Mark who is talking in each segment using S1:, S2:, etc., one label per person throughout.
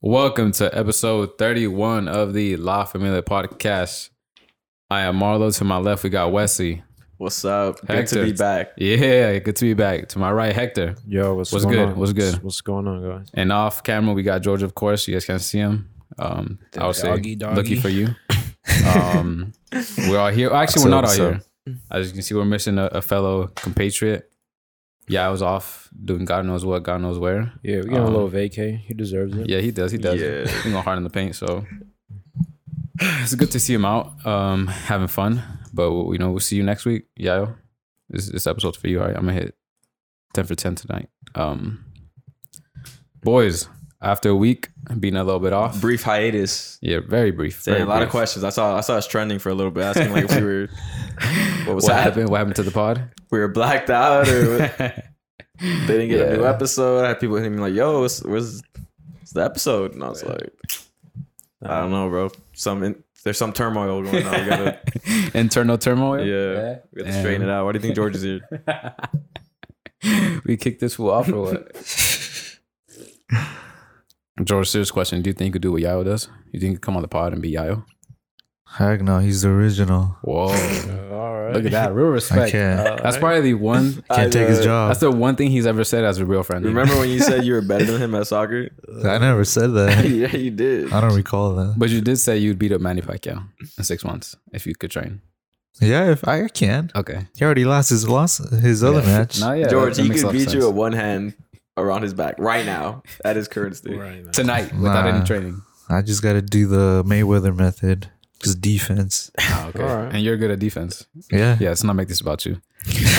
S1: Welcome to episode 31 of the La Familia podcast. I am Marlo. To my left, we got Wesley.
S2: What's up? Good
S1: Hector.
S2: to be back.
S1: Yeah, good to be back. To my right, Hector.
S3: Yo, what's,
S1: What's
S3: going
S1: good?
S3: on?
S1: What's good?
S3: What's going on, guys?
S1: And off camera, we got George, of course. You guys can see him. Um, I would say
S4: Doggy, doggy.
S1: lucky for you. Um, we're all here. Actually, we're not all
S3: What's up,
S1: here. As you can see, we're missing a, a fellow compatriot. Yeah, I was off doing God knows what, God knows where.
S3: Yeah, we got a
S1: Um,
S3: little vacay. He deserves it.
S1: Yeah, he does. He does.
S2: Yeah.
S1: He's going hard in the paint. So it's good to see him out, um, having fun. But you know, we'll see you next week. Yayo, this this episode's for you. All right, I'm gonna hit ten for ten tonight. Um, boys, after a week being a little bit off,
S2: Brief hiatus.
S1: yeah, very brief.
S2: Dang,
S1: very
S2: a lot of
S1: brief.
S2: questions. I saw I saw us trending for a little bit, asking like if we were what was
S1: What
S2: happening?
S1: happened? What happened to the pod?
S2: We were blacked out or what- they didn't get a new
S1: Yeah.
S2: episode. I had people hitting me like, "Yo, what's, where's where's the episode?" And I was like, "I don't know, bro. Some in, there's some turmoil going on. We gotta,
S1: Internal turmoil.
S2: yeah, we gotta straighten it out. Why do you think George is here?
S1: we kicked this fool off or what? George, serious question. Do you think you could do what Yayo does? You think you could come on the pod and be Yayo?
S5: Heck no, he's the original.
S1: Whoa.
S3: Uh, all right.
S1: Look at that. Real
S5: I
S1: respect.
S5: can't.
S1: That's probably the one
S2: Uh, I
S5: can't take his
S2: know.
S5: job.
S1: that's the one thing he's ever said as a real friend.
S2: Remember when you said you were better than him at soccer?
S5: I never said that.
S2: yeah, you did.
S5: I don't recall that.
S1: But you did say you'd beat up Manny Pacquiao in six months if you could train.
S5: Yeah, if I can.
S1: Okay.
S5: He already lost his loss his other match.
S1: No, yeah,
S2: George,
S1: that- that
S2: he
S1: makes a
S2: could
S1: lot of
S2: beat you
S1: sense.
S2: at one hand around his back right now. That is current state.
S3: Right, man.
S1: tonight without
S5: Nah.
S1: any training.
S5: I just got to do the Mayweather method, just defense.
S1: Oh, okay.
S3: All right.
S1: And you're good at defense.
S5: Yeah,
S1: Yeah, let's not make this about you.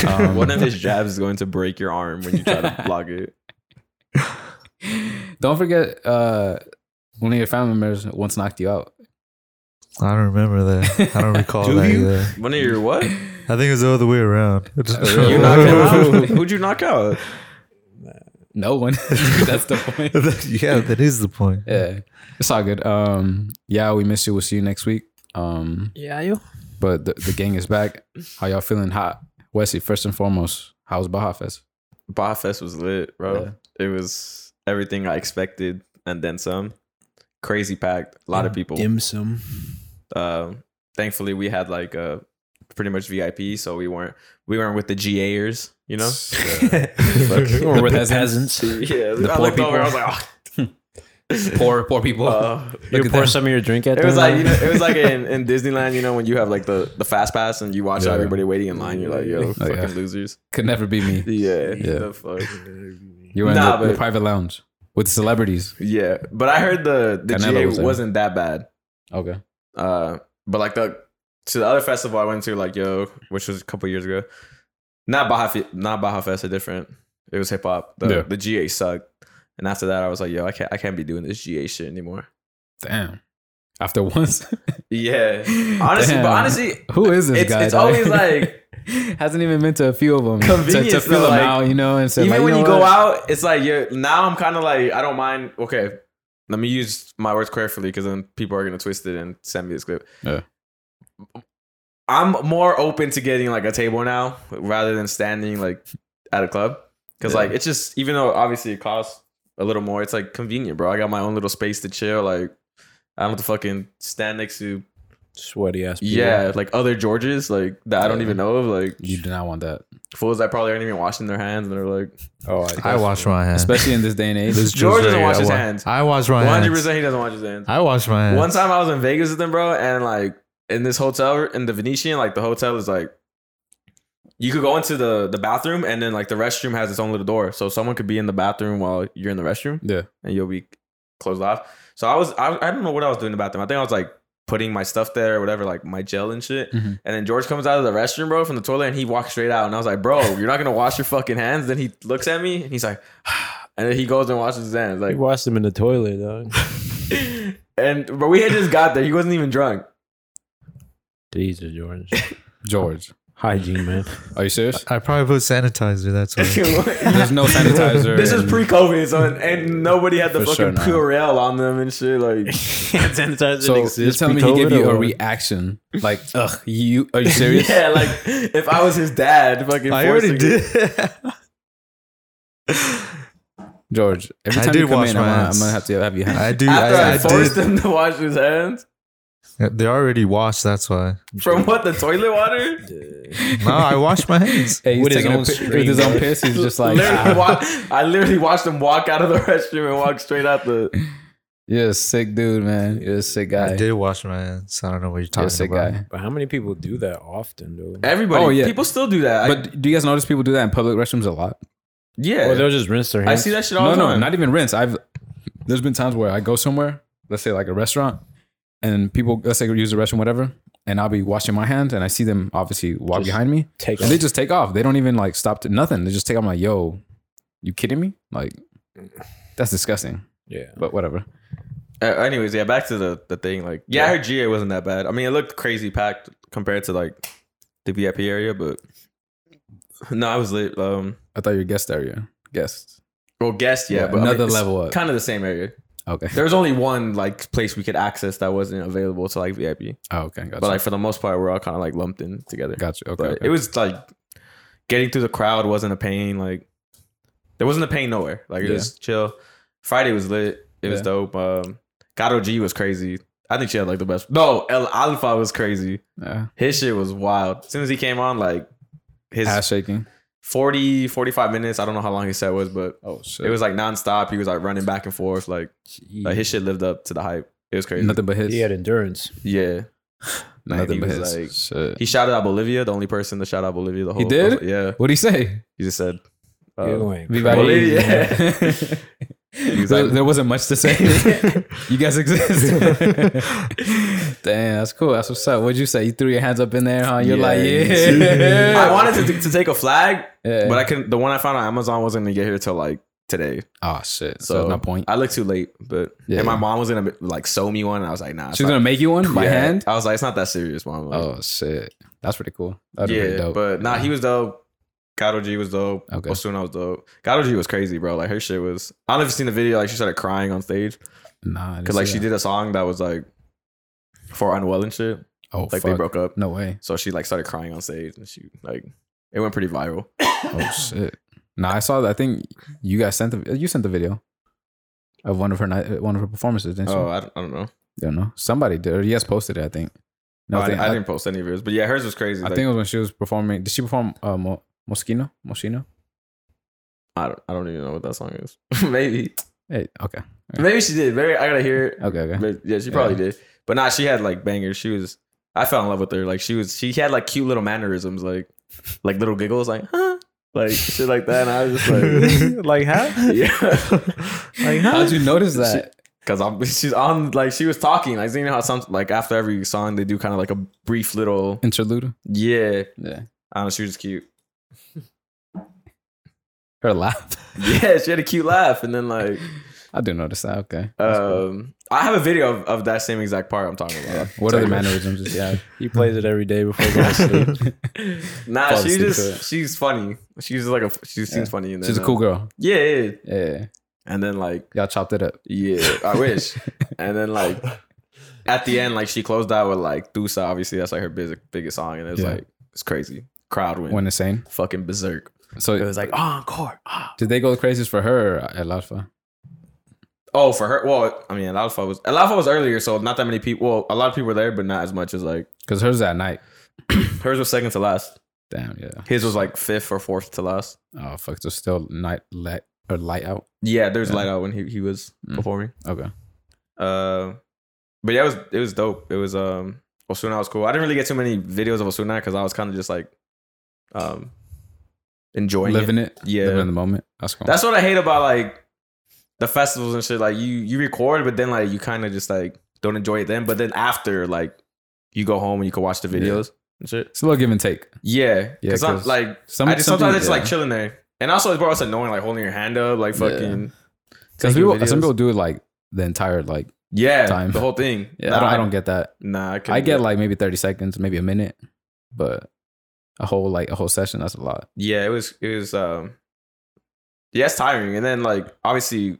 S1: Um,
S2: Uh, One of his jabs is going to break your arm when you try to block it.
S1: Don't forget uh, one of your family members once knocked you out.
S5: I don't remember that. I don't recall
S1: Do
S5: that.
S1: you?
S5: either.
S2: One of your what? You
S5: I think it was the other way around.
S1: really?
S2: knocked him out? Who'd you knock out?
S1: No one. That's the point.
S5: yeah, that is the point.
S1: Yeah. It's all good. Um, yeah, we miss you. We'll see you next week. Um,
S4: Yeah, you.
S1: But the, the gang is back. How y'all feeling? Hot. Wesley, first and foremost, how's Baja Fest?
S2: Bah Fest was lit, bro. It was everything I expected and then some. Crazy packed. A lot of people.
S4: Dim sum.
S2: Um, thankfully, we had like a pretty much VIP, so we weren't we weren't with the GAers, you know.
S1: Or with
S4: Peasants.
S1: peasants.
S2: yeah,
S1: The
S2: I
S1: poor
S2: looked over. I was
S1: people.
S2: like, oh,
S1: Poor, poor people.
S2: uh,
S3: You
S1: at
S3: pour
S1: that.
S3: some of your drink at
S2: It was
S3: them,
S2: like you
S3: man?
S2: know, it was like in, in Disneyland, you know, when you have like the, the fast pass and you watch
S1: Yeah.
S2: everybody waiting in line, you're like, yo, fucking
S1: yeah.
S2: losers.
S1: Could never be me.
S2: Oh, Yeah.
S1: Yeah.
S2: The fuck.
S1: You were in
S2: Nah,
S1: the, the
S2: but-
S1: private lounge with celebrities.
S2: Yeah. But I heard the the
S1: Canelo
S2: GA
S1: was there.
S2: was not that bad.
S1: Okay.
S2: Uh but like the to the other festival I went to, like yo, which was a couple years ago. Not Baja Fe- not Baja Fest, a different. It was hip hop. The
S1: Yeah.
S2: the GA sucked. And after that I was like, yo, I can't I can't be doing this GA shit anymore.
S1: Damn. After once.
S2: Yeah. Honestly,
S1: Damn.
S2: but honestly,
S1: Who is this
S2: It's-
S1: guy?
S2: it's
S1: dog?
S2: always like-
S1: hasn't even been to a few of them. To, to
S2: Convenience,
S1: fill
S2: though,
S1: them
S2: like,
S1: out, you know, and say,
S2: even
S1: like,
S2: when
S1: know
S2: you go
S1: what?
S2: out, it's like you're now. I'm kind of like I don't mind. Okay, let me use my words carefully because then people are gonna twist it and send me this clip.
S1: Yeah.
S2: I'm more open to getting like a table now rather than standing like at a club because
S1: Yeah.
S2: like it's just even though obviously it costs a little more, it's like convenient, bro. I got my own little space to chill. Like I don't have to fucking stand next to
S3: sweaty ass. people.
S2: yeah, like other Georges like that I don't
S1: Yeah.
S2: even know of. Like
S1: You do not want that.
S2: fools that probably aren't even washing their hands and they're like
S3: Oh,
S5: I wash my hands.
S1: Especially in this day and age.
S5: This
S2: George
S5: juice
S2: doesn't
S5: right
S2: wash
S5: here, I
S2: his
S5: wa-
S2: hands.
S5: I wash my
S2: One hundred
S5: hands.
S2: percent, he doesn't wash his hands.
S5: I wash my hands.
S2: One time I was in Vegas with him, bro, and like in this hotel in the Venetian, like the hotel is like you could go into the the bathroom and then like the restroom has its own little door, so someone could be in the bathroom while you're in the restroom
S1: yeah.
S2: and you'll be closed off. So I was I, I don't know what I was doing in the bathroom. I think I was like putting my stuff there or whatever, like my gel and shit.
S1: Mhm.
S2: And then George comes out of the restroom, bro, from the toilet and he walks straight out. And I was like, bro, you're not gonna wash your fucking hands. Then he looks at me and he's like, and then he goes and washes his hands. Like
S3: You washed them in the toilet, dog.
S2: and but we had just got there. He wasn't even drunk.
S3: Jesus, George.
S1: George.
S3: Hygiene, man.
S1: Are you serious?
S5: I probably put sanitizer. That's why.
S1: There's no sanitizer.
S2: This is
S1: and-
S2: pre-COVID, so and, and nobody had the
S1: For sure
S2: fucking
S1: not.
S2: Purell on them and shit. Like,
S4: Hand sanitizer
S1: So
S4: exists
S1: you're telling me he
S4: pre-COVID
S1: gave you
S4: or
S1: a
S4: what?
S1: reaction? Like, ugh, you are you serious?
S2: yeah, like if I was his dad, fucking.
S5: I
S2: forcing
S5: already
S2: it.
S5: did.
S1: George, every
S5: I
S1: time
S5: did
S1: you come
S5: wash
S1: in,
S5: my
S1: I'm gonna, I'm
S5: hands.
S1: gonna have to have you.
S5: I do.
S2: After I,
S5: I, I
S2: forced
S5: did.
S2: him to wash his hands
S5: They're already washed. That's why.
S2: from what the toilet water.
S5: No, I washed my hands.
S1: Hey, he's
S3: With his
S1: taking a
S3: own
S1: pi-
S3: stream,
S1: with his own
S3: bro.
S1: piss. He's just like,
S2: literally
S1: ah,
S2: wa- I literally watched him walk out of the restroom and walk straight out the.
S1: you're a sick dude, man. You're a sick guy.
S5: I did wash my hands. I don't know what you're
S1: You're
S5: talking
S1: a sick
S5: about.
S1: guy.
S3: But how many people do that often, dude?
S2: Everybody,
S1: Oh, yeah.
S2: people still do that. I,
S1: But do you guys notice people do that in public restrooms a lot?
S2: yeah,
S3: Or they'll just rinse their
S2: I
S3: hands.
S2: see that shit all
S1: No,
S2: the
S1: no,
S2: time.
S1: not even rinse. I've there's been times where I go somewhere, let's say like a restaurant, and people let's say use the restroom, whatever, and I'll be washing my hands, and I see them obviously walk
S3: Just
S1: behind me,
S3: Take
S1: and they
S3: off.
S1: just take off. They don't even like stop to nothing. They just take. off. I'm like, yo, you kidding me? Like, that's disgusting.
S3: Yeah.
S1: But whatever.
S2: Uh, anyways, yeah, back to the, the thing. Like, yeah, I heard GA wasn't that bad. I mean, it looked crazy packed compared to like the VIP area, but no, I was lit. Um,
S1: I thought your guest area, guest.
S2: well, guest, yeah,
S1: Yeah,
S2: but
S1: another level up.
S2: kind of the same area.
S1: Okay.
S2: There was only one like place we could access that wasn't available to like VIP,
S1: Oh, okay. Gotcha.
S2: but like for the most part, we're all kind of like lumped in together.
S1: gotcha. Okay.
S2: but
S1: okay.
S2: it was like getting through the crowd wasn't a pain. Like, there wasn't a pain nowhere. Like, it
S1: Yeah.
S2: was chill. Friday was lit. It was
S1: Yeah.
S2: dope. Um, Gato G was crazy. I think she had like the best. No, El Alpha was crazy.
S1: yeah.
S2: His shit was wild. As soon as he came on, like his
S1: ass shaking.
S2: 40, 45 minutes, I don't know how long his set was, but
S1: Oh shit.
S2: it was like nonstop. He was like running back and forth. Like, like his shit lived up to the hype. It was crazy.
S1: nothing but his.
S3: He had endurance.
S2: Yeah. Man,
S1: nothing
S2: he
S1: but
S2: was
S1: his.
S2: like-
S1: shit.
S2: He shouted out Bolivia, the only person to shout out Bolivia the whole
S1: He did?
S2: Yeah.
S1: What'd he say?
S2: He just said, uh,
S3: You ain't
S1: Viva
S2: Well,
S1: Easy.
S2: yeah.
S1: There-
S2: like-
S1: there wasn't much to say. you guys exist. Damn, that's cool. That's what's up. What'd you say? You threw your hands up in there, huh? Ah, You're like,
S2: Yeah.
S1: yeah.
S2: I wanted to, to take a flag,
S1: yeah.
S2: but I couldn't. The one I found on Amazon wasn't gonna get here till like today.
S1: oh shit. So,
S2: So
S1: no point.
S2: I looked too late, but
S1: Yeah.
S2: and my mom was gonna like sew me one, and I was like, nah. it's
S1: She's
S2: not-
S1: gonna make you one by
S2: Yeah.
S1: hand.
S2: I was like, it's not that serious, mom. Like,
S1: Oh shit. That's pretty cool. That'd be pretty
S2: yeah,
S1: dope.
S2: but nah, he was dope. Kato G was dope.
S1: Okay.
S2: Osuna was dope. Kato G was crazy, bro. Like her shit was. I don't know if you've seen the video. Like she started crying on stage
S1: nah. I didn't
S2: because like
S1: see
S2: she
S1: that.
S2: did a song that was like for unwell and shit.
S1: Oh fuck.
S2: Like they broke up,
S1: No way.
S2: so she like started crying on stage and she like it went pretty viral.
S1: Oh shit. Nah, I saw that. I think you guys sent the you sent the video of one of her night, one of her performances. Didn't you?
S2: Oh, I don't, I don't know.
S1: don't know. Somebody did. Or you guys posted it. I think.
S2: No, Oh, I,
S1: think-
S2: I, didn't post any of yours, but yeah, hers was crazy.
S1: I
S2: Like,
S1: think it was when she was performing. Did she perform uh, Mo- Moschino? Moschino?
S2: I don't, I don't even know what that song is. maybe,
S1: Hey, okay,
S2: maybe she did. Maybe I gotta hear it.
S1: okay, okay.
S2: But yeah, she probably did. But nah, she had like bangers. She was. I fell in love with her. Like she was. She had like cute little mannerisms, like like little giggles, like huh, like shit like that. And I was just like,
S3: like how?
S2: yeah,
S3: Like
S1: How'd you notice that?
S2: because I'm. She's on. Like she was talking. Like you know how some like after every song they do kind of like a brief little
S1: Interlude.
S2: yeah.
S1: Yeah,
S2: I don't know. She was just cute.
S1: her laugh.
S2: Yeah, she had a cute laugh, and then like
S1: I do notice that. Okay. That's cool.
S2: um, I have a video of, of that same exact part I'm talking about.
S1: what other mannerisms? Is, yeah.
S3: He plays it every day before going to sleep.
S2: Nah,
S1: Fall
S2: she
S1: asleep to
S2: just
S1: it.
S2: she's funny. She's like a she seems
S1: Yeah.
S2: funny. And then,
S1: She's a
S2: uh,
S1: cool girl.
S2: Yeah, yeah.
S1: Yeah,
S2: And then like
S1: y'all chopped it up.
S2: yeah, I wish. and then like at the end, like she closed out with like Dusa. Obviously, that's like her biggest biggest song, and it was
S1: Yeah.
S2: like it's crazy. Crowd went
S1: When insane.
S2: fucking berserk. It
S1: So
S2: was like encore. ah.
S1: did they go craziest for her or at Alpha?
S2: Oh, for her. Well, I mean, Alpha was Alpha was earlier, so not that many people. Well, a lot of people were there, but not as much as like
S1: Because hers at night.
S2: hers was second to last.
S1: Damn. Yeah.
S2: His was like fifth or fourth to last.
S1: Oh fuck. There's still night light or light out.
S2: Yeah, there was
S1: Yeah.
S2: light out when he, he was
S1: Mm.
S2: performing.
S1: Okay.
S2: Uh, but yeah, it was it was dope. It was um Osuna was cool. I didn't really get too many videos of Osuna because I was kind of just like um enjoying
S1: Living
S2: it.
S1: it.
S2: Oh, Yeah.
S1: Living in the moment. That's cool.
S2: That's what I hate about like the festivals and shit. Like you you record, but then like you kind of just like don't enjoy it then. But then after like you go home and you can watch the
S1: Yeah.
S2: videos and shit.
S1: it's a little give and take.
S2: Yeah,
S1: Yeah,
S2: because I'm
S1: 'cause
S2: like
S1: Some,
S2: I just sometimes
S1: something-
S2: I just
S1: yeah.
S2: like chilling there. And also, it's bro, it's annoying like holding your hand up, like
S1: Yeah.
S2: fucking.
S1: Because
S2: taking
S1: people, some
S2: videos.
S1: people do it like the entire like.
S2: yeah,
S1: time.
S2: the whole thing.
S1: Yeah,
S2: Nah,
S1: I, don't, I don't get that.
S2: Nah, I, couldn't
S1: I
S2: do
S1: get
S2: it.
S1: like maybe thirty seconds, maybe a minute, but a whole like a whole session that's a lot.
S2: yeah, it was it was um yeah, it's tiring. And then like obviously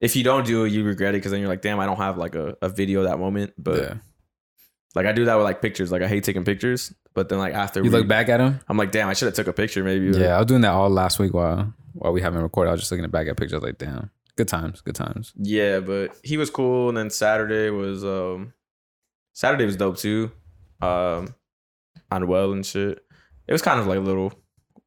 S2: if you don't do it, you regret it because then you're like, damn, I don't have like a, a video that moment. But
S1: yeah.
S2: like I do that with like pictures. Like I hate taking pictures. But then like after
S1: you
S2: we-
S1: look back at them.
S2: I'm like, damn, I should have took a picture maybe. or-
S1: Yeah, I was doing that all last week while while we haven't recorded, I was just looking back at pictures like, damn, good times, good times.
S2: Yeah, but he was cool. And then Saturday was um Saturday was dope too. Um on well and shit. It was kind of like a little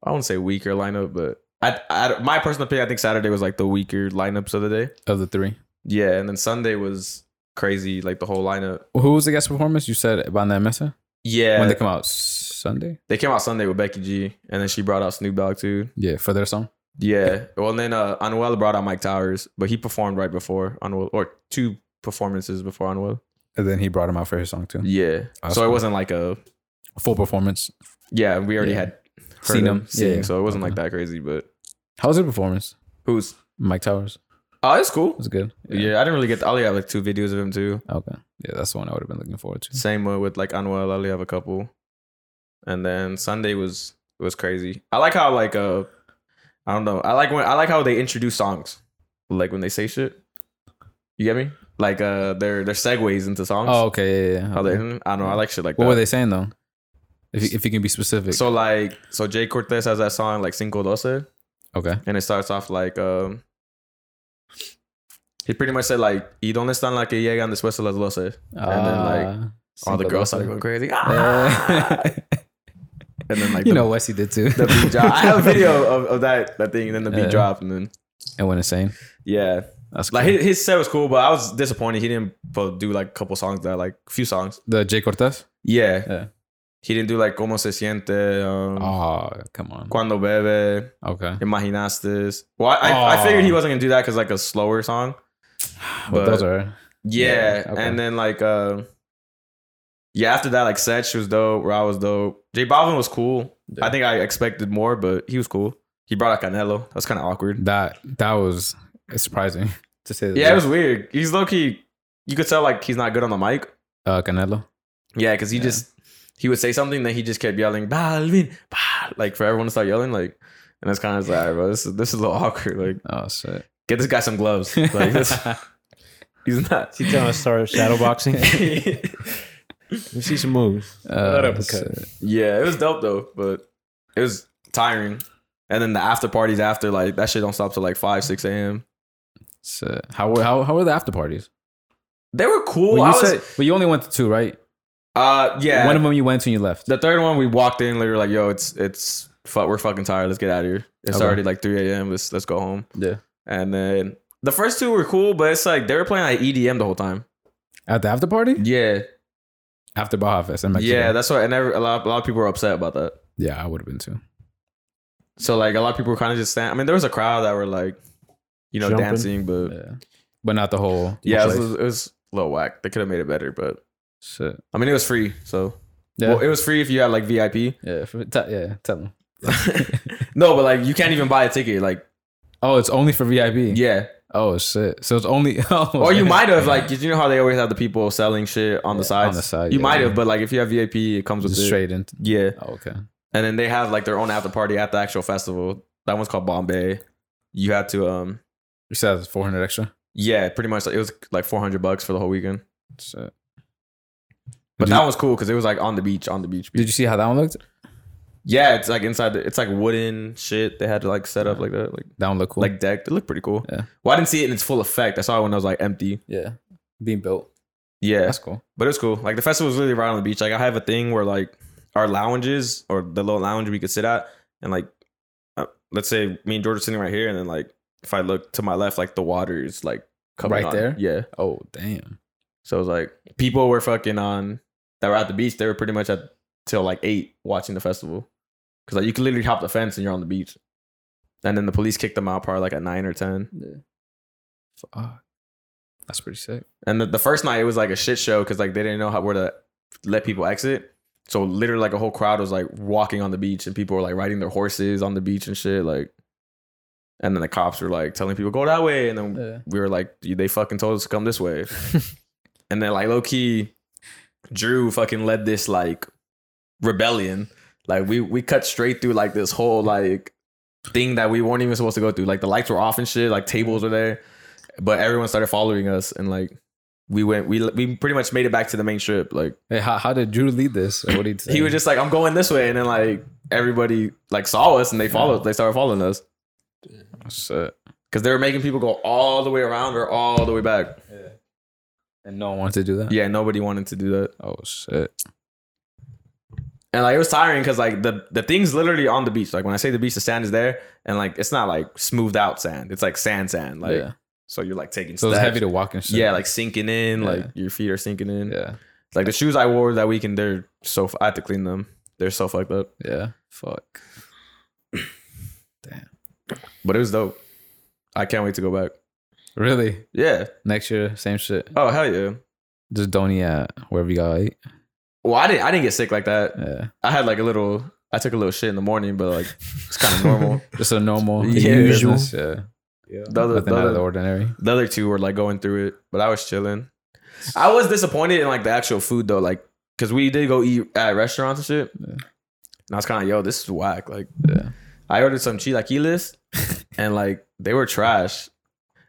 S2: I wouldn't say weaker lineup, but I, I my personal opinion, I think Saturday was like the weaker lineups of the day.
S1: Of the three,
S2: Yeah, and then Sunday was crazy, like the whole lineup.
S1: who was the guest performance? You said Banda Mesa
S2: Yeah.
S1: when
S2: They,
S1: they come out Sunday.
S2: came out Sunday with Becky G and then she brought out Snoop Dogg too.
S1: Yeah, for their song.
S2: Yeah. Well and then uh Anuel brought out Mike Towers, but he performed right before Anuel or two performances before Anuel.
S1: And then he brought him out for his song too.
S2: Yeah.
S1: That's
S2: so it
S1: cool.
S2: wasn't like a
S1: Full performance.
S2: Yeah, we already
S1: Yeah.
S2: had
S1: Seen him.
S2: seen
S1: Yeah,
S2: him,
S1: yeah.
S2: so it wasn't
S1: Okay.
S2: like that crazy. But
S1: How was the performance?
S2: who's?
S1: Mike Towers
S2: Oh, it's cool.
S1: was good.
S2: Yeah. I didn't really get. I only have like two videos of him too.
S1: Okay. Yeah, that's the one I would have been looking forward to.
S2: Same uh, with like Anuel. I only have a couple. And then Sunday was was crazy. I like how like uh, I don't know. I like when I like how they introduce songs, like when they say shit. You get me? Like uh, their their segues into songs.
S1: Oh, okay. Yeah, yeah. yeah.
S2: how they? hmm,
S1: Okay.
S2: I don't know. I like shit like
S1: What
S2: that.
S1: were they saying though? If you, if you can be specific.
S2: So like, so Jay Cortez has that song like Cinco Doce.
S1: okay.
S2: and it starts off like um he pretty much said like y dónde están las que llegan después de las 12 then, like,
S1: Uh,
S2: all the
S1: Cinco
S2: girls started
S1: Doce.
S2: going crazy
S1: Yeah.
S2: Ah! and then like
S1: you
S2: the,
S1: know Wesley did too.
S2: the beat drop I have a video of, of that that thing and then the beat
S1: Yeah.
S2: dropped and then
S1: And went insane.
S2: yeah
S1: That's
S2: like
S1: cool.
S2: his, his set was cool but I was disappointed he didn't po- do like a couple songs that like a few songs
S1: the Jay Cortez.
S2: yeah,
S1: Yeah.
S2: he didn't do like como se siente um,
S1: Oh, come on.
S2: cuando bebe
S1: Okay.
S2: imaginaste well I, I, I figured he
S1: Oh.
S2: wasn't gonna do that because like a slower song
S1: But those
S2: but-
S1: are
S2: Yeah,
S1: Yeah, okay.
S2: and then like uh yeah, after that like Setch was dope, Ra was dope. J Balvin was cool. I think I expected more, but he was cool. He brought out Canelo. That's kind of awkward.
S1: that that was surprising to say the
S2: Yeah, it was
S1: least.
S2: weird. He's low key. You could tell like he's not good on the mic.
S1: uh Canelo.
S2: Yeah, because he
S1: Yeah.
S2: just he would say something, then he just kept yelling Balvin, Bal-" like for everyone to start yelling, like. And it's kind of like, all right, bro, this is this is a little awkward. Like,
S1: Oh shit. Uh,
S2: get this guy some gloves. Like, this, he's not.
S3: He telling us to start shadow boxing. We see some moves. That
S1: Uh,
S3: uppercut.
S1: shit.
S2: Yeah, it was dope though, but it was tiring. And then the after parties after, like that shit don't stop till like five, six a.m.
S1: Shit. How were how, how were the after parties?
S2: They were cool.
S1: Well,
S2: I
S1: you
S2: was,
S1: said well, you only went to two, right?
S2: uh, yeah.
S1: One of them you went to and you left.
S2: the third one, we walked in. Literally, like, yo, it's it's fuck, we're fucking tired. Let's get out of here. It's
S1: Okay.
S2: already like three a.m. Let's let's go home.
S1: Yeah.
S2: And then the first two were cool, but it's like they were playing like EDM the whole time.
S1: At the after party?
S2: Yeah,
S1: After Baja Fest in Mexico.
S2: Mm. yeah. That's why. And every, a lot a lot of people were upset about that.
S1: yeah, I would have been too.
S2: So like a lot of people were kind of just standing. I mean, there was a crowd that were like, you know,
S3: Jumping.
S2: dancing, but
S1: Yeah. But not the whole
S2: yeah, it
S1: place.
S2: was, it was a little whack. They could have made it better, but
S1: shit.
S2: I mean, it was free. So,
S1: Yeah.
S2: well, it was free if you had like VIP.
S1: yeah, for, te- yeah, tell them.
S2: no, but like you can't even buy a ticket. Like,
S1: Oh, it's only for VIP.
S2: yeah.
S1: Oh shit. So it's only oh,
S2: Or you
S1: yeah.
S2: might have like, 'cause you know how they always have the people selling shit on
S1: Yeah,
S2: the
S1: on
S2: sides.
S1: the side,
S2: you
S1: yeah.
S2: might have, but like if you have VIP, it comes with
S1: Just
S2: it.
S1: straight into
S2: Yeah,
S1: oh, okay.
S2: and then they have like their own after party at the actual festival. That one's called Bombay. You had to, um,
S1: You said it's four hundred extra?
S2: yeah, pretty much. Like, it was like four hundred bucks for the whole weekend.
S1: Shit.
S2: But
S1: Did
S2: that
S1: you-
S2: was cool because it was like on the beach, on the beach. beach.
S1: Did you see how that one looked?
S2: yeah, it's like inside. The, it's like wooden shit. They had to like set up like that. Like
S1: That one looked cool.
S2: like decked. It looked pretty cool.
S1: Yeah.
S2: Well, I didn't see it in its full effect. I saw it when I was like empty.
S1: yeah, being built.
S2: Yeah,
S1: That's cool.
S2: but it's cool. Like the festival was really right on the beach. Like I have a thing where like our lounges or the little lounge we could sit at, and like uh, let's say me and George are sitting right here, and then like if I look to my left, like the water is like coming
S1: Right
S2: on.
S1: there?
S2: Yeah.
S1: Oh damn.
S2: So it was like people were fucking on that were at the beach. They were pretty much at till like eight watching the festival because like you can literally hop the fence and you're on the beach. And then the police kicked them out probably like at nine or ten.
S1: Fuck. That's pretty sick.
S2: And the, the first night it was like a shit show because like they didn't know how where to let people exit. So literally like a whole crowd was like walking on the beach and people were like riding their horses on the beach and shit. Like and then the cops were like telling people go that way. And then
S1: Yeah.
S2: we were like, they fucking told us to come this way. and then like low key, Drew fucking led this like rebellion. Like we we cut straight through like this whole like thing that we weren't even supposed to go through. Like the lights were off and shit. Like tables were there, but everyone started following us and like we went we we pretty much made it back to the main strip. Like
S1: Hey, how, how did Drew lead this? Or what did he?
S2: he was just like I'm going this way, and then like everybody like saw us and they followed. They started following us.
S1: Oh, Shit.
S2: because they were making people go all the way around or all the way back.
S1: And no one wanted to do that.
S2: Yeah, nobody wanted to do that,
S1: Oh shit.
S2: and like it was tiring because like the the thing's literally on the beach. Like when I say the beach, the sand is there, and like it's not like smoothed out sand. It's like sand, sand. Like
S1: yeah.
S2: so, you're like taking
S1: So it's
S2: steps.
S1: heavy to walk and shit.
S2: yeah, like sinking in,
S1: Yeah.
S2: like your feet are sinking in.
S1: yeah,
S2: Like the shoes I wore that weekend, they're so f- I had to clean them. They're so fucked up,
S1: yeah. Fuck.
S2: but it was dope. I can't wait to go back.
S1: Really?
S2: Yeah.
S1: Next year, same shit.
S2: Oh hell yeah.
S1: Just don't eat at wherever you gotta eat.
S2: Well, I didn't. I didn't get sick like that.
S1: Yeah.
S2: I had like a little. I took a little shit in the morning, but like it's kind of normal.
S1: Just a normal,
S2: The
S1: daily
S5: usual.
S1: business, Yeah.
S2: The other,
S1: Nothing
S2: the,
S1: out of
S2: other,
S1: the ordinary.
S2: the other two were like going through it, but I was chilling. I was disappointed in like the actual food though, like because we did go eat at restaurants and shit.
S1: Yeah.
S2: And I was kind of yo, this is whack. Like
S1: Yeah.
S2: I ordered some chilaquiles, and like they were trash.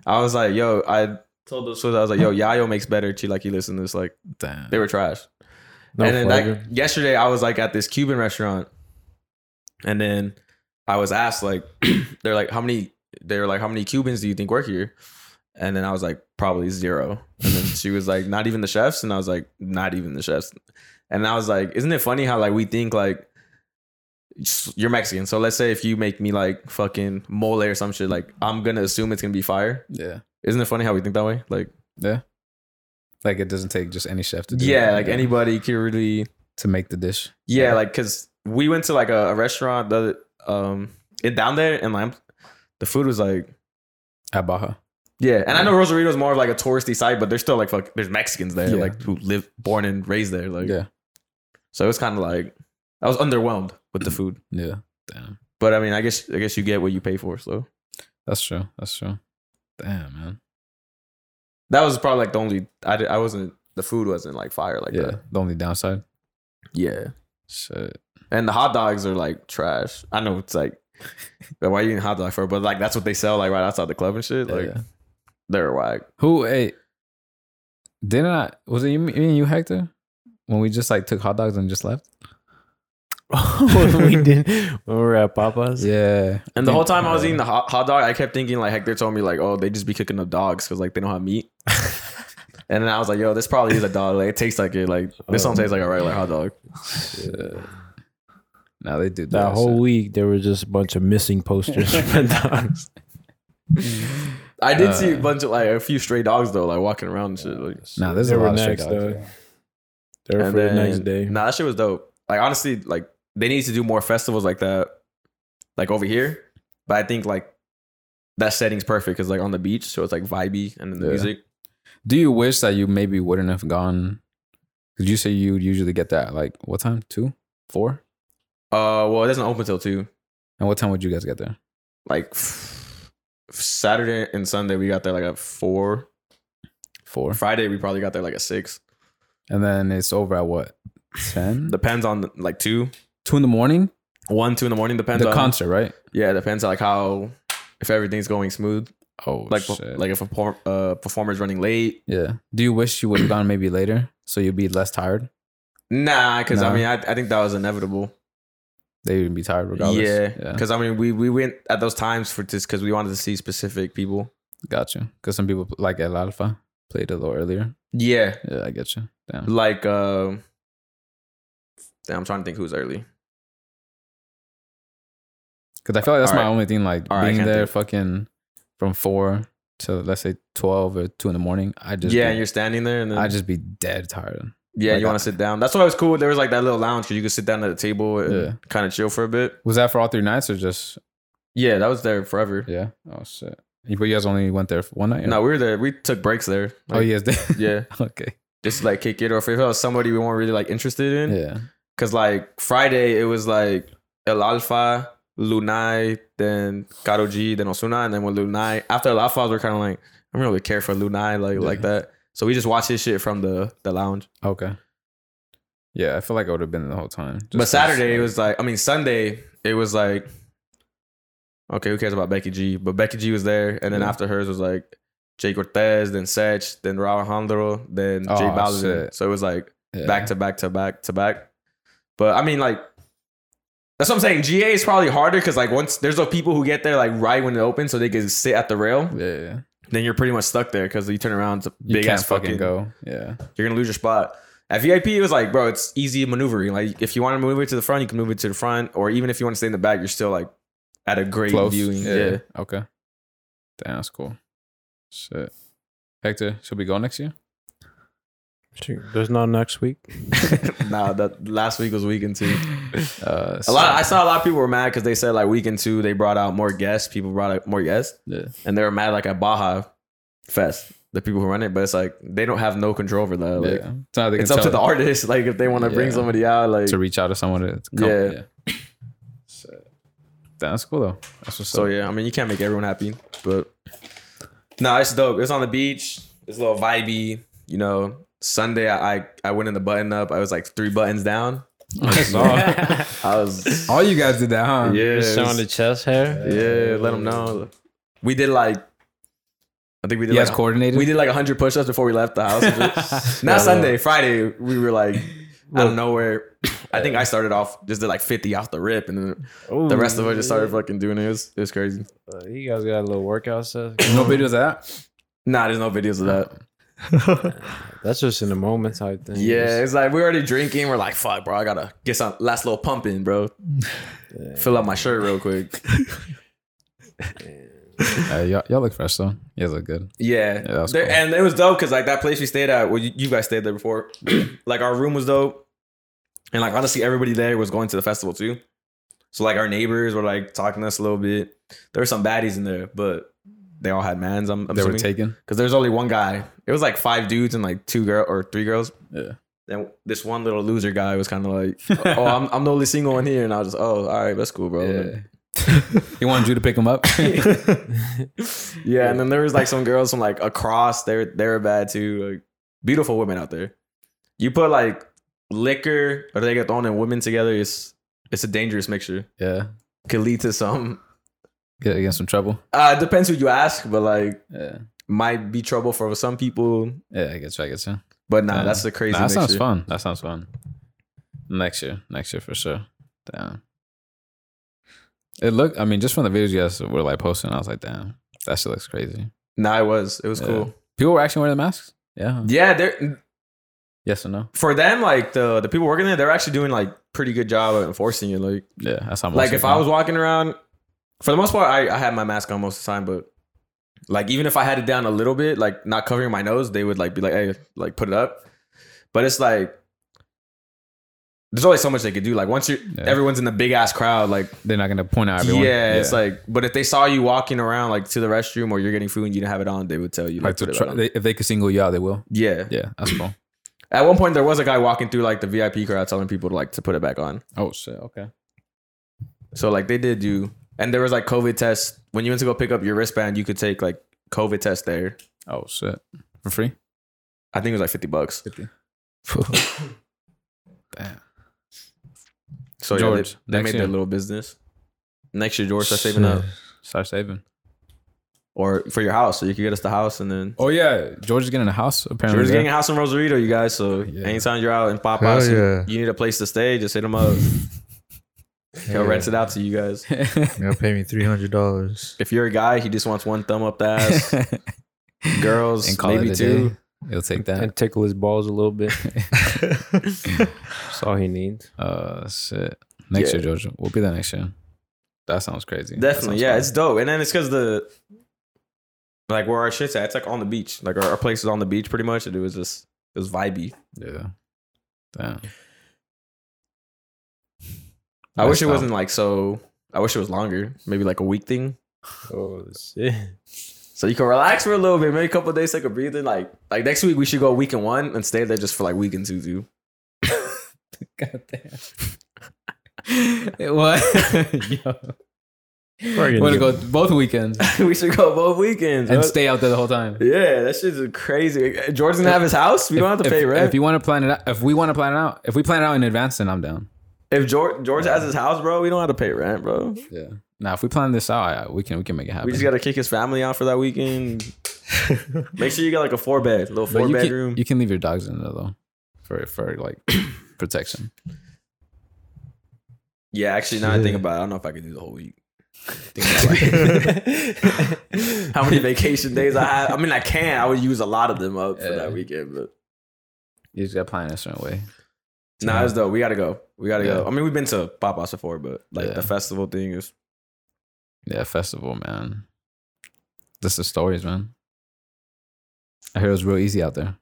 S2: I was like, yo, I told those fools, I was like, yo, Yayo makes better chilaquiles than this. Like
S1: Damn.
S2: they were trash.
S3: No
S2: and then
S3: flavor.
S2: like yesterday, I was like at this Cuban restaurant, and then I was asked like, they're like, how many? They were like, how many Cubans do you think work here? And then I was like, probably zero. And then she was like, not even the chefs. And I was like, not even the chefs. And I was like, isn't it funny how like we think like you're Mexican. So let's say if you make me like fucking mole or some shit, like I'm gonna assume it's gonna be fire.
S1: Yeah.
S2: Isn't it funny how we think that way? Like
S1: Like it doesn't take just any chef to do.
S2: yeah,
S1: that,
S2: like anybody can really
S1: to make the dish.
S2: Yeah, like because we went to like a, a restaurant that um it down there and like the food was like
S1: At Baja.
S2: yeah, and I know Rosarito is more of like a touristy site, but there's still like fuck, there's Mexicans there
S1: Yeah.
S2: like who live born and raised there like
S1: Yeah.
S2: So it was kind of like I was underwhelmed with the food,
S1: Yeah. Damn.
S2: but I mean I guess I guess you get what you pay for. So
S1: That's true. That's true. Damn man.
S2: that was probably like the only I di- I wasn't the food wasn't like fire like
S1: yeah.
S2: that.
S1: The only downside.
S2: Yeah,
S1: Shit.
S2: and the hot dogs are like trash. I know it's like. Why you eating hot dog for? But like that's what they sell like right outside the club and shit. Like
S1: yeah.
S2: they're whack.
S1: Who ate? Didn't I? Was it you, me and you, Hector? When we just like took hot dogs and just left?
S3: when we did when we were at Papa's.
S1: Yeah.
S2: And the whole time I was
S1: Yeah.
S2: eating the hot, hot dog, I kept thinking like Hector told me like, oh, they just be cooking up dogs because like they don't have meat. and then I was like, yo, this probably is a dog. Like it tastes like it. Like this don't taste like a regular hot dog.
S1: Shit. Now they do
S3: That
S1: that
S3: whole
S1: shit.
S3: week there were just a bunch of missing posters from dogs.
S2: I did see a
S1: Uh.
S2: bunch of like a few stray dogs though, like walking around and shit. Like,
S1: Nah, there's
S3: They
S1: a
S3: were
S1: lot of shit
S3: next,
S1: out
S3: though.
S1: there.
S3: They were
S2: and
S3: for
S2: then,
S3: the next day.
S2: Nah, that shit was dope. Like honestly, like they need to do more festivals like that, like over here. But I think like that setting's perfect because like on the beach, so it's like vibey and then the
S1: Yeah.
S2: music.
S1: Do you wish that you maybe wouldn't have gone? Because you say you would usually get that like what time? Two, four,
S2: Uh, well, it doesn't open till two.
S1: and what time would you guys get there?
S2: like f- Saturday and Sunday we got there like at four.
S1: Four,
S2: Friday we probably got there like at six.
S1: and then it's over at what? Ten.
S2: Depends on like two,
S1: two in the morning.
S2: one, two in the morning. Depends
S1: the
S2: on
S1: concert, right?
S2: yeah, depends on like how if everything's going smooth.
S1: Oh,
S2: Like
S1: shit.
S2: like if a por- uh, performer's running late.
S1: yeah. Do you wish you would have gone maybe later so you'd be less tired?
S2: Nah, because
S1: Nah.
S2: I mean I, I think that was inevitable.
S1: They would be tired regardless.
S2: Yeah,
S1: yeah.
S2: because I mean we we went at those times for just because we wanted to see specific people.
S1: Got you. Because some people like El Alfa played a little earlier.
S2: Yeah,
S1: Yeah, I get you. Damn.
S2: like um, damn, I'm trying to think who's early.
S1: Because I feel like that's my
S2: Alright.
S1: only thing. Like
S2: Alright, I
S1: being
S2: can't
S1: there,
S2: think.
S1: fucking from four to let's say twelve or two in the morning. I just
S2: yeah,
S1: be-
S2: and you're standing there, and then
S1: I just be dead tired.
S2: Yeah,
S1: Like
S2: you want
S1: that.
S2: to sit down. That's why it was cool. There was like that little lounge because you could sit down at a table and
S1: Yeah.
S2: kind of chill for a bit.
S1: Was that for all three nights or just
S2: Yeah, that was there forever.
S1: yeah? Oh shit! You- But you guys only went there for one night.
S2: No, we were there. We took breaks there.
S1: Oh yes. They-
S2: yeah.
S1: okay.
S2: Just like kick it, or if it was somebody we weren't really like interested in.
S1: Yeah.
S2: Cause like Friday, it was like El Alfa, Lunai, then Karo G, then Osuna, and then with Lunai. After El Alfa, we are kind of like, I don't really care for Lunai like
S1: Yeah.
S2: like that. So we just watched his shit from the the lounge.
S1: Okay. Yeah, I feel like I would have been the whole time. Just
S2: but
S1: 'cause,
S2: Saturday it
S1: like,
S2: was like I mean Sunday it was like okay who cares about Becky G but Becky G was there and then
S1: Yeah.
S2: after hers was like Jay Cortez then Sech then Raul Alejandro then Jay
S1: Oh,
S2: Balvin
S1: shit.
S2: so it was like
S1: yeah.
S2: back to back to back to back but I mean like That's what I'm saying. GA is probably harder because like once there's those people who get there like right when it opens, so they can sit at the rail.
S1: Yeah.
S2: Then you're pretty much stuck there because you turn around, it's a
S1: You
S2: big
S1: can't
S2: ass fucking go.
S1: go. Yeah.
S2: You're gonna lose your spot. At VIP, it was like, bro, it's easy maneuvering. Like if you want to move it to the front, you can move it to the front, or even if you want to stay in the back, you're still like at a great
S1: Close.
S2: viewing. Yeah.
S1: Okay. Damn, that's cool. Shit. Hector, should we go next year?
S3: There's no next week.
S2: nah, that last week was weekend two.
S1: Uh,
S2: A lot. I saw a lot of people were mad because they said like weekend two they brought out more guests. People brought out more guests.
S1: yeah.
S2: and they were mad like at Baja Fest, the people who run it, but it's like they don't have no control over that. Like
S1: yeah. So now they can
S2: it's up to
S1: tell
S2: the artist, like if they want to bring
S1: Yeah.
S2: somebody out, like
S1: to reach out to someone to to come.
S2: Yeah.
S1: Shit. Damn, that's cool though. That's what's
S2: so
S1: up.
S2: yeah, I mean you can't make everyone happy, but no, it's dope. It's on the beach, it's a little vibey, you know. Sunday I I, I went in the button up, I was like three buttons down.
S1: I saw.
S2: I was
S1: All you guys did that, huh?
S2: yeah, it
S3: Showing
S2: was-
S3: the chest hair.
S2: yeah, let them know. We did like I think we did
S1: You guys
S2: like
S1: coordinated.
S2: we did like 100 push-ups before we left the house not sunday friday we were like out of nowhere i think i started off just did like 50 off the rip and then the rest of us just started fucking doing it it was, it was crazy
S3: Uh, you guys got a little workout stuff.
S1: no videos of that.
S2: nah there's no videos of that
S3: That's just in the moment type thing.
S2: yeah it's like we're already drinking we're like fuck bro i gotta get some last little pump in bro fill up my shirt real quick
S1: Uh, y'all, y'all look fresh though. You guys look good.
S2: yeah,
S1: that was
S2: There-
S1: cool.
S2: and it was dope because like that place we stayed at well you, you guys stayed there before like our room was dope and like honestly everybody there was going to the festival too so like our neighbors were like talking to us a little bit there were some baddies in there but they all had mans i'm, I'm
S1: they were
S2: assuming
S1: taken.
S2: because there's only one guy it was like five dudes and like two girl or three girls
S1: Yeah.
S2: then this one little loser guy was kind of like oh I'm, I'm the only single one here and i was just oh all right that's cool bro
S1: Yeah. he wanted you to pick him up.
S2: Yeah, and then there was like some girls from like across. They were they were bad too. Like beautiful women out there. You put like liquor or they get thrown and women together. It's it's a dangerous mixture.
S1: yeah.
S2: Could lead to some.
S1: Get against some trouble.
S2: Uh, it depends who you ask, but like
S1: Yeah.
S2: might be trouble for some people.
S1: Yeah, I guess I guess. Yeah.
S2: But nah,
S1: Yeah.
S2: that's the crazy.
S1: Nah, that sounds
S2: mixture.
S1: fun. That sounds fun. Next year, next year for sure. Damn. It looked. I mean, just from the videos you guys were like posting, I was like, damn, that shit looks crazy.
S2: Nah, it was it was
S1: Yeah.
S2: cool.
S1: People were actually wearing the masks. Yeah.
S2: Yeah, they're
S1: Yes or no?
S2: for them like the the people working there. They're actually doing like pretty good job of enforcing it. Like
S1: Yeah, that's how. most
S2: like if
S1: people-
S2: I was walking around, for the most part, I, I had my mask on most of the time. But like even if I had it down a little bit, like not covering my nose, they would like be like, "Hey, like put it up." But it's like there's only so much they could do. Like once you're
S1: Yeah.
S2: everyone's in the big ass crowd, like
S1: they're not gonna point out everyone.
S2: yeah, it's like. But if they saw you walking around like to the restroom or you're getting food and you didn't have it on, they would tell you like,
S1: Like, to
S2: put it
S1: try,
S2: on.
S1: they, if they could single you out, they will.
S2: yeah.
S1: Yeah, that's cool.
S2: At one point, there was a guy walking through like the VIP crowd telling people to like to put it back on.
S1: oh shit. Okay.
S2: So like they did do, and there was like COVID tests. When you went to go pick up your wristband, you could take like COVID test there.
S1: Oh shit. For free.
S2: I think it was like fifty bucks.
S1: Damn.
S2: So
S1: George,
S2: yeah, they, they
S1: next
S2: made
S1: year.
S2: their little business. Next year, George, start saving up,
S1: Start saving.
S2: or for your house, so you could get us the house, and then
S1: Oh yeah, George is getting a house apparently.
S2: George is
S1: yeah.
S2: getting a house in Rosarito, you guys. So
S1: Yeah.
S2: anytime you're out in Popeyes,
S5: Hell
S2: you-
S5: yeah.
S2: you need a place to stay, just hit him up. He'll
S5: Yeah.
S2: rent it out to you guys.
S5: You're gonna pay me three hundred dollars.
S2: If you're a guy, he just wants one thumb up the ass. Girls,
S1: and call
S2: maybe
S1: it a
S2: two.
S1: day. He'll take that.
S3: And tickle his balls a little bit. That's all he needs.
S1: Uh, shit. Next
S2: Yeah.
S1: year, George, we'll be there next year. That sounds crazy. That
S2: Definitely,
S1: sounds
S2: yeah,
S1: fun.
S2: it's dope. And then it's because the like where our shit's at, it's like on the beach. Like our, our place is on the beach pretty much, and it was just it was vibey.
S1: yeah. Damn.
S2: I wish
S1: That's
S2: it
S1: dope.
S2: wasn't like so. I wish it was longer, maybe like a week thing,
S3: Oh shit.
S2: so you can relax for a little bit, maybe a couple of days, take a breathing. Like like next week, we should go weekend one and stay there just for like weekend two too.
S1: It was. Yo.
S3: We're
S1: We're gonna go both weekends
S2: we should go both weekends.
S1: and
S2: bro.
S1: stay out there the whole time.
S2: yeah, that shit's crazy. George doesn't have his house. We don't have to
S1: if,
S2: pay
S1: if,
S2: rent.
S1: If you want to plan it out, if we want to plan it out, if we plan it out in advance, then I'm down.
S2: if George George has his house, bro, we don't have to pay rent, bro.
S1: Yeah. Now, if we plan this out, I, we can we can make it happen.
S2: We just gotta kick his family out for that weekend. Make sure you got like a four bed, little
S1: But
S2: four
S1: you
S2: bedroom.
S1: Can, you can leave your dogs in there though, for for like protection.
S2: Yeah, actually, now that I think
S5: Shit.
S2: about it, I don't know if I could do the whole week. Think about it. How many vacation days I have? I mean, I can. I would use a lot of them up for
S1: Yeah.
S2: that weekend, but
S1: You just got to plan a certain way.
S2: nah, it's dope. We gotta go. We gotta go.
S1: Yeah.
S2: I mean, we've been to Popeyes before, but like
S1: Yeah.
S2: the festival thing is
S1: Yeah, festival, man. This is stories, man. I heard it was real easy out there.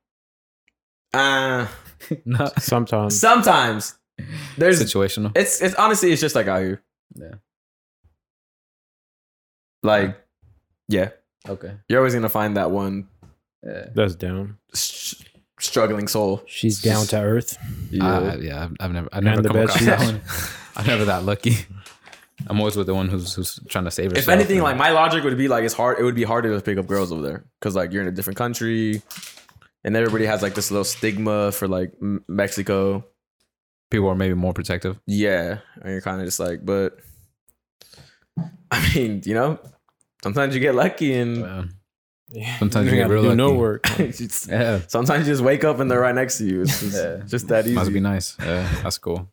S2: uh
S1: no. Um,
S3: Sometimes.
S2: sometimes there's
S1: Situational.
S2: it's it's honestly it's just like out here.
S1: Yeah.
S2: Like, yeah,
S1: Okay.
S2: you're always gonna find that one
S1: Yeah.
S3: That's down.
S2: s- struggling soul.
S4: She's down to earth.
S1: Yeah. Ah, yeah. I've, I've never, I've
S3: Man,
S1: never
S3: the
S1: come
S3: best
S1: across
S3: you-
S1: that one. I'm never that lucky. I'm always with the one who's who's trying to save herself.
S2: if anything,
S1: and-
S2: like my logic would be like it's hard. It would be harder to pick up girls over there because like you're in a different country, and everybody has like this little stigma for like M- Mexico.
S1: people are maybe more protective.
S2: Yeah, and you're kind of just like, but I mean, you know, sometimes you get lucky and
S1: Yeah.
S3: Yeah.
S1: Sometimes you get
S3: gotta
S1: real
S3: do no
S1: lucky.
S3: work.
S2: it's-
S1: Yeah.
S2: sometimes you just wake up and they're right next to you. It's just,
S1: Yeah.
S2: just that
S1: Must be
S2: easy.
S1: nice. Yeah, that's cool.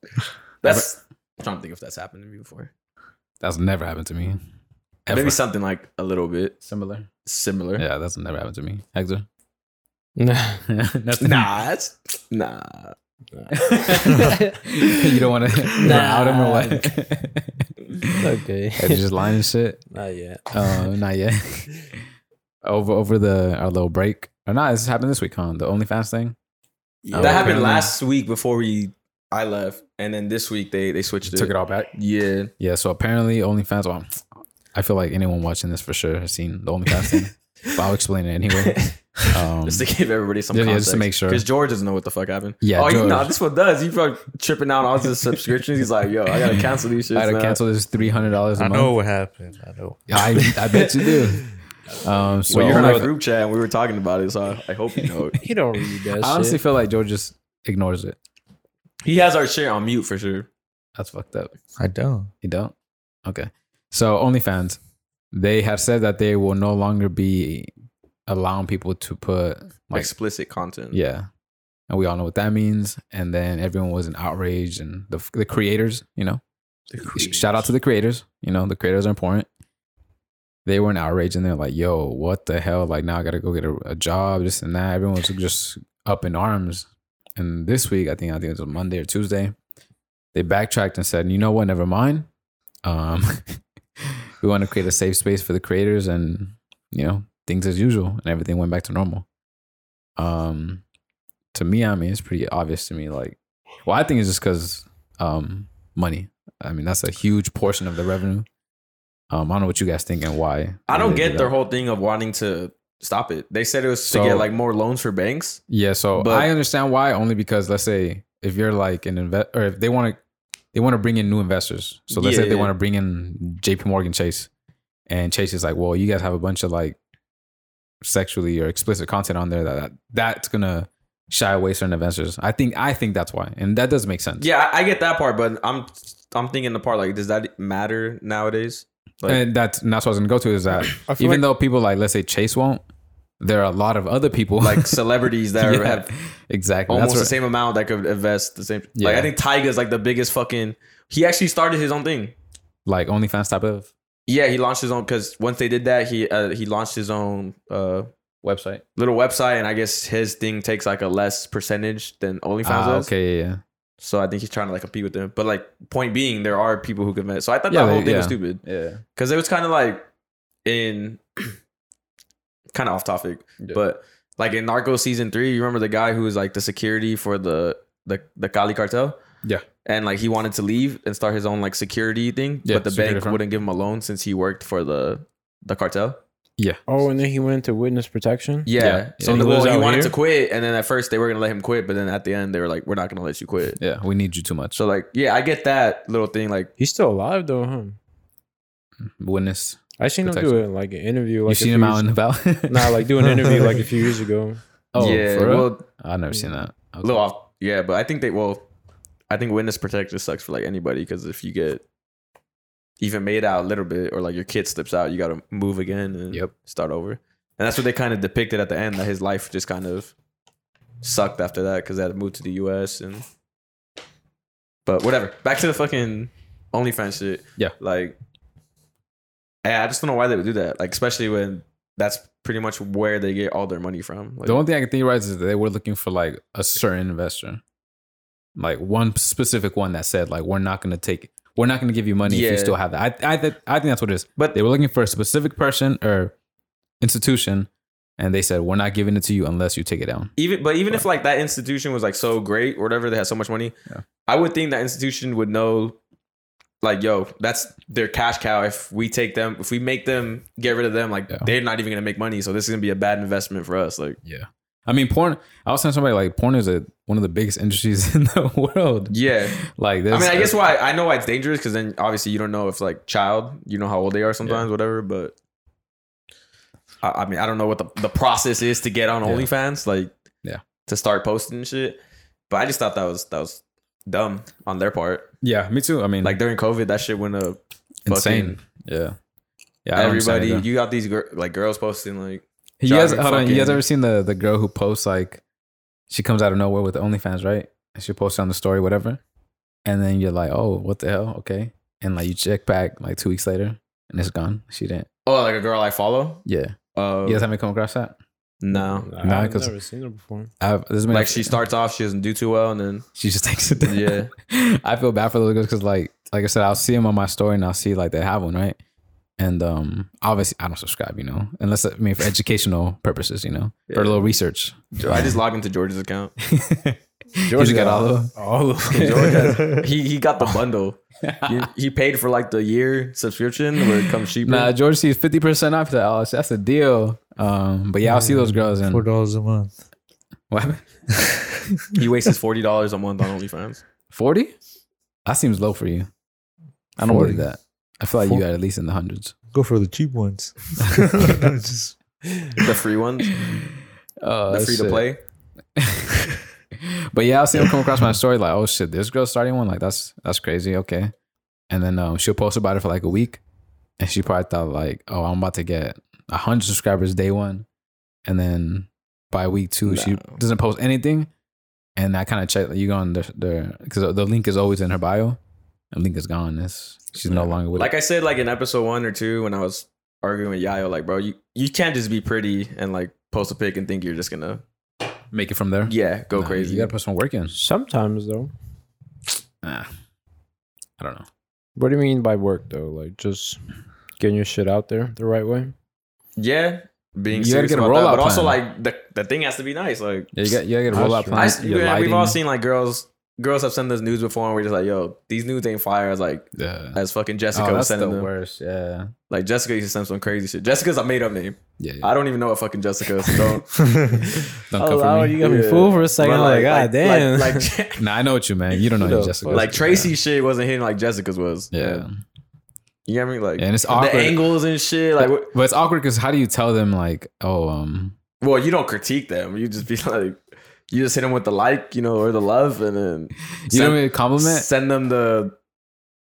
S2: That's I'm trying to think if that's happened to me before.
S1: That's never happened to me. Ever.
S2: Maybe something like a little bit
S1: similar.
S2: similar.
S1: Yeah, that's never happened to me. Hector.
S4: Nah.
S1: Nothing.
S2: Nah, that's nah.
S1: you don't want to
S4: Nah.
S1: out him or what?
S4: okay.
S1: Are you just lying and shit.
S4: Not yet.
S1: Uh, not yet. over over the our little break. Or not, this happened this week, huh? The OnlyFans thing.
S2: that
S1: Oh,
S2: happened
S1: apparently-
S2: last week before we I left, and then this week they they switched it.
S1: Took it all back.
S2: Yeah,
S1: Yeah, so apparently OnlyFans. Well, I feel like anyone watching this for sure has seen the OnlyFans thing, but I'll explain it anyway. Um,
S2: just to give everybody some
S1: Yeah, yeah,
S2: context.
S1: just to make sure.
S2: because George doesn't know what the fuck happened.
S1: Yeah,
S2: oh, you
S1: George.
S2: know this one does. He probably tripping out on all his subscriptions. He's like, yo, I gotta cancel these shits.
S1: I had to
S2: now.
S1: cancel this three hundred dollars a
S5: I
S1: month.
S5: know what happened. I know.
S1: I, I bet you do. Um, so
S2: Well, you're in
S1: I
S2: our group chat, and we were talking about it, so I, I hope you know. it.
S4: He don't read that
S1: honestly
S4: shit.
S1: feel like George just ignores it.
S2: He has our shit on mute for sure.
S1: That's fucked up.
S5: I don't.
S1: You don't? Okay. So OnlyFans, they have said that they will no longer be allowing people to put like
S2: Explicit content.
S1: yeah, and we all know what that means. And then everyone was in outrage, and the the creators, you know, Sh- shout out to the creators. You know, the creators are important. They were in outrage and they're like, yo, what the hell? Like, now I got to go get a, a job, this and that. Everyone was just up in arms. And this week, I think, I think it was Monday or Tuesday, they backtracked and said, you know what? Never mind. Um, we want to create a safe space for the creators and, you know, things as usual. And everything went back to normal. Um, to me, I mean, it's pretty obvious to me. Like, well, I think it's just because um, money. I mean, that's a huge portion of the revenue. Um, I don't know what you guys think and why.
S2: I don't
S1: they do
S2: get their
S1: that.
S2: whole thing of wanting to stop it. They said it was
S1: So-
S2: to get like more loans for banks.
S1: Yeah, so
S2: But-
S1: I understand why only because let's say if you're like an invest or if they want to they want to bring in new investors. So let's say
S2: Yeah,
S1: they
S2: yeah.
S1: want to bring in JP Morgan Chase and Chase is like, "Well, you guys have a bunch of like sexually or explicit content on there that, that that's going to shy away certain investors." I think I think that's why. And that does make sense.
S2: Yeah, I, I get that part, but I'm I'm thinking the part like, does that matter nowadays? Like,
S1: and that's and that's what I was going to go to is that
S3: I feel
S1: even
S3: like
S1: though people like let's say Chase won't, there are a lot of other people
S2: like celebrities that
S1: Yeah,
S2: have
S1: exactly
S2: almost
S1: that's
S2: the
S1: right.
S2: same amount that could invest the same. Like
S1: Yeah.
S2: I think Tyga's like the biggest fucking. He actually started his own thing.
S1: like OnlyFans type of
S2: Yeah, he launched his own because once they did that, he uh, he launched his own uh,
S1: website.
S2: little website, and I guess his thing takes like a less percentage than OnlyFans
S1: Ah,
S2: does.
S1: okay, yeah, yeah.
S2: So I think he's trying to like compete with them. But like point being, there are people who can invest. So I thought
S1: Yeah,
S2: that whole
S1: they-
S2: thing was
S1: yeah.
S2: stupid.
S1: Yeah.
S2: because it was kind of like in kind of off topic,
S1: Yeah.
S2: but like in Narco season three, you remember the guy who was like the security for the the the Cali cartel.
S1: Yeah.
S2: and like he wanted to leave and start his own like security thing,
S1: Yeah,
S2: but the
S1: security
S2: bank
S1: firm.
S2: wouldn't give him a loan since he worked for the the cartel.
S4: oh, and then he went to witness protection.
S2: Yeah,
S1: Yeah.
S2: so
S1: And he
S2: he, well,
S3: lives
S2: he
S3: out
S2: wanted
S3: here?
S2: to quit, and then at first they were gonna let him quit, but then at the end they were like, "We're not gonna let you quit."
S1: Yeah, we need you too much.
S2: So like, yeah, I get that little thing. Like,
S4: He's still alive though, huh?
S1: Witness.
S4: I seen him do it like an interview.
S1: You've
S4: Like a
S1: seen
S4: few
S1: him out and
S4: years-
S1: about?
S4: Nah, like do an interview like a few years ago.
S1: oh,
S2: yeah,
S1: for real?
S2: well,
S1: I've never seen that.
S2: A little off. Yeah, but I think they well, I think witness protection sucks for like anybody because if you get even made out a little bit or like your kid slips out, you got to move again and
S1: Yep.
S2: start over. And that's what they kind of depicted at the end that his life just kind of sucked after that because they had to move to the U.S. and. But whatever. Back to the fucking OnlyFans shit.
S1: Yeah.
S2: Like, yeah, I just don't know why they would do that. Like, especially when that's pretty much where they get all their money from. Like,
S1: The only thing I can theorize is that they were looking for like a certain investor, like one specific one that said like we're not going to take, we're not going to give you money if
S2: Yeah.
S1: you still have that. I I, th- I think that's what it is.
S2: but
S1: They were looking for a specific person or institution, and they said we're not giving it to you unless you take it down.
S2: even but even if like that institution was like so great or whatever they had so much money
S1: Yeah.
S2: i would think that institution would know like yo that's their cash cow if we take them if we make them get rid of them like
S1: Yeah.
S2: they're not even gonna make money so this is gonna be a bad investment for us like
S1: Yeah, I mean porn. I was telling somebody like porn is a, one of the biggest industries in the world.
S2: yeah
S1: Like, there's,
S2: i mean i guess why i know why it's dangerous because then obviously you don't know if like child you know how old they are sometimes whatever but I, I mean i don't know what the, the process is to get on
S1: Yeah.
S2: onlyfans like
S1: Yeah.
S2: to start posting and shit but i just thought that was that was dumb on their part
S1: yeah, me too. I mean,
S2: Like during COVID, that shit went up.
S1: insane. Yeah, yeah. I don't understand
S2: Everybody,
S1: it, though.
S2: you got these gir- like girls posting like,
S1: You guys,
S2: Jogging
S1: hold on. You guys
S2: fucking-
S1: ever seen the the girl who posts like, she comes out of nowhere with OnlyFans, right? And she posts it on the story, whatever. And then you're like, oh, what the hell? Okay. And like you check back like two weeks later, and it's gone. She didn't.
S2: oh, like a girl I follow.
S1: Yeah.
S2: Uh,
S1: You guys haven't come across that.
S2: no.
S1: Nah,
S4: I've
S1: 'cause-
S4: never seen it before.
S1: I've, there's been a
S2: Like
S1: few-
S2: she starts off, she doesn't do too well, and then
S1: She just takes it down.
S2: Yeah.
S1: I feel bad for those girls because, like, like I said, I'll see them on my story and I'll see like they have one, right? And um, obviously, I don't subscribe, you know, unless I mean for educational purposes, you know, for a
S2: Yeah.
S1: little research.
S2: I just log into George's account.
S1: George got all of them.
S4: All of them.
S2: George has, he he got the bundle. he, he paid for like the year subscription where it comes cheaper.
S1: Nah, George sees fifty percent off. He's like, oh, that's a deal. Um, but yeah, I'll see those girls
S5: Four
S1: and
S5: dollars a month.
S2: he wastes forty dollars a month on OnlyFans.
S1: forty. That seems low for you. I don't
S5: 40.
S1: believe that. I feel like you
S5: Four-
S1: got at least in the hundreds.
S5: Go for the cheap ones. Just-
S2: The free ones,
S1: Uh,
S2: the free to play.
S1: but yeah, I'll see them come across my story like, oh shit, this girl's starting one. Like that's that's crazy. Okay, and then um, she'll post about it for like a week, and she probably thought like, oh, I'm about to get hundred subscribers day one, and then by week two she
S2: No.
S1: doesn't post anything, and I kind of check like, you go on their their because the link is always in her bio, and link is gone. It's, she's no longer with
S2: Like
S1: it.
S2: I said, like in episode one or two, when I was arguing with Yayo, like, bro, you you can't just be pretty and like post a pic and think you're just gonna
S1: make it from there.
S2: yeah go
S1: Nah,
S2: crazy.
S1: You gotta put some work in.
S4: Sometimes though.
S1: Nah. I don't know.
S4: What do you mean by work though? Like just getting your shit out there the right way.
S2: Yeah, being
S1: You gotta
S2: serious
S1: get a
S2: about that,
S1: rollout
S2: but also
S1: plan.
S2: like the the thing has to be nice. Like
S1: Yeah, you got you gotta get a
S4: That's
S1: rollout
S4: true.
S1: plan.
S2: I,
S1: your
S2: yeah, we've all
S1: lighting.
S2: seen like girls girls have sent us nudes before, and we're just like, yo, these nudes ain't fire. As like
S1: Yeah.
S2: as fucking Jessica
S1: Oh,
S2: was
S1: that's the
S2: sending them.
S1: worst. Yeah.
S2: Like Jessica used to send some crazy shit. Jessica's a made up name.
S1: Yeah.
S2: I don't even know what fucking Jessica is. So don't.
S1: Don't come for me.
S2: got me fooled for a
S4: second.
S1: oh
S2: But, Like, like,
S1: Nah, I know what you mean. You don't know
S4: Who
S1: any
S4: the
S1: Jessica.
S4: fuck?
S2: like Tracy shit wasn't hitting like Jessica's was.
S1: Yeah.
S2: you know what I mean? Like
S1: And it's
S2: the
S1: awkward.
S2: angles and shit. Like, what-
S1: But it's awkward because how do you tell them like, oh, um,
S2: well, you don't critique them. You just be like, you just hit them with the like, you know, or the love, and then
S1: you know me a compliment?
S2: Send them the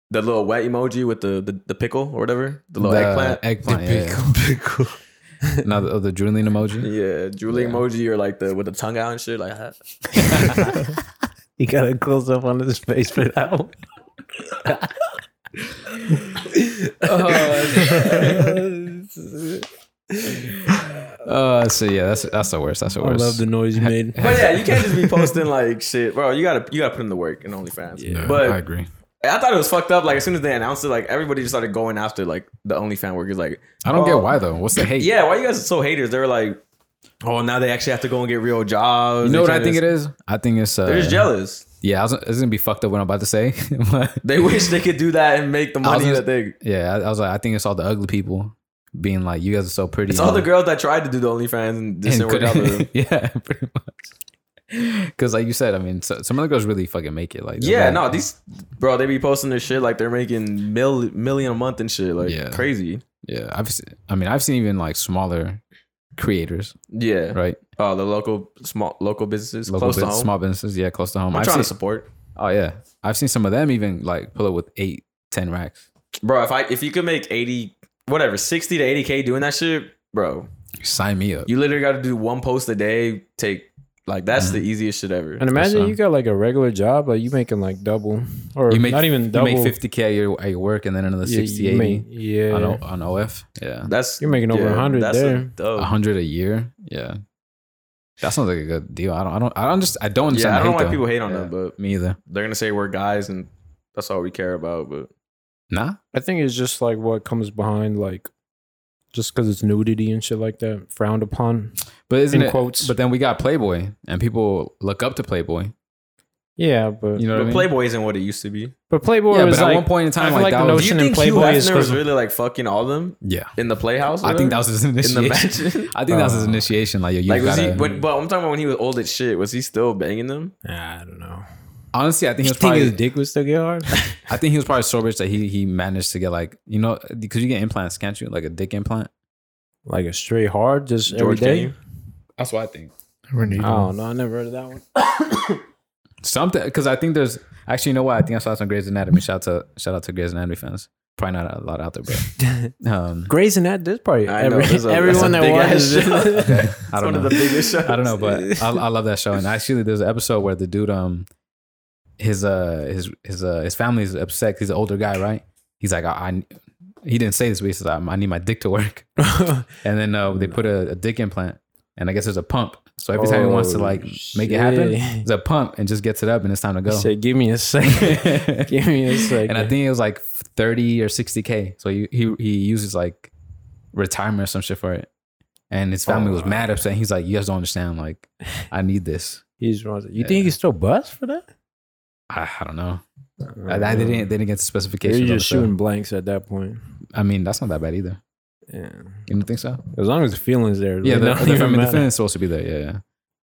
S2: the little wet emoji with the the, the pickle or whatever. The little eggplant.
S1: Eggplant. yeah,
S5: Pickle.
S1: yeah. Now the, the drooling emoji.
S2: yeah, Julie
S1: Yeah.
S2: emoji or like the with the tongue out and shit like that.
S4: You got a close up on his face for that one.
S1: Oh, Uh, so yeah, that's that's the worst. That's the
S4: I
S1: worst.
S4: love the noise you made.
S2: But yeah, you can't just be posting like shit, bro. You gotta you gotta put in the work in OnlyFans.
S1: yeah,
S2: but
S1: I agree.
S2: I thought it was fucked up. Like as soon as they announced it, like everybody just started going after like the OnlyFans workers. Like,
S1: I don't
S2: oh,
S1: get why though. What's the hate?
S2: Yeah, why you guys are so haters? They were like, oh, now they actually have to go and get real jobs.
S1: You know
S2: They
S1: what I
S2: can't
S1: think
S2: just-
S1: it is? I think it's uh,
S2: They're just jealous.
S1: yeah. I was, it's gonna be fucked up what I'm about to say. but-
S2: They wish they could do that and make the
S1: I was
S2: money
S1: gonna-
S2: that they.
S1: yeah, I, I was like, I think it's all the ugly people being like, you guys are so pretty.
S2: It's all the
S1: and-
S2: girls that tried to do the OnlyFans and just didn't work out.
S1: couldn't-
S2: for them.
S1: yeah, pretty much. Because, like you said, I mean, so, some of the girls really fucking make it. Like, they're
S2: Yeah,
S1: bad.
S2: no, these bro, they be posting their shit like they're making mil million a month and shit, like
S1: Yeah.
S2: crazy.
S1: Yeah, I've. se- I mean, I've seen even like smaller creators,
S2: Yeah,
S1: right?
S2: Uh, the local small local businesses
S1: Local
S2: close to
S1: bus-
S2: home.
S1: small businesses. Yeah, close to home.
S2: I'm
S1: I've
S2: trying to
S1: seen-
S2: support,
S1: oh yeah, I've seen some of them even like pull up with eight, ten racks.
S2: bro. If I if you could make eighty, whatever, sixty to eighty k doing that shit, bro,
S1: Sign me up.
S2: you literally got to do one post a day, take Like that's
S1: Mm-hmm.
S2: the easiest shit ever.
S4: And imagine
S1: so.
S4: you got like a regular job, like you making like double or
S1: You make
S4: not even
S1: You
S4: double.
S1: make 50k at your, at your work and then another
S4: Yeah,
S1: 60,
S4: you
S1: 80
S4: make- yeah.
S1: on, o, on OF. Yeah.
S2: That's
S4: You're making over 100
S2: that's a
S4: there.
S2: dope.
S1: 100 a year. Yeah. That sounds like a good deal. I don't, I don't, I don't just, I don't understand.
S2: Yeah,
S1: the
S2: I don't know why
S1: though.
S2: people hate on
S1: Yeah.
S2: that, but
S1: Me either.
S2: they're gonna say we're guys and that's all we care about. But
S1: Nah.
S4: I think it's just like what comes behind, like just because it's nudity and shit like that, frowned upon.
S1: But isn't
S4: In
S1: it?
S4: quotes.
S1: But then we got Playboy, and people look up to Playboy.
S4: Yeah, but
S1: You know what I
S2: but
S1: mean?
S2: Playboy isn't what it used to be.
S4: but Playboy
S1: yeah,
S4: is
S1: but at
S4: like
S1: one point in
S4: I
S1: time,
S4: feel
S1: like,
S4: like
S1: that
S4: the
S1: was.
S4: notion-
S2: Do you
S4: Ocean and
S2: think Hugh
S4: Playboy is
S2: Hefner was
S4: supposed-
S2: really like fucking all them
S1: Yeah,
S2: in the playhouse? or
S1: I think that
S2: whatever?
S1: was his
S2: in the
S1: initiation.
S2: mansion.
S1: I think that was his
S4: Uh,
S1: initiation. Like, yo, you
S2: like was
S1: gotta.
S2: he? But, but I'm talking about when he was old as shit. Was he still banging them?
S4: Nah, I don't know.
S1: honestly, I think he
S4: You
S1: was
S4: think
S1: probably.
S4: his dick would still get hard?
S1: I think he was probably so rich that he he managed to get like you know because you get implants, can't you? Like a dick implant.
S4: like a straight hard just every
S2: George,
S4: day?
S2: can you?
S1: That's what I think.
S5: Never need
S4: I don't
S5: one.
S4: know. I never heard of that one.
S1: Something because I think there's actually you know what I think I saw some Grey's Anatomy. Shout out to shout out to Grey's Anatomy fans. Probably not a lot out there, but um,
S4: Grey's and that this probably
S2: I know,
S4: every-
S2: that's a- that's
S4: everyone
S2: a
S4: that
S2: big-ass
S4: watches
S2: show.
S4: it.
S1: I
S2: It's
S1: don't
S2: one
S1: know.
S2: of the biggest shows.
S1: I don't know, but I, I love that show. And actually, there's an episode where the dude, um, his uh, his his uh, his family's upset. 'cause He's an older guy, right? He's like, I, I he didn't say this, but he says, I, I need my dick to work. And then uh, they put a, a dick implant, and I guess there's a pump. So every time he wants to
S4: Oh,
S1: like make it happen,
S4: shit.
S1: there's a pump and just gets it up, and it's time to go.
S4: Say, give me a second. give me a second.
S1: and I think it was like thirty or sixty k. So he he he uses like retirement or some shit for it. And his family
S4: Oh,
S1: was mad upset. He's like, "You guys don't understand. Like, I need this."
S4: he's wrong. You think he's still bust for that?
S1: I, I don't know. I, I Uh, they didn't. They didn't get the specifications.
S4: You're
S1: on the
S4: just
S1: show.
S4: shooting blanks at that point.
S1: I mean, that's not that bad either.
S4: Yeah.
S1: You don't think so?
S4: As long as the feeling's there.
S1: Yeah,
S4: they
S1: the,
S4: don't
S1: the,
S4: even
S1: I mean, the
S4: matter.
S1: feeling's supposed to be there. Yeah, yeah.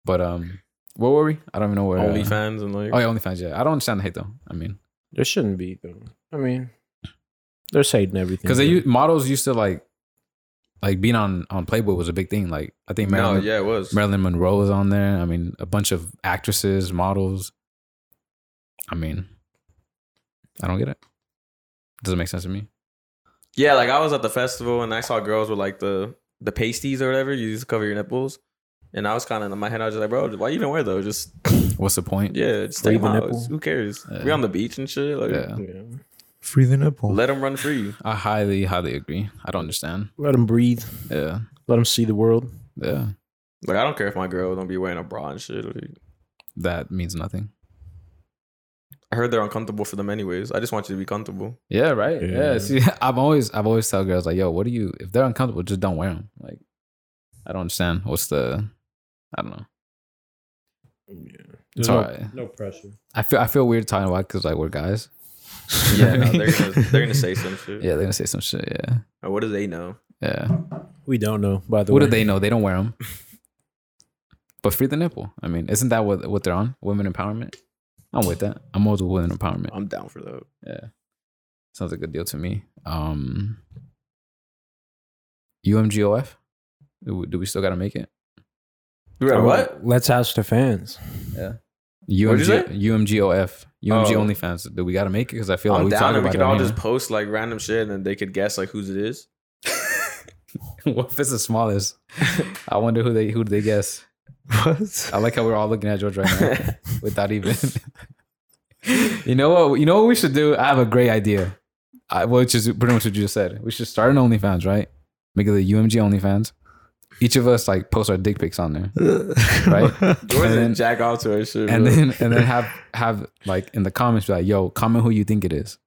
S1: But um, where were we? I don't even know where. uh,
S2: OnlyFans and like
S1: Oh yeah, OnlyFans. Yeah, I don't understand the hate though. I mean,
S4: There shouldn't be though. I mean, they're saying everything.
S1: because they
S4: though.
S1: u- models used to like, like being on on Playboy was a big thing. Like I think
S2: no,
S1: Marilyn,
S2: yeah, it was.
S1: Marilyn Monroe was on there. I mean, a bunch of actresses, models. I mean, I don't get it. Doesn't make sense to me.
S2: Yeah, like I was at the festival and I saw girls with like the the pasties or whatever you use to cover your nipples, and I was kind of in my head. I was just like, bro, why you even wear those? Just
S1: What's the point?
S2: yeah, just
S4: Free
S2: take
S4: the
S2: them out.
S4: nipple.
S2: It's- Who cares?
S1: Yeah.
S2: We're on the beach and shit. Like,
S1: Yeah.
S4: Yeah.
S5: Free the nipple.
S2: let them run free.
S1: I highly, highly agree. I don't understand.
S4: Let them breathe.
S1: Yeah.
S4: Let them see the world.
S1: Yeah.
S2: Like I don't care if my girl don't be wearing a bra and shit. Like,
S1: that means nothing.
S2: I heard they're uncomfortable for them anyways. I just want you to be comfortable.
S1: Yeah, right. Yeah.
S4: Yeah.
S1: See, I've always I've always tell girls like, yo, what do you if they're uncomfortable, just don't wear them. Like, I don't understand. What's the I don't know. It's
S4: There's no-
S1: alright.
S4: No pressure.
S1: I feel I feel weird talking about because like we're guys.
S2: Yeah, no, they're gonna they're gonna say some shit.
S1: Yeah, they're gonna say some shit. Yeah.
S2: Or what do they know?
S1: Yeah.
S4: We don't know. By the
S1: What
S4: way,
S1: do they know? They don't wear them. But free the nipple. I mean, isn't that what what they're on? Women empowerment. I'm with that. I'm always with women empowerment.
S2: I'm down for that.
S1: Yeah. Sounds like a good deal to me. Um UMGOF? Do we, do we still got to make it?
S2: You
S1: Oh,
S2: read what?
S4: Let's ask the fans.
S1: UMG,
S2: What'd you
S1: UMGOF. UMG
S2: Oh.
S1: OnlyFans. Do we got to make it? Because I feel like
S2: I'm
S1: we talked
S2: down and we
S1: about
S2: could
S1: it.
S2: all
S1: on
S2: just post like random shit and then they could guess like whose it is.
S1: here. what if it's the smallest? I wonder who they who they guess.
S5: what?
S1: I like how we're all looking at George right now without even. you know what? You know what we should do? I have a great idea. I, which is pretty much what you just said. We should start an OnlyFans, right? Make it the UMG OnlyFans. Each of us like post our dick pics on there. Right?
S2: Jordan
S1: And then-
S2: jack off to her shit.
S1: and
S2: bro.
S1: then and then have have like in the comments be like, yo, comment who you think it is.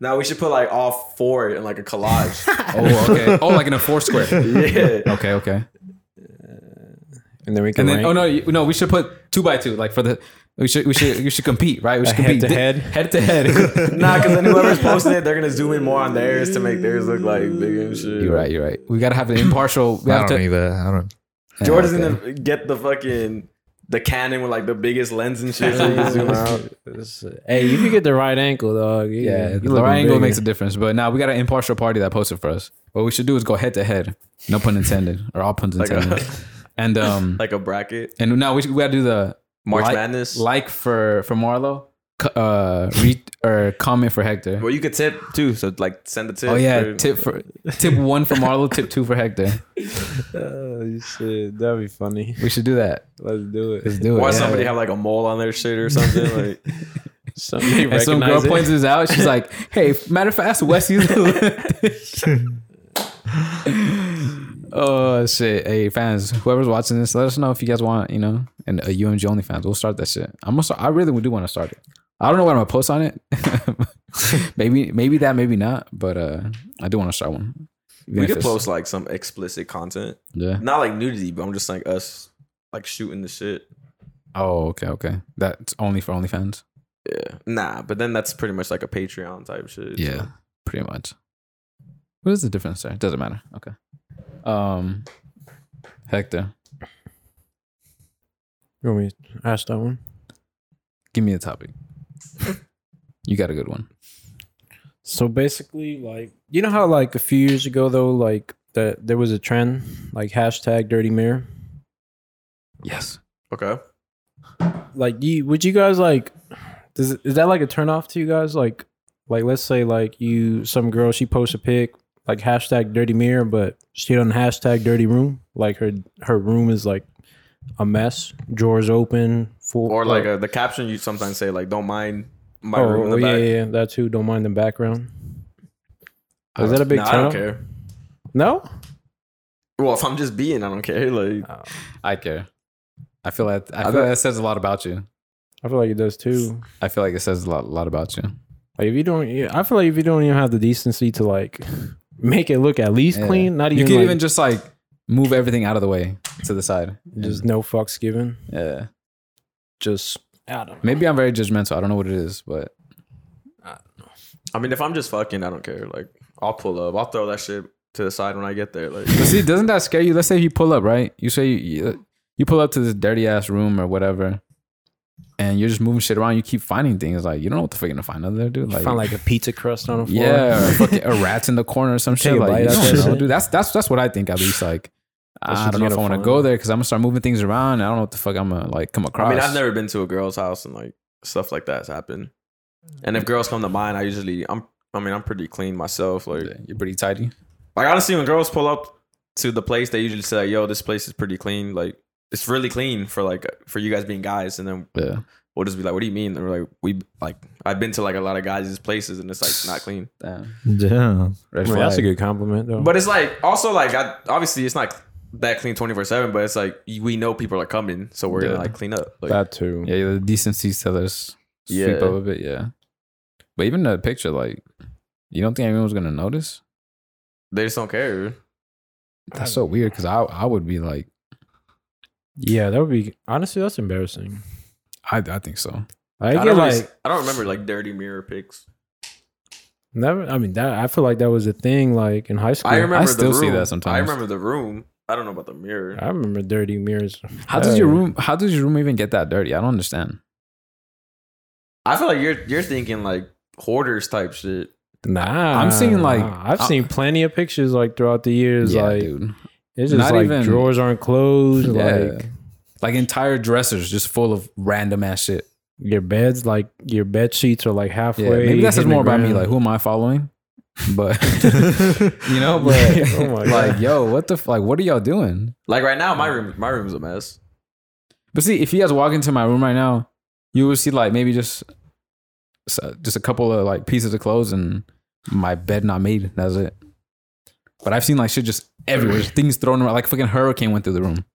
S2: now we should put like all four in like a collage.
S1: Oh, okay. Oh, like in a four square.
S2: yeah.
S1: Okay, okay.
S4: And then we can
S1: And then
S4: rank.
S1: oh no, you- no, we should put two by two, like for the we should we should you should compete, right? We should
S4: head
S1: compete
S4: to
S1: di-
S4: head?
S1: head to head.
S2: Nah, because then whoever's posting it, they're gonna zoom in more on theirs to make theirs look like big and shit.
S1: You're right, you're right. We gotta have an impartial we
S5: I
S1: have
S5: don't
S1: to
S5: need that. I don't.
S1: Yeah,
S2: Jordan's
S1: okay.
S2: gonna get the fucking the Canon with like the biggest lens and shit so you can zoom out.
S4: hey, if you get the right ankle, dog. you-
S1: Yeah,
S4: you
S1: the
S4: looking
S1: right angle
S4: bigger.
S1: makes a difference. But now we got an impartial party that posted for us. What we should do is go head to head. No pun intended. Or all puns
S2: Like a-
S1: intended. and um
S2: Like a bracket.
S1: and now we, should- we gotta do the
S2: March
S1: like,
S2: Madness.
S1: like for for Marlo, co- uh, re- or comment for Hector.
S2: Well, you could tip too. So like, send a tip.
S1: oh yeah,
S2: for-
S1: tip for tip one for Marlo, tip two for Hector.
S3: Oh shit, that'd be funny.
S1: We should do that.
S3: Let's do it.
S1: Let's do it.
S2: Why
S1: yeah.
S2: somebody have like a mole on their shit or something? Like,
S3: Somebody
S1: and some girl
S3: recognize it.
S1: points this out. She's like, "Hey, matter of fact, Wesley's." oh shit! Hey fans, whoever's watching this, let us know if you guys want, you know, and a UMG only fans. We'll start that shit. I'm gonna. Start, I really do want to start it. I don't know what I'm gonna post on it. maybe, maybe that, maybe not. But uh I do want to start one. Even
S2: we
S1: if
S2: could
S1: it's-
S2: post like some explicit content,
S1: Yeah.
S2: not like nudity, but I'm just like us like shooting the shit.
S1: Oh, okay, okay. That's only for OnlyFans.
S2: Yeah, nah. But then that's pretty much like a Patreon type shit.
S1: Yeah, pretty much. What is the difference there? Doesn't matter. Okay. Um, Hector,
S4: You want me to ask that one?
S1: give me a topic. you got a good one.
S4: So basically, like you know how like a few years ago though, like that there was a trend like hashtag dirty mirror.
S1: Yes.
S2: Okay.
S4: Like, you, would you guys like? Does is that like a turn off to you guys? Like, like let's say like you some girl she posts a pic like hashtag dirty mirror, but she don't hashtag dirty room. Like her her room is like a mess, drawers open, full
S2: Or like a, the caption you sometimes say like, "Don't mind my
S4: oh,
S2: room in the
S4: oh, yeah,
S2: back."
S4: yeah yeah that too. Don't mind the background. Is that a big
S2: Uh, Nah, I
S4: turn
S2: don't
S4: off?
S2: care.
S4: No. Oh,
S2: Well, if I'm just being, I don't care. Like,
S1: I care. I feel that. I
S2: I
S1: feel
S2: bet-
S1: that says a lot about you.
S4: I feel like it does too.
S1: I feel like it says a lot, lot about you.
S4: Like if you don't, yeah, I feel like if you don't even have the decency to like make it look at least
S1: Yeah.
S4: clean, not
S1: You
S4: even
S1: can
S4: like,
S1: even just like move everything out of the way to the side.
S4: just no fucks given.
S1: Yeah.
S4: Just I don't know.
S1: Maybe I'm very judgmental. I don't know what it is, but
S2: I mean, if I'm just fucking, I don't care. Like, I'll pull up. I'll throw that shit to the side when I get there. Like,
S1: But see, doesn't that scare you? Let's say you pull up, right? You say you, you pull up to this dirty ass room or whatever, and you're just moving shit around. You keep finding things like you don't know what the fuck you're gonna find out there, dude. Like,
S4: found like a pizza crust on the floor.
S1: yeah, or fucking a rat's in the corner or some
S4: Take
S1: shit.
S4: a
S1: Like, you
S4: bite out
S1: don't
S4: that
S1: know,
S4: shit.
S1: dude. That's that's that's what I think at least. Like,
S4: That's
S1: I
S4: what
S1: don't
S4: you
S1: know if I
S4: gotta
S1: want to
S4: find.
S1: go there because I'm gonna start moving things around. and I don't know what the fuck I'm gonna like come across.
S2: I mean, I've never been to a girl's house and like stuff like that's happened. And if girls come to mine, I usually I'm I mean I'm pretty clean myself. Like
S1: Yeah, You're pretty tidy.
S2: like honestly, when girls pull up to the place, they usually say, like, "Yo, this place is pretty clean. Like it's really clean for like for you guys being guys." And then
S1: Yeah.
S2: we'll just be like, "What do you mean?" They're like, "We like I've been to like a lot of guys' places and it's like not clean."
S1: Damn.
S5: Damn.
S1: Red
S4: Well, that's a
S1: flag.
S4: good compliment though.
S2: But it's like also like I obviously it's not that clean twenty four seven, but it's like we know people are coming, so we're
S1: Yeah.
S2: gonna like clean up. Like,
S4: that too.
S1: Yeah, the decency to this sweep
S2: Yeah.
S1: up a bit, yeah. But even the picture, like, you don't think anyone's gonna notice?
S2: they just don't care.
S1: That's so weird because I I would be like
S4: Yeah, that would be honestly that's embarrassing.
S1: I I think so.
S4: I
S2: I,
S4: get
S2: don't
S4: like
S2: really- I don't remember like dirty mirror pics.
S4: never. I mean that I feel like that was a thing like in high school.
S2: I remember the
S1: still
S2: room.
S1: see that sometimes.
S2: I remember the room. I don't know about the mirror.
S4: I remember dirty mirrors.
S1: How does your
S4: Yeah.
S1: room How does your room even get that dirty? I don't understand.
S2: I feel like you're you're thinking like hoarders type shit.
S4: Nah,
S1: I'm seeing, like-
S4: I've
S1: I-
S4: seen plenty of pictures like throughout the years.
S1: yeah,
S4: like
S1: dude.
S4: it's just
S1: Not
S4: like
S1: even-
S4: drawers aren't closed.
S1: Yeah.
S4: Like
S1: Like entire dressers just full of random ass shit.
S4: your beds like your bed sheets are like halfway.
S1: Yeah, maybe that says
S4: hitting the
S1: more about me.
S4: ground.
S1: Like, who am I following? But you know, but
S4: Oh my
S1: like,
S4: God.
S1: yo, what the f- like? What are y'all doing?
S2: Like right now, my room my room's a mess.
S1: But see, if you guys walk into my room right now, you will see like maybe just s- uh, just a couple of like pieces of clothes and my bed not made. That's it. But I've seen like shit just everywhere, just things thrown around. Like a fucking hurricane went through the room.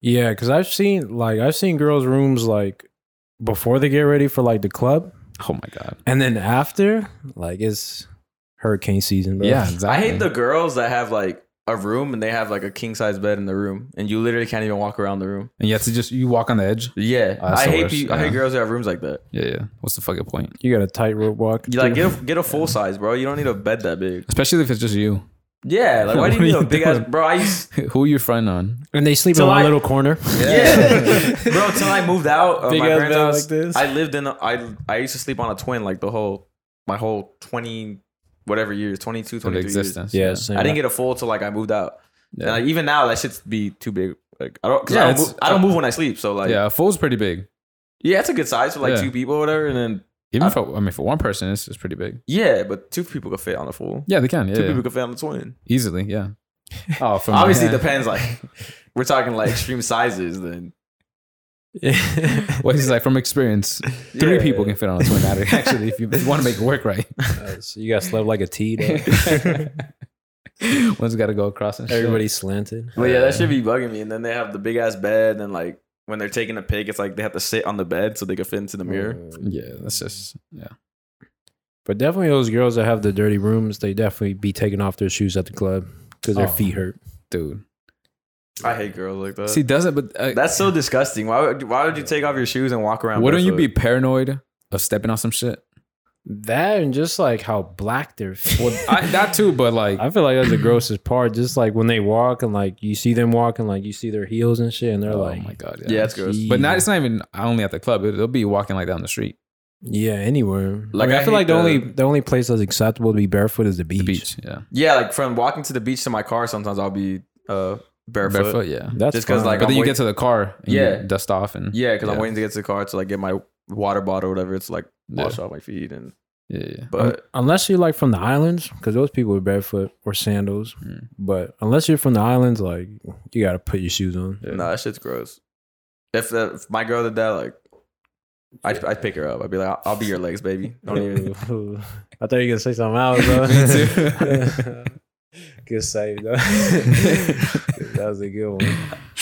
S4: yeah, because I've seen like I've seen girls' rooms like before they get ready for like the club,
S1: Oh my god.
S4: and then after like it's hurricane season. Bro.
S1: Yeah, exactly.
S2: I hate the girls that have like a room and they have like a king size bed in the room, and you literally can't even walk around the room.
S1: and you have to just you walk on the edge.
S2: Yeah,
S1: Oh, that's
S2: I
S1: the
S2: hate
S1: worst,
S2: people. I
S1: yeah.
S2: hate girls that have rooms like that.
S1: Yeah, yeah. What's the fucking point?
S4: you got a tightrope walk.
S2: You like get a, get a full size, bro. You don't need a bed that big.
S1: Especially if it's just you.
S2: Yeah, like why do
S1: What
S2: you need
S1: are
S2: a
S1: you
S2: big ass,
S1: doing?
S2: bro? I used
S1: Who you friend on?
S4: and they sleep in
S2: Till
S4: one
S2: I-
S4: little corner.
S2: yeah, bro. Till I moved out of
S4: Big
S2: my
S4: ass
S2: parents'
S4: bed
S2: house,
S4: like this.
S2: I lived in. A, I I used to sleep on a twin like the whole my whole twenty whatever years, 22,
S1: For
S2: 23
S1: the
S2: years.
S1: existence.
S4: Yeah, same.
S2: I didn't get a full till like I moved out.
S1: Yeah.
S2: And like, even now, that shit's be too big. Like I don't, cause
S1: Yeah,
S2: I don't,
S1: it's-
S2: move, I don't move when I sleep. So like,
S1: yeah, a fool's pretty big.
S2: Yeah, it's a good size for like
S1: Yeah.
S2: two people or whatever. And then
S1: Even for I mean for one person, it's, it's pretty big.
S2: yeah, but two people could fit on a fool.
S1: Yeah, they can. Yeah,
S2: Two
S1: yeah.
S2: people could fit on a twin.
S1: easily. Yeah. Oh, from
S2: Obviously, it depends. Like we're talking like extreme sizes. Then
S1: Well, he's like from experience. Three
S2: Yeah.
S1: people can fit on a twin addict. Actually, if you want to make it work right,
S4: Uh, so you got slept like a T. though.
S1: one's got to go across. And shit.
S4: Everybody's slanted.
S2: But yeah, that should be bugging me. And then they have the big ass bed, and like when they're taking a pic, it's like they have to sit on the bed so they can fit into the mirror.
S1: Yeah, that's just yeah.
S4: But definitely those girls that have the dirty rooms, they definitely be taking off their shoes at the club because their
S1: Oh.
S4: feet hurt.
S1: dude.
S2: Uh, I hate girls like that.
S1: See, doesn't but uh,
S2: that's so disgusting. Why would why would you take off your shoes and walk around?
S1: wouldn't you be
S2: barefoot?
S1: paranoid of stepping on some shit?
S4: That and just like how black their feet.
S1: Well, I, that too, but like
S4: I feel like that's the grossest part. Just like when they walk and like you see them walking, like you see their heels and shit, and they're
S1: oh
S4: like,
S1: my god,
S2: Yeah, it's gross.
S1: But not it's not even only at the club. It, they'll be walking like down the street,
S4: yeah, anywhere.
S2: Like,
S4: Like I,
S2: I
S4: feel
S2: hate
S4: like the,
S2: the-
S4: only the only place that's acceptable to be barefoot is the beach.
S1: the beach. Yeah,
S2: Yeah, like from walking to the beach to my car, sometimes I'll be uh barefoot.
S1: barefoot. Yeah,
S4: That's
S2: Just 'cause,
S4: fine. Um,
S2: like,
S1: but
S2: I'm
S1: then you
S2: wait-
S1: get to the car, and
S2: Yeah.
S1: you dust off, and
S2: Yeah, because I'm waiting to get to the car to like get my water bottle or whatever. It's like wash off my feet and
S1: Yeah, yeah, yeah.
S2: but
S4: unless you're like from the islands, because those people are barefoot or sandals.
S1: Mm.
S4: But unless you're from the islands, like you gotta put your shoes on.
S2: no, that shit's gross. If, the, if my girl did that, like I'd, I'd pick her up. I'd be like, I'll, I'll be your legs, baby. Don't even.
S4: I thought you were gonna say something else. Though. good save though. that was a good one.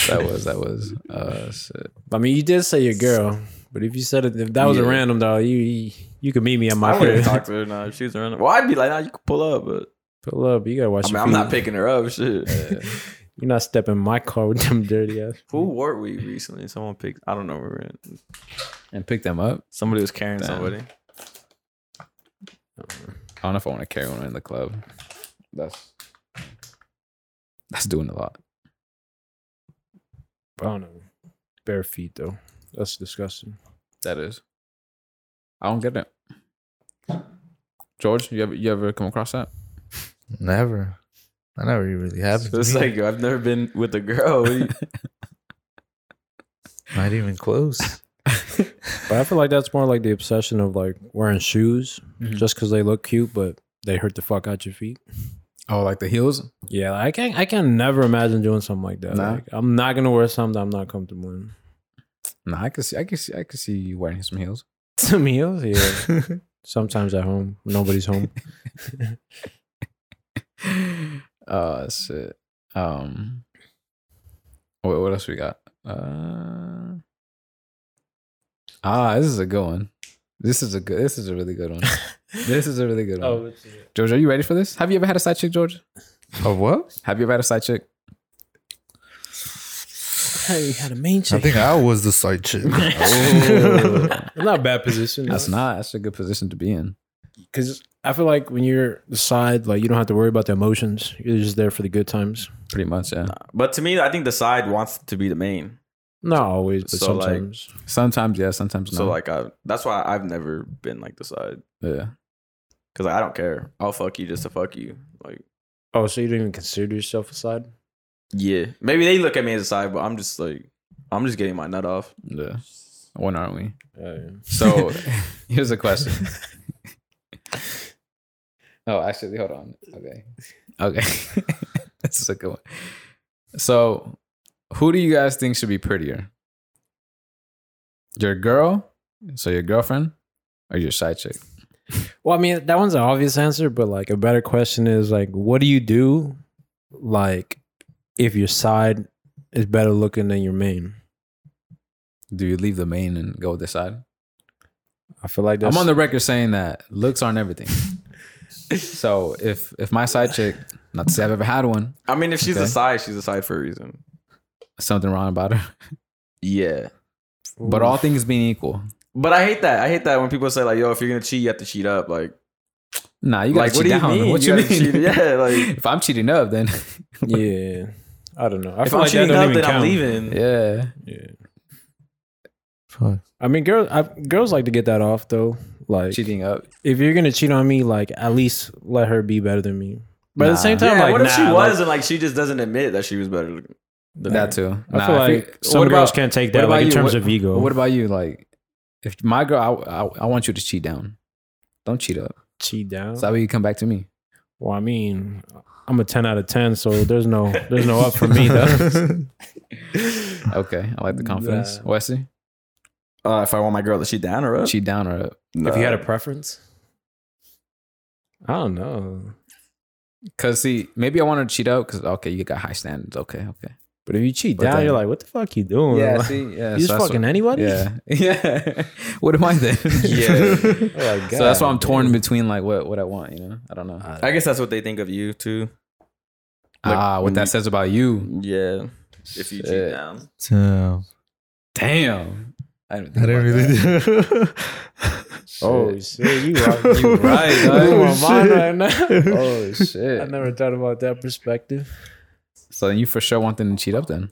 S1: that was that was. Uh, shit.
S4: I mean, you did say your girl, but if you said it, if that was a
S1: Yeah.
S4: random dog, you you, you could meet me at my
S2: I wouldn't
S4: crib.
S2: talk to her now. If she was around, well, I'd be like, nah, you can pull up, but
S4: Pull up, you gotta watch.
S2: I mean,
S4: your
S2: I'm not
S4: feet.
S2: picking her up. Shit.
S4: You're not stepping in my car with them dirty ass.
S2: Who were we recently? Someone picked. I don't know. Where we're in.
S1: and pick them up.
S2: Somebody was carrying
S1: Damn.
S2: somebody.
S1: I don't know if I want to carry one in the club. That's that's doing a lot.
S4: I don't know. Bare feet though. That's disgusting.
S1: That is. I don't get it. George, you ever you ever come across that?
S5: Never. I never really happened.
S2: So it's
S5: to me.
S2: like I've never been with a girl. What do you-
S5: not even close.
S4: But I feel like that's more like the obsession of like wearing shoes
S2: Mm-hmm.
S4: just because they look cute, but they hurt the fuck out your feet.
S1: Oh, like the heels?
S4: Yeah, I can I can never imagine doing something like that.
S1: Nah.
S4: Like, I'm not gonna wear something I'm not comfortable in.
S1: Nah, I could see, I could see, I could see you wearing some heels.
S4: Some heels, yeah. Sometimes at home, when nobody's home.
S1: uh, shit. Um, what, what else we got? Uh, ah, this is a good one. This is a good. This is a really good one. this is a really good one.
S2: Oh.
S1: George, are you ready for this? Have you ever had a side chick, George?
S5: A what?
S1: Have you ever had a side chick?
S4: Hey, you had a main
S5: I
S4: chick.
S5: think I was the side chick.
S4: I'm not a bad position.
S1: That's not. That's a good position to be in.
S4: because I feel like when you're the side, like you don't have to worry about the emotions. You're just there for the good times.
S1: Pretty much, yeah.
S2: but to me, I think the side wants to be the main.
S4: Not always, but
S2: So, like-
S4: sometimes.
S1: Sometimes, yeah. Sometimes, no.
S2: So like, I that's why I've never been like the side
S1: yeah.
S2: because I don't care. I'll fuck you just to fuck you. Like,
S4: oh, so you don't even consider yourself a side?
S2: yeah, maybe they look at me as a side, but I'm just like, I'm just getting my nut off.
S1: Yeah. When aren't we?
S4: Oh, yeah.
S1: So here's a question. oh, actually, hold on. Okay. Okay. this is a good one. So, who do you guys think should be prettier? Your girl? So, your girlfriend? Or your side chick?
S4: Well, I mean, that one's an obvious answer, but like a better question is like, what do you do, like, if your side is better looking than your main?
S1: Do you leave the main and go with the side?
S4: I feel like that's
S1: I'm on the record saying that looks aren't everything. so, if if my side chick, not to say I've ever had one,
S2: I mean, if she's a
S1: Okay.
S2: side, she's a side for a reason.
S1: something wrong about her.
S2: Yeah,
S1: But all things being equal,
S2: but I hate that. I hate that when people say like, yo, if you're gonna cheat, you have to cheat up. Like,
S1: Nah, you
S2: like
S1: gotta cheat down. What you,
S2: gotta
S1: mean?
S2: cheat- Yeah, like.
S1: if I'm cheating up, then
S4: yeah. I don't know. I
S2: If
S4: feel
S2: I'm
S4: like that
S2: cheating
S4: don't
S2: up,
S4: even
S2: then I'm
S4: count.
S2: leaving.
S1: yeah,
S4: Yeah.
S5: Fuck.
S4: I mean, girls, I, girls like to get that off though. Like,
S1: cheating up.
S4: if you're gonna cheat on me, like, at least let her be better than me. But at the
S1: Nah.
S4: same time,
S2: Yeah,
S4: like,
S2: what if she
S4: nah,
S2: was
S4: like,
S2: and like she just doesn't admit that she was better looking?
S1: That too.
S4: I feel
S1: if you-
S4: like some
S1: what
S4: girls
S1: about-
S4: can't take
S1: what
S4: that,
S1: about
S4: like, in
S1: you?
S4: terms
S1: What-
S4: of ego.
S1: What about you? Like, if my girl, I, I, I want you to cheat down. Don't cheat up.
S4: Cheat down.
S1: So that way you come back to me.
S4: Well, I mean, I'm a 10 out of 10, so there's no there's no up for me though.
S1: Okay, I like the confidence.
S4: Yeah.
S1: Wesley,
S2: Uh, if I want my girl to cheat down or up,
S1: cheat down or up?
S3: if you had a preference,
S4: I don't know.
S1: Cause see, maybe I want to cheat up. Cause okay, you got high standards. Okay, okay.
S4: But if you cheat
S1: But
S4: down,
S1: then-
S4: you're like, what the fuck you doing? Like,
S1: see, yeah.
S4: you just fucking anybody?
S1: Yeah, yeah. what am I then?
S2: Yeah.
S1: so
S4: Oh my
S1: that's why I'm
S4: God,
S1: torn
S4: dude.
S1: between like what what I want. You know, I don't know.
S2: I guess that's what they think of you too. like,
S1: ah, what
S2: when
S1: that
S2: you-
S1: says about you.
S2: Yeah, if you cheat
S1: Shit.
S2: down,
S5: Damn.
S1: Damn. I didn't think
S5: I didn't
S1: about
S5: really
S1: that.
S5: do.
S4: Oh shit, you are
S1: You right, dog.
S4: you
S5: Oh,
S4: on mine
S5: shit.
S4: right now.
S1: Oh
S4: I
S1: shit.
S4: never thought about that perspective.
S1: So then you for sure want them to cheat up then.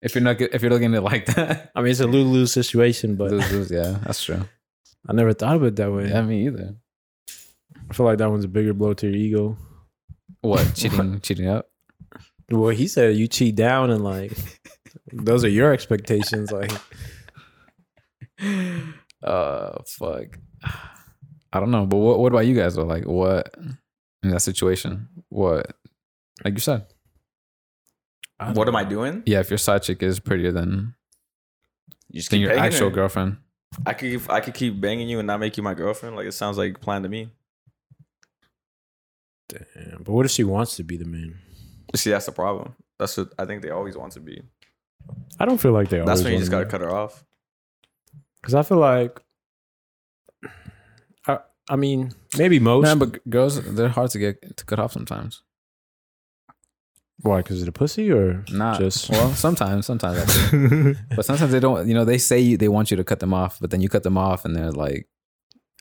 S1: If you're not get- if you're looking at it like that.
S4: I mean, it's a lose lose situation, but
S1: Lose, lose, yeah, that's true.
S4: I never thought of it that way.
S1: Yeah, me either.
S4: I feel like that one's a bigger blow to your ego.
S1: What cheating? cheating up?
S4: Well, he said you cheat down, and like those are your expectations. Like,
S1: Uh, fuck. I don't know, but what what about you guys though? Like, what in that situation? What, like you said,
S2: what am I doing?
S1: yeah. If your side chick is prettier than
S2: You just
S1: than
S2: keep
S1: your
S2: banging
S1: actual
S2: her.
S1: girlfriend,
S2: I could I could keep banging you and not make you my girlfriend. Like it sounds like a plan to me.
S4: damn, but what if she wants to be the man?
S2: See, that's the problem. That's what I think they always want to be.
S4: I don't feel like they.
S2: That's when you just gotta cut her off.
S4: Because I feel like, I, I mean, maybe most.
S1: man. But g- girls, they're hard to get to cut off sometimes.
S4: why? Because of the pussy or
S1: Not
S4: just?
S1: well, sometimes, sometimes, I do. but sometimes they don't. You know, they say you, they want you to cut them off, but then you cut them off, and they're like,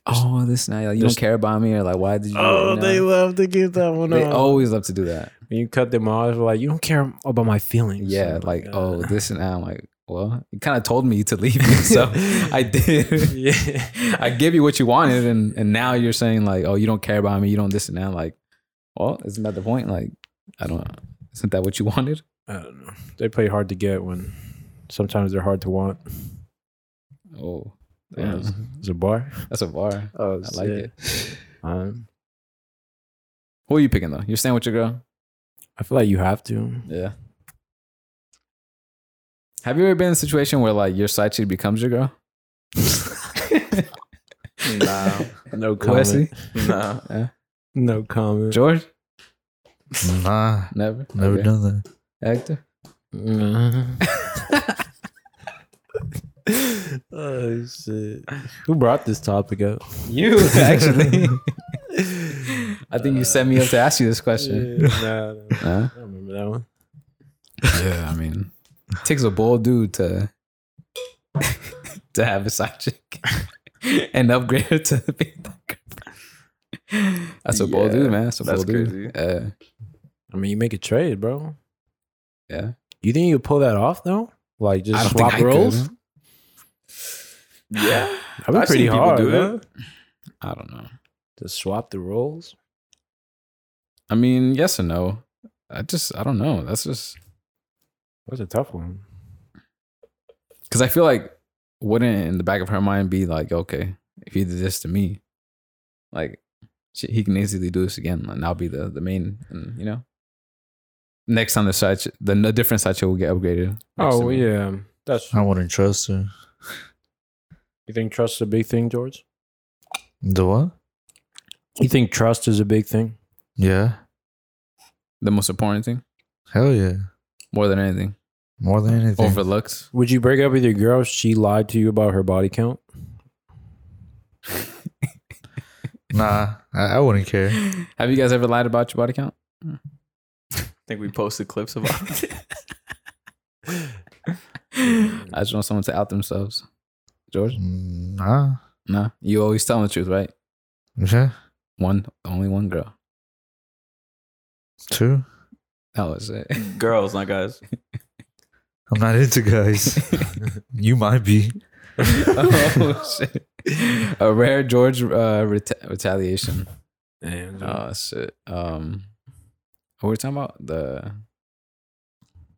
S1: "Oh, this night, like, you don't
S4: Just-
S1: care about me," or like, "Why did you?" you
S4: Oh,
S1: know?
S4: they love to get that one
S1: They
S4: off.
S1: always love to do that.
S4: When you cut them off, like you don't care about my feelings.
S1: Yeah, like
S4: uh,
S1: oh, this and that. I'm like, well, you kind of told me to leave, so I did.
S4: yeah.
S1: I give you what you wanted, and and now you're saying like, oh, you don't care about me, you don't this and that. Like, well, isn't that the point? Like, I don't. Isn't that what you wanted?
S4: I don't know. They play hard to get when sometimes they're hard to want.
S1: Oh,
S4: Yeah,
S1: damn,
S4: it's- It's a bar.
S1: that's a bar.
S4: Oh,
S1: I like it.
S4: Um,
S1: Who are you picking though? You're staying with your girl.
S4: I feel like you have to.
S1: Yeah. Have you ever been in a situation where like your side chick becomes your girl?
S2: Nah,
S4: No
S1: Wesley,
S2: nah.
S4: No comment.
S1: George,
S5: nah,
S1: never,
S5: never
S1: Okay.
S5: done that.
S1: Actor.
S4: oh shit! Who brought this topic up?
S1: You actually. I think you set me up to ask you this question.
S4: Yeah, nah, nah, I
S1: Huh?
S4: don't remember that one.
S1: Yeah, I mean, takes a bold dude to to have a side chick and upgrade her to be that girlfriend. That's a bold
S2: Yeah,
S1: dude, man. That's a
S2: that's
S1: bold dude. Uh,
S4: I mean, you make a trade, bro.
S1: yeah,
S4: You think you could pull that off though? Like
S1: I
S4: just
S1: don't think
S4: swap
S1: I
S4: roles?
S1: could.
S2: Yeah,
S4: That'd be
S2: I've
S4: pretty
S2: seen people
S4: hard,
S2: do
S4: huh?
S1: I don't know.
S4: To swap the roles.
S1: I mean, yes or no? I just, I don't know. That's just
S4: That's a tough one.
S1: because I feel like wouldn't in the back of her mind be like, okay, if he did this to me, like she, he can easily do this again, and I'll be the the main, and you know. Next time the side, ch- the n- different side chick will get upgraded. next
S4: Oh
S1: to me.
S4: yeah, that's.
S1: Oh.
S5: I wouldn't trust her.
S4: You think trust is a big thing, George?
S5: The what?
S4: You think trust is a big thing?
S5: Yeah.
S1: the most important thing,
S5: Hell yeah.
S1: more than anything,
S5: More than anything.
S1: overlooked.
S4: Would you break up with your girl if she lied to you about her body count?
S5: nah, I, I wouldn't care.
S1: Have you guys ever lied about your body count?
S2: I think we posted clips of.
S1: I just want someone to out themselves. George,
S5: Nah.
S1: nah, you always telling the truth, right?
S5: Yeah.
S1: One, only one girl.
S5: True.
S1: That was it.
S2: Girls, not guys.
S5: I'm not into guys. you might be.
S1: oh, shit. A rare George uh, reta- retaliation.
S4: And
S1: Oh shit. Um, what were we talking about the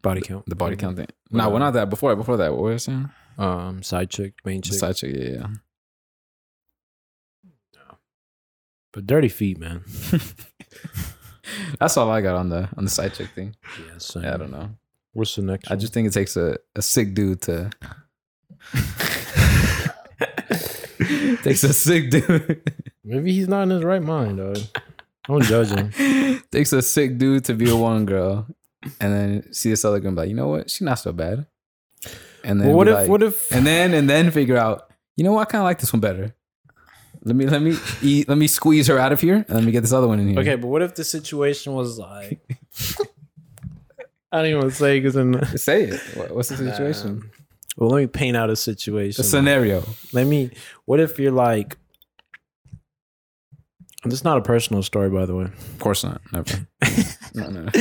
S4: body count.
S1: the body count thing? No, we're not that. Before before that, what were we saying?
S4: um side chick, main chick.
S1: Side chick, yeah, yeah.
S4: But dirty feet, man.
S1: That's all I got on the on the side chick thing.
S4: Yeah, same.
S1: Yeah, I don't know.
S4: What's the next?
S1: I
S4: one?
S1: just think it takes a, a sick dude to takes a sick dude
S4: maybe he's not in his right mind, dog. Don't judge him.
S1: takes a sick dude to be a one girl, and then see this other girl and be like, you know what, she's not so bad. And then
S4: Well, what
S1: be
S4: if?
S1: like-
S4: what if?
S1: and then and then figure out, you know what, I kind of like this one better. Let me let me eat, let me squeeze her out of here, and let me get this other one in here.
S4: Okay, but what if the situation was like? I don't even want to say because in the
S1: say it. What- What's the situation?
S4: Well, let me paint out a situation.
S1: the scenario.
S4: Let me. What if you're like? and This is not a personal story, by the way.
S1: Of course not. Never. no, no.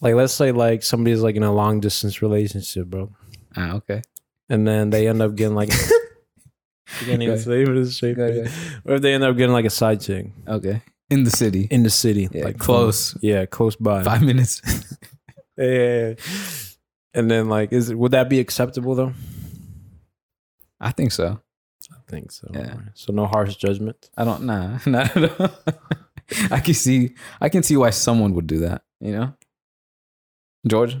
S4: Like, let's say like somebody's like in a long distance relationship, bro,
S1: Ah, okay.
S4: and then they end up getting like. You can't even
S1: Okay.
S4: say what it's shape.
S1: Go
S4: is. Or if they end up getting like a side chick
S1: Okay. In the city.
S4: in the city,
S1: Yeah,
S4: like
S1: close.
S4: yeah, close by.
S1: Five minutes.
S4: Yeah, yeah, yeah. And then like, is would that be acceptable though?
S1: I think so.
S4: I think so.
S1: Yeah.
S4: So no harsh judgment.
S1: I don't nah, not at all. I can see I can see why someone would do that, you know? George?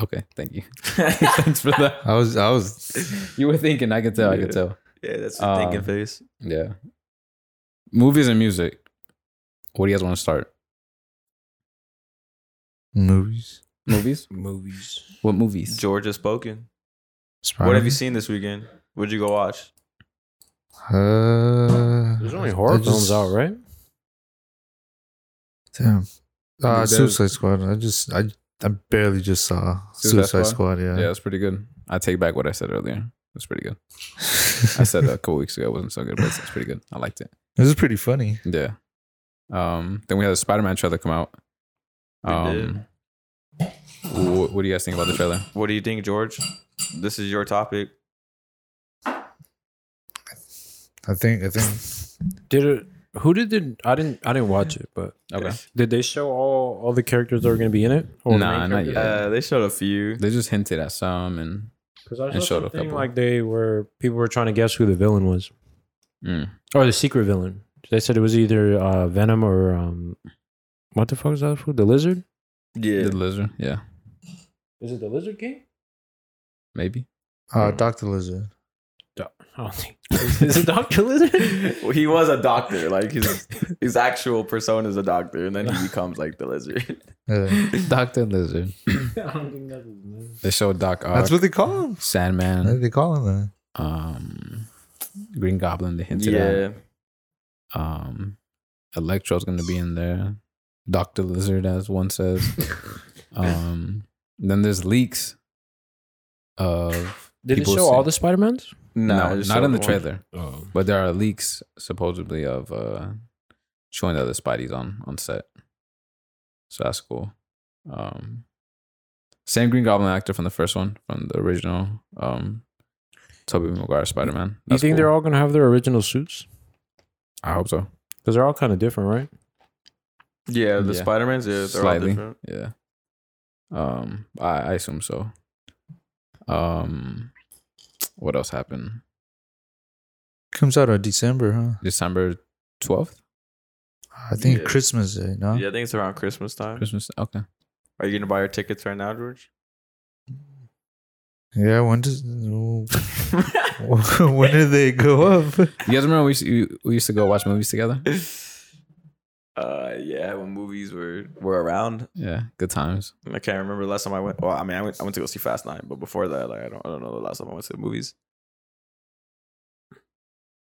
S1: Okay, thank you. Thanks for that.
S5: I was, I was.
S1: You were thinking, I could tell, I could tell.
S2: Yeah, that's
S1: the thinking Um,
S2: face.
S1: Yeah. Movies and music. What do you guys want to start?
S5: Movies.
S1: Movies?
S4: Movies.
S1: What movies?
S2: George has spoken.
S5: Spider-Man.
S2: What have you seen this weekend? What'd you go watch?
S5: Uh,
S4: There's only horror
S5: I just-
S4: films out, right?
S5: Damn. Uh,
S1: Dude,
S5: Suicide Squad. I just, I, I barely just saw
S1: Suicide
S5: Suicide,
S1: Squad?
S5: Squad.
S1: Yeah,
S5: Yeah.
S1: that's pretty good. I take back what I said earlier. That's pretty good. I said that a couple weeks ago. It wasn't so good, but it's, it's pretty good. I liked it.
S5: This is pretty funny.
S1: Yeah. Um. Then we had a Spider-Man trailer come out.
S2: We
S1: Um. What, what do you guys think about the trailer?
S2: What do you think, George? This is your topic.
S5: I think, I think.
S4: Did it? Who did the? I didn't. I didn't watch it, but
S1: Okay.
S4: did they show all all the characters that were going to be in it? the
S1: Nah,
S4: main
S1: not
S4: characters?
S1: yet.
S2: Uh, they showed a few.
S1: They just hinted at some, and
S4: Because I
S1: And
S4: saw
S1: showed a
S4: something
S1: couple.
S4: like they were people were trying to guess who the villain was
S1: mm,
S4: or the secret villain. They said it was either uh, Venom or um, what the fuck is that food? The lizard?
S2: Yeah.
S1: the lizard. Yeah,
S4: Is it the lizard king?
S1: maybe.
S5: Uh, Doctor Lizard.
S4: I don't think. Is it Doctor Lizard?
S2: Well, he was a doctor. Like his his actual persona is a doctor, and then he becomes like the lizard.
S5: Yeah.
S1: Doctor Lizard.
S4: I don't think that's his name.
S1: They showed Doc Ock,
S5: That's what they call him. That's what
S1: Sandman,
S5: they call him that.
S1: um, Green Goblin. They hinted
S2: yeah.
S1: at um, Electro's gonna be in there. Doctor Lizard, as one says. um, then there's leaks of
S4: Did
S1: People
S4: it show all
S1: say-
S4: the Spider Mans?
S1: No,
S2: just
S1: not in the
S2: one.
S1: trailer.
S4: Oh,
S1: But there are leaks supposedly of uh showing the other Spidey's on on set. So that's cool. Um same Green Goblin actor from the first one, from the original um Tobey Maguire Spider Man.
S4: you think they're all going to have their original suits?
S1: I hope so.
S4: Because they're all kind of different, right?
S2: Yeah, the
S1: Yeah.
S2: Spider Man's yeah, they're all
S1: Slightly.
S2: different.
S1: Yeah. Um I, I assume so. Um what else happened?
S5: Comes out on December, huh?
S1: December twelfth?
S5: I think
S2: Yeah.
S5: Christmas Day, no?
S2: Yeah, I think it's around Christmas time.
S1: Christmas okay.
S2: Are you gonna buy your tickets right now, George?
S5: Yeah, when does when did they go up?
S1: You guys remember we used to, we used to go watch movies together?
S2: Uh, yeah, when movies were were around,
S1: Yeah, good times.
S2: I can't remember the last time I went. Well, I mean, I went I went to go see Fast Nine, but before that, like, I don't I don't know the last time I went to the movies.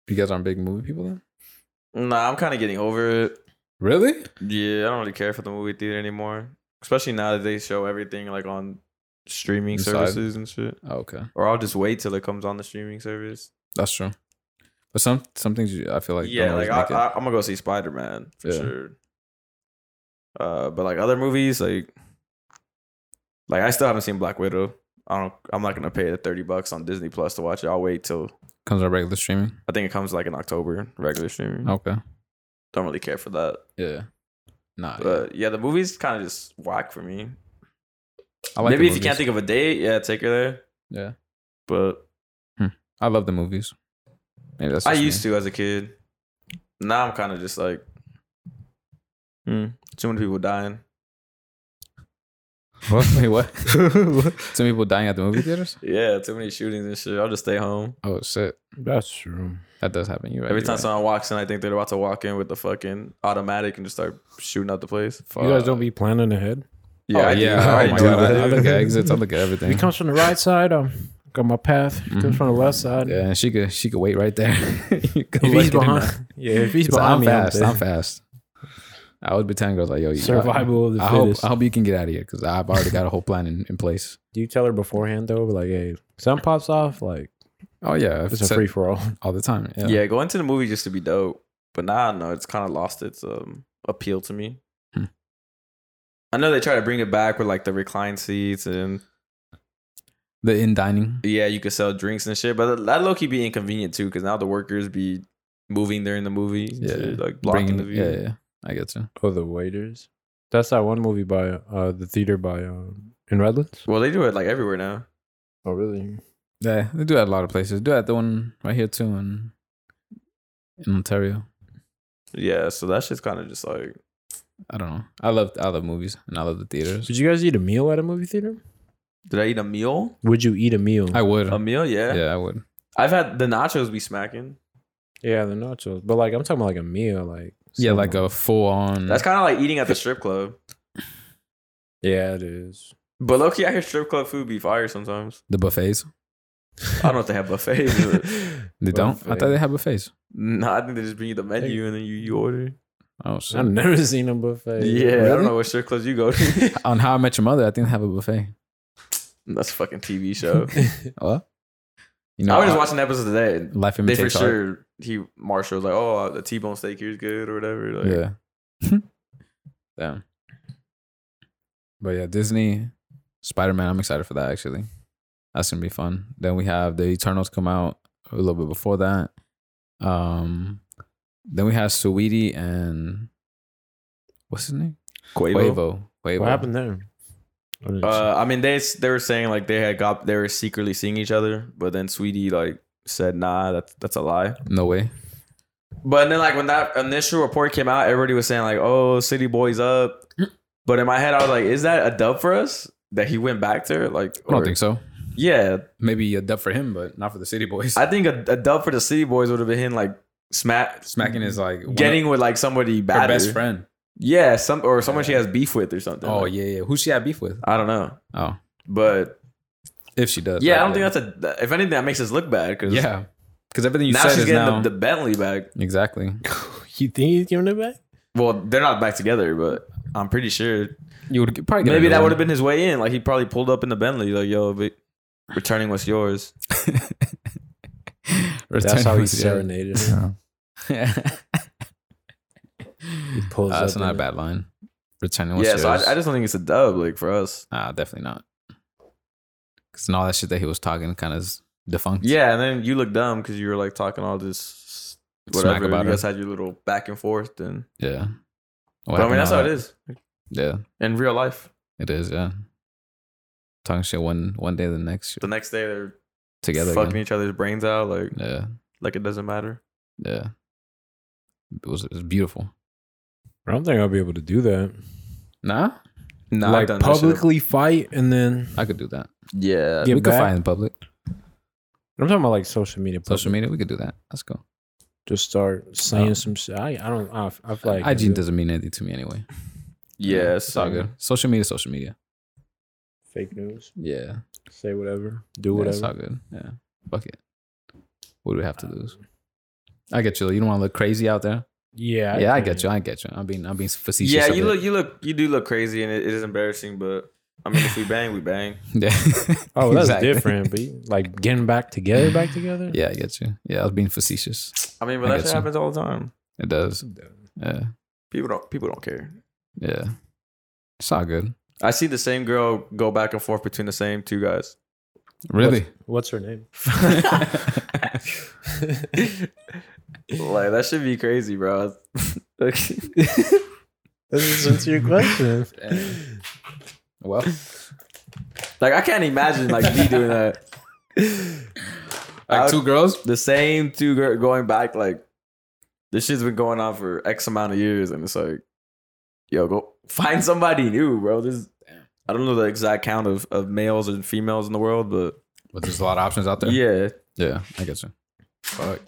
S1: You guys aren't big movie people then?
S2: Nah, I'm kind of getting over it.
S1: Really?
S2: Yeah, I don't really care for the movie theater anymore, especially now that they show everything like on streaming
S1: Inside.
S2: services and shit.
S1: Oh, Okay,
S2: Or I'll just wait till it comes on the streaming service.
S1: that's true. But some some things you, I feel like
S2: yeah,
S1: don't always
S2: like I,
S1: make it.
S2: I, I'm gonna go see Spider Man for
S1: Yeah.
S2: sure. Uh, but like other movies, like like I still haven't seen Black Widow. I don't. I'm not gonna pay the thirty bucks on Disney Plus to watch it. I'll wait till
S1: comes on regular streaming.
S2: I think it comes like in October, regular streaming.
S1: Okay,
S2: Don't really care for that.
S1: Oh, yeah, nah, yeah.
S2: But yeah, the movies kind of just whack for me.
S1: I like
S2: Maybe
S1: the
S2: if you can't
S1: movies.
S2: think of a date, yeah, take her there.
S1: Yeah.
S2: But
S1: I love the movies. Maybe that's
S2: I
S1: just me.
S2: used to as a kid. Now I'm kind of just like, hmm, too many people dying.
S1: Wait, what?
S5: What?
S1: Some people dying at the movie theaters?
S2: Yeah, too many shootings and shit. I'll just stay home.
S1: Oh shit,
S4: That's true.
S1: that does happen. You're right.
S2: Every
S1: you're
S2: time
S1: right.
S2: someone walks in, I think they're about to walk in with the fucking automatic and just start shooting out the place.
S4: You guys don't be planning ahead.
S1: Oh, yeah,
S5: I
S1: Oh my
S5: do
S1: god, I,
S5: that.
S1: I look at exits. I look at everything.
S4: He comes from the right side. Um, got my path. He comes from the left side.
S1: Mm-hmm. yeah, and she could she could wait right there. You could look
S4: If he's
S1: at her
S4: behind, yeah. If he's
S1: He's like,
S4: behind
S1: I'm
S4: me,
S1: fast.
S4: I'm
S1: I'm
S4: dead.
S1: fast. I would be telling girls like, "Yo, you
S4: Survival of the
S1: I
S4: fittest.
S1: hope I hope you can get out of here because I've already got a whole plan in, in place.
S4: Do you tell her beforehand though? Like, hey, something pops off. Like,
S1: Oh yeah, I've
S4: it's a
S1: said
S4: free for all.
S1: all the time. Yeah.
S2: Yeah. going to the movie just to be dope. But now I don't know. It's kind of lost its um, appeal to me.
S1: Hmm.
S2: I know they try to bring it back with like the reclined seats and
S1: the in dining.
S2: yeah, you could sell drinks and shit. But that low key be inconvenient too because now the workers be moving during the movie,
S1: Yeah,
S2: to, like blocking
S1: bringing-
S2: the view.
S1: Yeah, yeah, yeah. I get you.
S4: Oh, the waiters. That's that one movie by uh the theater by um in Redlands.
S2: Well, they do it like everywhere now.
S4: Oh, really?
S1: Yeah, they do that at a lot of places. Do that at the one right here too in in Ontario.
S2: Yeah, so that shit's kind of just like
S1: I don't know. I love I love movies and I love the theaters.
S4: Did you guys eat a meal at a movie theater?
S2: Did I eat a meal?
S4: Would you eat a meal?
S1: I would.
S2: A meal, yeah.
S1: Um, yeah, I would.
S2: I've had the nachos be smacking.
S4: yeah, the nachos. But like, I'm talking about like a meal, like
S1: Yeah,
S4: some-
S1: like a full on.
S2: That's kind of like eating at the strip club.
S4: yeah, it is.
S2: But low key, I hear strip club food be fire sometimes.
S1: the buffets.
S2: I don't know if they have buffets. But
S1: They don't. I thought
S4: Buffet.
S1: they had buffets.
S2: no, I think they just bring you the menu and then you, you order.
S1: Oh shit.
S4: I've never seen a buffet.
S2: Yeah, I
S1: Really?
S2: don't know what strip clubs you go to.
S1: on How I Met Your Mother, I think they have a buffet.
S2: That's a fucking TV show.
S1: What? You
S2: I
S1: know,
S2: was just
S1: I-
S2: watching an episode today.
S1: Life
S2: They for
S1: imitates art.
S2: sure he Marshall was like, oh, the T-bone steak here is good or whatever. Like,
S1: Yeah. Damn. But yeah, Disney, Spider Man. I'm excited for that. Actually, that's gonna be fun. Then we have the Eternals come out a little bit before that. Um, then we have Sweetie and what's his name?
S2: Quavo.
S1: Quavo. Quavo.
S4: What happened there? I didn't
S2: Uh, I mean, they they were saying like they had got they were secretly seeing each other, but then Sweetie like said, nah, that's that's a lie.
S1: No way.
S2: But then, like when that initial report came out, everybody was saying like, "Oh, City Boy's up." But in my head, I was like, "Is that a dub for us that he went back there?" Like,
S1: I don't
S2: or-
S1: think so.
S2: Yeah,
S1: Maybe a dub for him, but not for the City Boys.
S2: I think a, a dub for the City Boys would have been him like smack
S1: Smacking is like one of
S2: getting with like somebody
S1: her
S2: bad
S1: best friend.
S2: Yeah, some or someone she has beef with or something.
S1: Oh
S2: Like,
S1: yeah, yeah. Who she had beef with?
S2: I don't know,
S1: Oh,
S2: but
S1: if she does.
S2: yeah, I
S1: right,
S2: don't think that's a. that- If anything, that makes us look bad because
S1: yeah. Because everything you
S2: now
S1: said
S2: she's
S1: is
S2: getting
S1: now
S2: The, the Bentley back.
S1: exactly.
S4: you think he's giving it back?
S2: Well, they're not back together, but I'm pretty sure
S1: You would get- probably get
S2: Maybe that
S1: another
S2: would have
S1: one.
S2: been his way in. Like he probably pulled up in the Bentley, like, yo, vi- returning what's yours.
S1: Return
S4: That's how he
S1: of the Jedi.
S4: serenaded. her.
S5: Yeah.
S4: He pulls
S1: Uh,
S4: up.
S1: Ah, that's
S4: in
S1: not a
S4: it.
S1: bad line. Returning what's
S2: yeah,
S1: yours.
S2: so I, I just don't think it's a dub, like for us.
S1: nah, definitely not. Because all that shit that he was talking kind of is defunct.
S2: Yeah, and then you look dumb because you were like talking all this whatever.
S1: Smack about
S2: you guys
S1: her.
S2: had your little back and forth, and
S1: Yeah.
S2: but, I mean that's how it is
S1: Yeah,
S2: in real life.
S1: it is. Yeah. Talking shit one one day, the next
S2: The next day they're
S1: together.
S2: fucking
S1: again.
S2: each other's brains out, like
S1: Yeah.
S2: like it doesn't matter.
S1: Yeah. It was, it was beautiful.
S4: I don't think I'll be able to do that.
S1: Nah,
S2: Nah,
S4: like publicly fight and then
S1: I could do that.
S2: Yeah,
S4: Get
S1: we could
S4: back.
S1: find in public.
S4: I'm talking about like social media.
S1: Social
S4: public.
S1: media, we could do that. Let's go.
S4: Just start saying
S1: Oh.
S4: some shit. I, I don't. I, I feel like I
S1: IG
S4: do
S1: doesn't mean anything to me anyway.
S2: yeah,
S1: it's all good. Social media, social media.
S4: fake news.
S1: Yeah.
S4: Say whatever. Do
S1: Yeah, it's all
S4: whatever.
S1: good. Yeah. Fuck it. What do we have to lose? I get you. You don't want to look crazy out there.
S4: Yeah.
S1: yeah, I
S4: kinda-
S1: get you. I get you. I'm being I'm being facetious.
S2: Yeah,
S1: a bit.
S2: you look, you look, you do look crazy, and it, it is embarrassing. But I mean, if we bang, we bang.
S1: Yeah.
S4: Oh, that's
S1: Exactly.
S4: different. But you- like getting back together, back together.
S1: Yeah, I get you. Yeah, I was being facetious.
S2: I
S1: I
S2: mean, but that
S1: get
S2: shit
S1: you.
S2: happens all the time.
S1: It does. Yeah.
S2: People don't, people don't care.
S1: Yeah. It's all good.
S2: I see the same girl go back and forth between the same two guys.
S1: Really?
S4: What's her name?
S2: like that should be crazy, bro. Like,
S4: This is answer your question.
S1: Well,
S2: Like I can't imagine like me doing that. I
S1: Like
S2: would-
S1: two girls?
S2: the same two gir- going back like this shit's been going on for X amount of years, and it's like, yo, go find somebody new, bro. This I don't know the exact count of, of males and females in the world, but
S1: But there's a lot of options out there.
S2: yeah,
S1: Yeah, I get you. Fuck.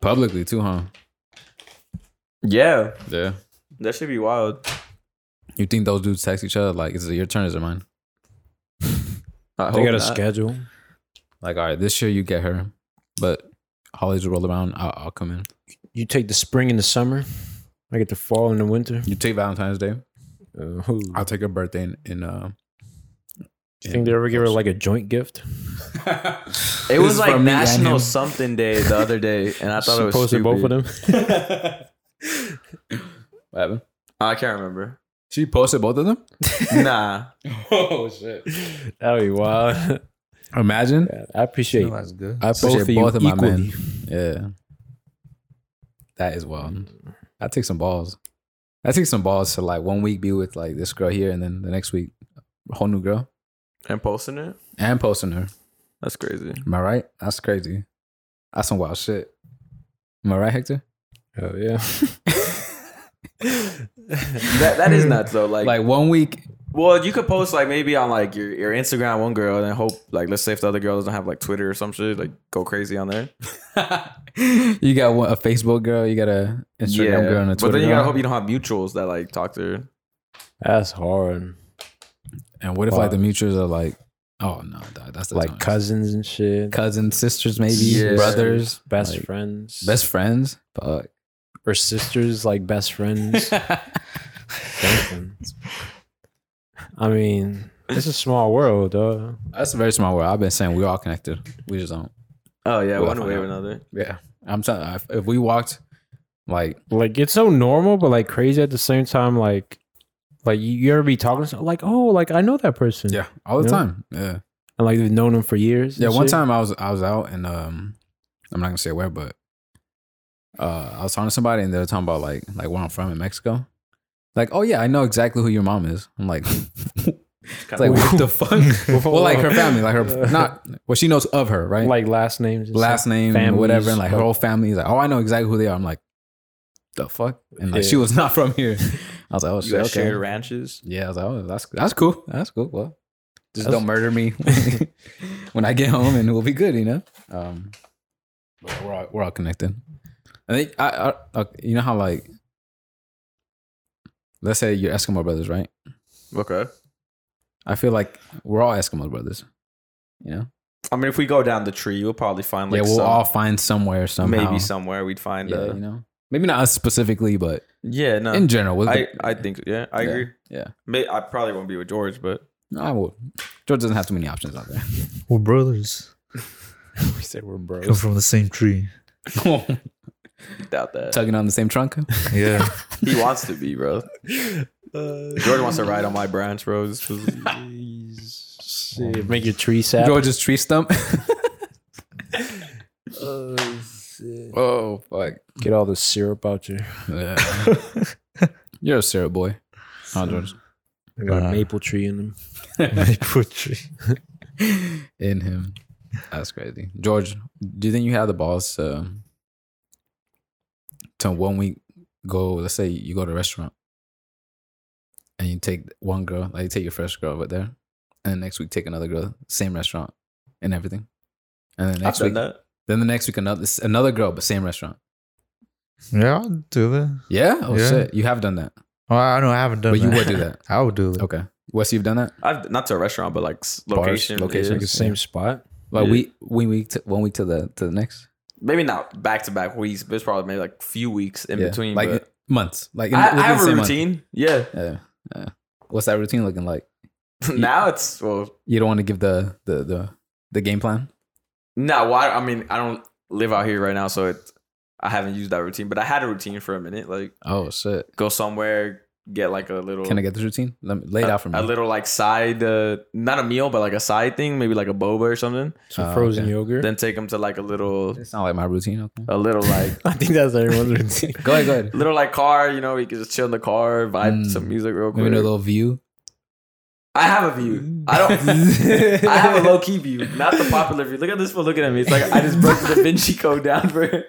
S1: Publicly too, huh?
S2: yeah,
S1: Yeah.
S2: that should be wild.
S1: You think those dudes text each other like, is it your turn? Is it mine?
S2: I
S4: They
S2: hope
S4: got a
S2: not.
S4: schedule.
S1: Like, all right, this year you get her, but holidays roll around, I'll, I'll come in.
S4: You take the spring and the summer. I get the fall and the winter.
S1: You take Valentine's Day.
S4: Uh, who?
S1: I'll take her birthday in. in uh,
S4: Do you think they ever give her like a joint gift?
S2: It
S1: This
S2: was
S1: is
S2: like
S1: from me and him.
S2: National Something Day the other day, and I thought it was
S4: posted
S2: stupid.
S4: both of them.
S1: What happened?
S2: I can't remember.
S1: She posted both of them.
S2: Nah,
S1: Oh shit!
S4: That'd be wild.
S1: Imagine.
S4: I appreciate
S5: No, that's good.
S1: I
S4: Appreciate
S1: posted both
S4: you
S1: of my
S4: equally.
S1: men. Yeah, that is wild. I take some balls. I take some balls to like one week be with like this girl here, and then the next week, a whole new girl,
S2: and posting it.
S1: and posting her.
S2: That's crazy.
S1: Am I right? That's crazy. That's some wild shit. Am I right, Hector?
S4: Oh yeah.
S2: That that is nuts though. Like,
S1: Like one week.
S2: well, you could post like maybe on like your, your Instagram one girl, and then hope like let's say if the other girl doesn't have like Twitter or some shit, like go crazy on there.
S1: you got one, a Facebook girl, you got a Instagram girl, and a Twitter
S2: but then you
S1: girl.
S2: gotta hope you don't have mutuals that like talk to her.
S4: That's hard.
S1: and what if like the mutuals are like, oh no, dog, that's the
S4: Like
S1: time.
S4: cousins and shit.
S1: cousins, sisters, maybe
S2: Yeah.
S1: brothers,
S4: Best
S1: like,
S4: friends.
S1: best friends. Fuck.
S4: or sisters like best friends. Something. I mean, it's a small world, though.
S1: That's a very small word. I've been saying we're all connected. We just don't.
S2: Oh yeah,
S1: We'll
S2: one
S1: find
S2: way or
S1: out.
S2: another.
S1: Yeah, I'm telling. if- If we walked, like
S4: Like it's so normal, but like crazy at the same time. Like, like you, you ever be talking to someone, like, oh, like I know that person.
S1: all the
S4: Yeah.
S1: time. Yeah.
S4: and like they've known him for years.
S1: Yeah,
S4: and
S1: one
S4: shit.
S1: time I was I was out and um I'm not gonna say where, but uh I was talking to somebody and they were talking about like like where I'm from in Mexico. Like, oh yeah, I know exactly who your mom is. I'm like it's like what the fuck? well, like her family, like her not well, she knows of her, right?
S4: Uh, like last names, and
S1: last
S4: stuff.
S1: name,
S4: families,
S1: whatever, and like her
S4: like-
S1: whole family is like, oh, I know exactly who they are. I'm like, the fuck, and like
S4: Yeah.
S1: she was not from here. I was like, oh
S2: You
S1: shit,
S2: guys
S1: okay.
S2: share ranches.
S1: Yeah, I was like, oh, that's that's cool. That's cool. Well, just
S4: That's-
S1: don't murder me when I get home, and we'll be good. You know. Um, but we're all, we're all connected. I think I, I, I you know how like, let's say you're Eskimo brothers, right?
S2: Okay.
S1: I feel like we're all Eskimo brothers. You know.
S2: I mean, if we go down the tree, you'll probably find like
S1: yeah, we'll
S2: some-
S1: all find somewhere somehow.
S2: maybe somewhere we'd find.
S1: Yeah,
S2: Yeah, uh,
S1: you know. Maybe not us specifically, but
S2: yeah no.
S1: in general, we'll-
S2: I, I think yeah, I
S1: Yeah.
S2: agree.
S1: Yeah.
S2: May, I probably won't be with George, but
S1: No, I will. George doesn't have too many options out there.
S5: We're brothers.
S4: we said we're
S5: Come
S4: bros.
S5: from the same tree.
S2: doubt that.
S1: Tugging on the same trunk.
S5: Yeah.
S2: He wants to be, bro.
S1: Uh,
S2: George wants to ride on my branch, bro. This was-
S4: Shit, Make your tree sap.
S1: George's tree stump. oh fuck!
S4: Get all the syrup out you.
S1: Yeah. You're a syrup boy. Huh, George?
S4: I got
S5: Uh,
S4: a maple tree in them.
S5: Maple tree.
S1: In him. That's crazy. George, do you think you have the balls to, to one week go? Let's say you go to a restaurant and you take one girl, like you take your first girl over there, and next week take another girl, same restaurant, and everything. And then
S2: I've
S1: next
S2: done
S1: week,
S2: that.
S1: then the next week another another girl, but same restaurant.
S5: Yeah, I'll do that.
S1: Yeah. Oh
S5: Yeah.
S1: shit, you have done that,
S5: Well, Oh, I know I haven't done
S1: but
S5: that.
S1: you would do that.
S5: I would do it.
S1: Okay. Wes, you've done that.
S2: I've not to a restaurant, but like s-
S1: Bars,
S2: location.
S1: location.
S2: yeah.
S4: Like the same spot.
S1: Like
S2: Yeah.
S1: we we week to, one week to the to the next.
S2: Maybe not back to back weeks, but it's probably maybe like few weeks in
S1: Yeah.
S2: between.
S1: like
S2: but
S1: months. Like in-
S2: I,
S1: within
S2: I have
S1: the
S2: a
S1: same month.
S2: routine. Yeah.
S1: Yeah. yeah. What's that routine looking like?
S2: now it's well.
S1: You don't want to give the the the, the game plan.
S2: No, well, I, I mean, I don't live out here right now, so it, I haven't used that routine. But I had a routine for a minute, like
S1: Oh shit!
S2: go somewhere, get like a little.
S1: Can I get this routine? Let me, lay it
S2: a,
S1: out for me.
S2: a little like side, uh, not a meal, but like a side thing, maybe like a boba or something.
S4: Some
S1: Oh,
S4: frozen
S1: okay.
S4: yogurt.
S2: Then take them to like a little,
S1: It's not like my routine. Okay.
S2: a little like,
S4: I think that's everyone's routine.
S1: Go ahead. Go ahead.
S2: little like car. You know, you can just chill in the car, vibe
S1: Mm.
S2: some music real quick.
S1: Maybe a little view.
S2: I have a view. I don't. I have a low key view, not the popular view. Look at this fool looking at me. It's like I just broke the Da Vinci Code down for him.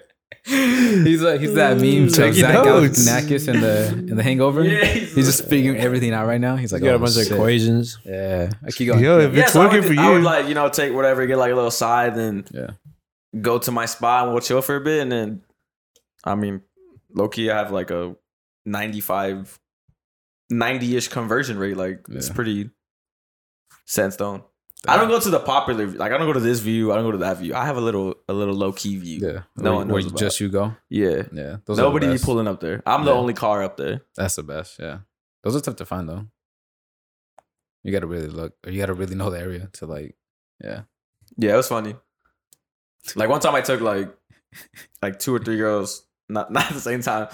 S1: he's like he's that meme to
S5: Taking
S1: Zach
S5: notes.
S1: Galifianakis in the in the Hangover.
S2: Yeah,
S1: he's,
S2: he's
S1: just figuring everything out right now. He's like,
S4: You got
S1: oh,
S4: a bunch
S1: shit.
S4: of equations.
S1: Yeah, I keep going.
S5: Yo, if
S2: Yeah,
S5: it's
S2: so I
S5: working
S2: would-
S5: for
S2: I would
S5: you,
S2: like you know take whatever, get like a little side, then
S1: Yeah.
S2: go to my spot and we'll chill for a bit, and then I mean, low key, I have like a 95, 90 ish conversion rate. Like it's
S1: Yeah.
S2: pretty set in stone. I don't go to the popular, like I don't go to this view, I don't go to that view. I have a little, a little low key view.
S1: Yeah,
S2: No
S1: where,
S2: one
S1: where
S2: knows about
S1: just you go.
S2: Yeah,
S1: Yeah, those are the
S2: nobody be
S1: best.
S2: pulling up there. I'm the
S1: Yeah.
S2: only car up there.
S1: That's the best. Yeah, those are tough to find though. You gotta really look, or you gotta really know the area to like. Yeah,
S2: Yeah, it was funny. Like one time I took like like two or three girls, not not at the same time.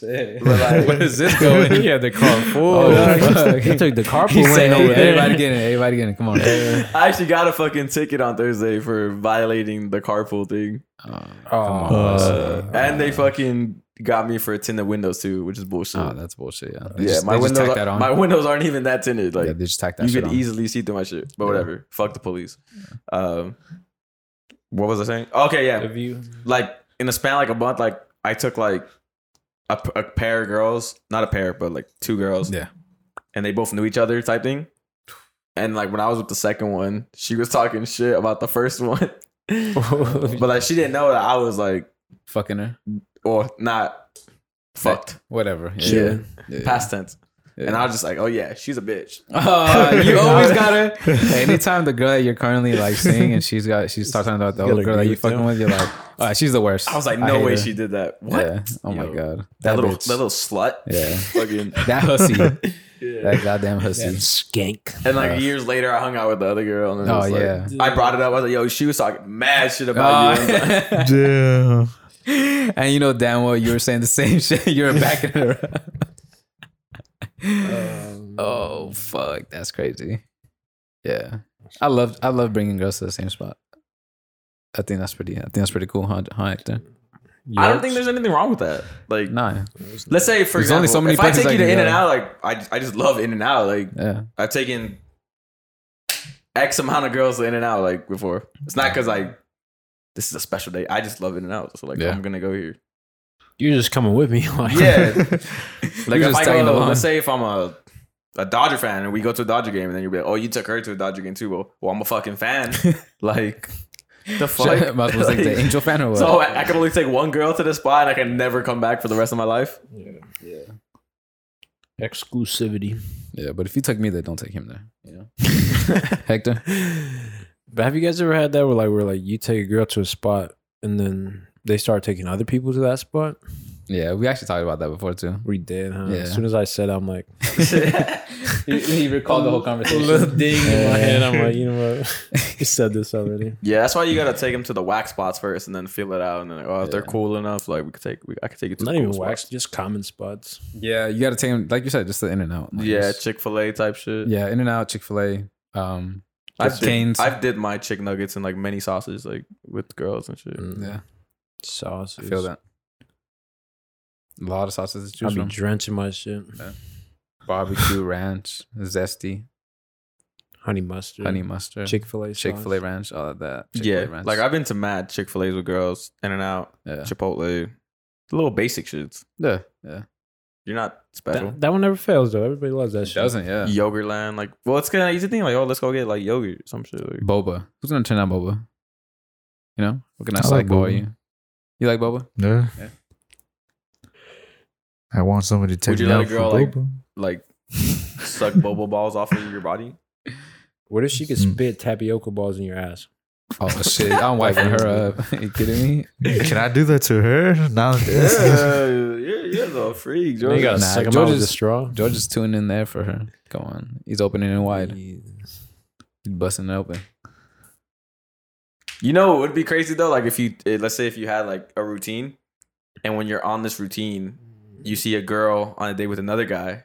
S2: but like
S1: where is this going?
S4: yeah, the car.
S1: Oh, fuck.
S4: he took the
S1: He
S4: carpool
S1: said,
S4: lane
S1: "Hey,
S4: over there.
S1: everybody getting it. Everybody getting it. Come on. Oh,
S2: I actually got a fucking ticket on Thursday for violating the carpool thing.
S1: Oh, come on,
S4: Oh,
S1: that's-
S5: Uh,
S2: and
S1: Ah.
S2: they fucking got me for tinted windows too, which is bullshit.
S1: oh, that's bullshit. Yeah, They
S2: yeah,
S1: just-
S2: my
S1: they just
S2: windows
S1: tack
S2: are-
S1: that on.
S2: my windows aren't even that tinted. Like
S1: yeah, they just tack that
S2: you
S1: shit
S2: could
S1: on.
S2: easily see through my shit. But
S1: Yeah.
S2: whatever. Fuck the police. Um what was I saying? Okay, yeah.
S4: The view.
S2: like in a span of, like a month, like I took like a, p- a pair of girls, not a pair, but like two girls.
S1: Yeah.
S2: And they both knew each other type thing. And like when I was with the second one, she was talking shit about the first one. but like she didn't know that I was like,
S1: Fucking her.
S2: or not fucked.
S1: Whatever. Yeah.
S2: Yeah.
S1: Yeah.
S2: Past tense.
S1: Yeah.
S2: And I was just like, oh yeah, she's a bitch.
S1: Uh, you always gotta. Anytime the girl that you're currently like seeing and she's got, she's talking about the
S4: You gotta
S1: old girl that
S4: agree
S1: you
S4: with
S1: fucking
S4: them.
S1: with, you're like, all right, she's the worst.
S2: I was like, no
S1: hate
S2: way
S1: her.
S2: she did that. What?
S1: Yeah. Oh my
S2: Yo.
S1: god. That,
S2: That, little
S1: bitch.
S2: that little slut.
S1: Yeah.
S2: Fucking
S1: That hussy. that
S2: yeah.
S1: goddamn hussy.
S4: skank.
S2: And like
S1: Uh,
S2: years later, I hung out with the other girl. And it
S1: Oh,
S2: was, like-
S1: yeah.
S2: I brought it up. I was like, yo, she was talking mad shit about you. And
S1: Uh,
S5: damn.
S1: and you know damn well you were saying the same shit. You were backing her up. oh fuck, that's crazy. Yeah, I love I love bringing girls to the same spot. I think that's pretty. I think that's pretty cool, huh, huh Hector?
S2: I don't think there's anything wrong with that. Like,
S1: Nah,
S2: let's say for
S1: There's
S2: example,
S1: only so many
S2: if I
S1: places
S2: take
S1: I
S2: you to
S1: can
S2: In and
S1: go.
S2: Out, like I, I just love In and Out. Like
S1: yeah,
S2: I've taken X amount of girls to In and Out like before. It's not because like this is a special day. I just love In and Out. So like
S1: Yeah.
S2: I'm gonna go here.
S4: You're just coming with me. Like,
S2: Yeah. like
S1: You're
S2: if
S1: just
S2: I
S1: tagging
S2: go,
S1: along.
S2: let's say if I'm a a Dodger fan and we go to a Dodger game and then you'll be like, oh, you took her to a Dodger game too. Well, well I'm a fucking fan. like the fuck.
S1: Shit, might as well take the angel fan or what?
S2: So I, I can only take one girl to this spot and I can never come back for the rest of my life.
S4: Exclusivity.
S1: yeah, but if you took me there, don't take him there. You know, Hector.
S4: But have you guys ever had that where like where like you take a girl to a spot and then they start taking other people to that spot?
S1: Yeah, we actually talked about that before too.
S4: We did, huh?
S1: Yeah.
S4: As soon as I said, I'm like
S1: he, he recalled the whole conversation.
S4: in my head, I'm like, you know what? you said this already.
S2: Yeah, that's why you gotta take them to the wax spots first and then feel it out. And then, oh, if they're
S1: Yeah.
S2: cool enough, like we could take, we, I could take you to
S4: Not
S2: the cool
S4: even wax,
S2: spots.
S4: just common spots.
S1: Yeah, you got to take him, like you said, just the in and out. Like,
S2: Yeah,
S1: just-
S2: Chick Fil A type shit.
S1: yeah, in and out, Chick Fil A. Um,
S2: I've did,
S1: Cane's.
S2: I've did my chick nuggets and like many sauces like with girls and shit.
S4: Mm,
S1: yeah,
S4: Sauce.
S1: I feel that. A lot of sauces to choose
S4: I'll be
S1: from.
S4: drenching my shit.
S1: Barbecue ranch, zesty,
S4: Honey mustard.
S1: honey mustard,
S4: Chick fil A.
S1: Chick Fil A ranch, all of that. Chick-fil-A
S2: Yeah,
S1: ranch.
S2: like I've been to mad Chick Fil A's with girls, In and Out,
S1: yeah,
S2: Chipotle, little basic shits.
S1: yeah, yeah.
S2: You're not special.
S4: That, that one never fails though. Everybody loves that
S1: It
S4: shit.
S1: doesn't, yeah.
S2: Yogurt land, like, well, it's kind of easy thing. Like, oh, let's go get like yogurt, or some shit. Like,
S1: Boba. Who's gonna turn down boba? You know, what can I
S5: I
S1: like
S5: like
S1: boy
S5: boba.
S1: you? You like boba?
S5: Yeah.
S1: Yeah.
S5: I want somebody to take
S2: Would you
S5: me
S2: let
S5: out
S2: a girl,
S5: for
S2: like-
S5: boba.
S2: like suck bubble balls off of your body.
S4: What if she could
S5: Mm.
S4: spit tapioca balls in your ass?
S1: Oh shit, I'm wiping her up. you kidding me?
S5: Can I do that to her? Now
S2: you're, you're the freak,
S4: You
S1: Nah,
S4: gotta suck 'em out
S1: George
S4: with a
S1: is-
S4: straw.
S1: George is tuning in there for her. Come on, he's opening it wide. He's busting it open.
S2: You know, it would be crazy though. Like if you, eh, let's say, if you had like a routine, and when you're on this routine, you see a girl on a date with another guy,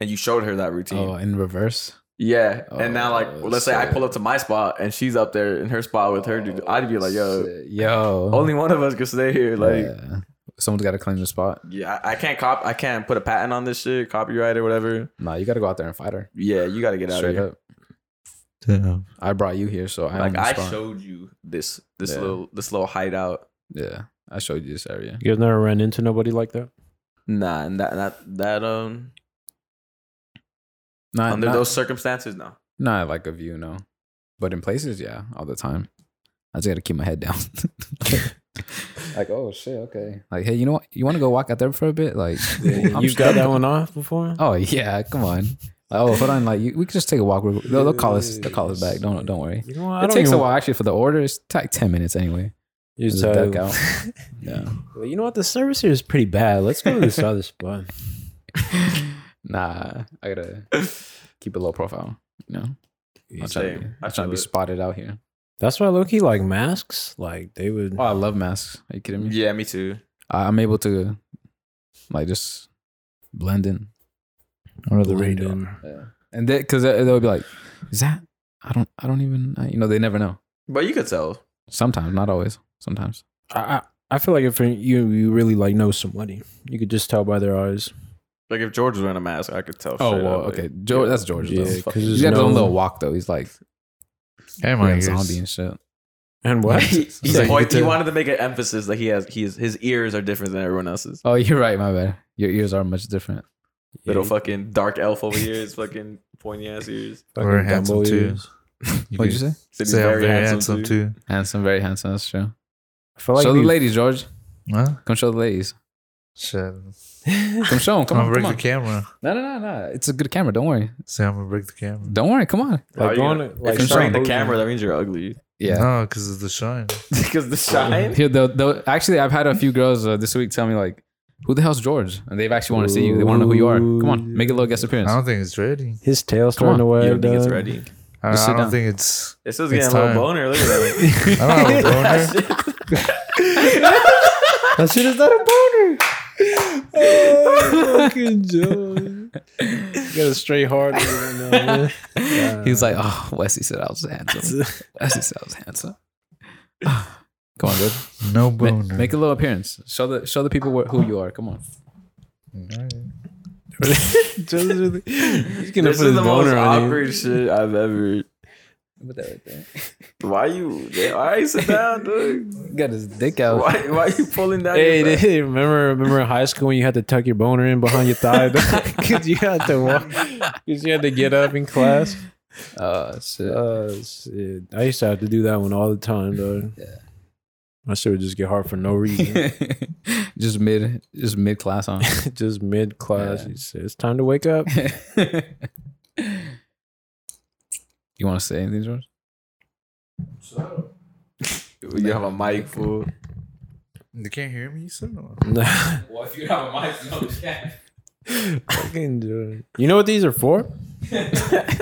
S2: and you showed her that routine.
S1: Oh, in reverse.
S2: yeah, and now like,
S1: Oh,
S2: well, let's say I
S1: shit.
S2: pull up to my spot and she's up there in her spot with her dude. I'd be like, yo,
S1: Shit, yo,
S2: only one of us can stay here. Like,
S1: Yeah. Someone's got to claim the spot.
S2: Yeah, I I can't cop. I can't put a patent on this shit, copyright or whatever.
S1: Nah, you got to go out there and fight her.
S2: Yeah, you got to get out of
S1: Straight
S2: here.
S1: up.
S5: Damn.
S1: I brought you here, so I own
S2: like
S1: the
S2: I
S1: spot.
S2: showed you this this
S1: Yeah.
S2: little this little hideout.
S1: yeah, I showed you this area.
S4: You guys never ran into nobody like that?
S2: Nah, and that that that um
S1: Not
S2: under
S1: not,
S2: those circumstances, no.
S1: not like a view, no. But in places, yeah, all the time. I just got to keep my head down. like, oh shit, okay. Like, hey, you know what? You want to go walk out there for a bit? Like, I'm
S4: you got
S1: stuck.
S4: that one off before?
S1: Oh yeah, come on. Like, oh, hold on. Like, you, we can just take a walk. They'll, they'll call us. They'll call us back. Don't don't worry.
S4: You know what? I
S1: It
S4: don't
S1: takes
S4: even-
S1: a while actually for the order. It's like ten minutes anyway.
S4: You
S1: Just
S4: tell-
S1: duck out. yeah.
S4: Well, you know what? The service here is pretty bad. Let's go to this other spot.
S1: Nah, I gotta keep a low profile. You know, I'm not trying to
S2: Same.
S1: be,
S2: I
S1: I'm trying to
S2: feel
S1: be
S2: it.
S1: spotted out here.
S4: That's why Loki like masks. Like they would.
S1: Oh, I love masks. Are you kidding me?
S2: Yeah, me too.
S1: I, I'm able to, like, just blend in.
S5: Under the
S4: blend
S5: radar.
S4: in.
S1: Yeah. And they, cause they, they'll be like, "Is that? I don't, I don't even. I, you know, they never know.
S2: But you could tell.
S1: Sometimes, not always. Sometimes.
S4: I, I I feel like if you you really like know somebody, you could just tell by their eyes.
S2: Like if George was wearing a mask, I could tell.
S1: Oh
S2: straight
S1: well,
S2: up, like-
S1: okay. George, that's George.
S4: Yeah,
S1: though.
S4: because
S1: He's
S4: there's
S1: got his own
S4: no-
S1: little walk though. He's like
S5: Hey,
S1: like
S5: Oh, my
S1: a
S5: ears.
S1: zombie and shit.
S4: and what?
S2: he, he
S5: So you
S2: point-
S5: could
S2: he
S5: tell.
S2: wanted to make an emphasis that he has he's his ears are different than everyone else's.
S1: Oh, you're right. My bad. Your ears are much different.
S2: Little fucking dark elf over here is fucking pointy ass ears.
S5: We're handsome
S4: Dumbo
S5: too.
S4: ears.
S5: You
S1: What'd you
S5: could
S1: say?
S2: Said he's
S5: Say I'm very handsome, too.
S1: Handsome, very handsome. That's true.
S4: I feel like
S1: show the
S4: we-
S1: ladies, George.
S5: Huh?
S1: Come show the ladies.
S5: Shit.
S1: Come show them. Come
S5: I'm
S1: on.
S5: gonna
S1: Come
S5: break the
S1: on.
S5: camera.
S1: No, no, no, no. It's a good camera. Don't worry.
S5: Say I'm gonna break the camera.
S1: Don't worry. Come on.
S2: How
S4: like
S2: you
S4: going
S2: gonna-
S4: to- like
S2: if you bring the
S4: Sarkozy.
S2: camera, that means you're ugly.
S1: Yeah.
S5: No, because of the shine.
S2: Because the shine.
S1: Here, they'll, they'll, actually, I've had a few girls uh, this week tell me like, "Who the hell's George?" And they've actually want to see you. They want to know who you are. Come on, make a little guest appearance.
S5: I don't think it's ready.
S4: His tail
S1: on.
S4: starting to wag.
S2: You don't think it's
S4: dog.
S2: ready?
S5: I,
S1: Just
S5: I
S1: sit
S5: don't
S1: down.
S5: think it's.
S2: It's just
S5: It's
S2: getting a little
S5: time.
S2: boner. Look at that.
S5: I don't have a boner.
S4: That shit is not a boner. oh, fucking Joe. Got a straight hard. right now, man.
S1: He was like, "Oh, Wesley said I was handsome. Wesley said I was handsome." Ah, Come on, George.
S5: No
S1: Ma-
S5: boner.
S1: Make a little appearance. Show the show the people wh- who you are. Come on.
S5: Alright.
S4: Joe's really- He's gonna
S2: This
S4: put
S2: is
S4: his
S2: the most
S4: boner on you.
S2: awkward shit I've ever.
S1: Put that right there.
S2: Why you? Why you sit down, dude?
S1: Got his dick out.
S2: Why? Why you pulling down?
S4: Hey,
S2: your back?
S4: hey, remember remember in high school when you had to tuck your boner in behind your thigh because you had to walk because you had to get up in class.
S1: Oh shit.
S4: Uh, shit. I used to have to do that one all the time, though.
S1: Yeah.
S4: My shit would just get hard for no reason.
S1: just mid, just mid class on.
S4: just mid class,
S1: Yeah.
S4: you say it's time to wake up.
S1: you want to say anything, George?
S2: You have a mic, fool.
S5: They can't hear me, so.
S4: Nah.
S2: Well, if you have a mic, no, you can't.
S4: Fucking dude. You know what these are for? they're, pi-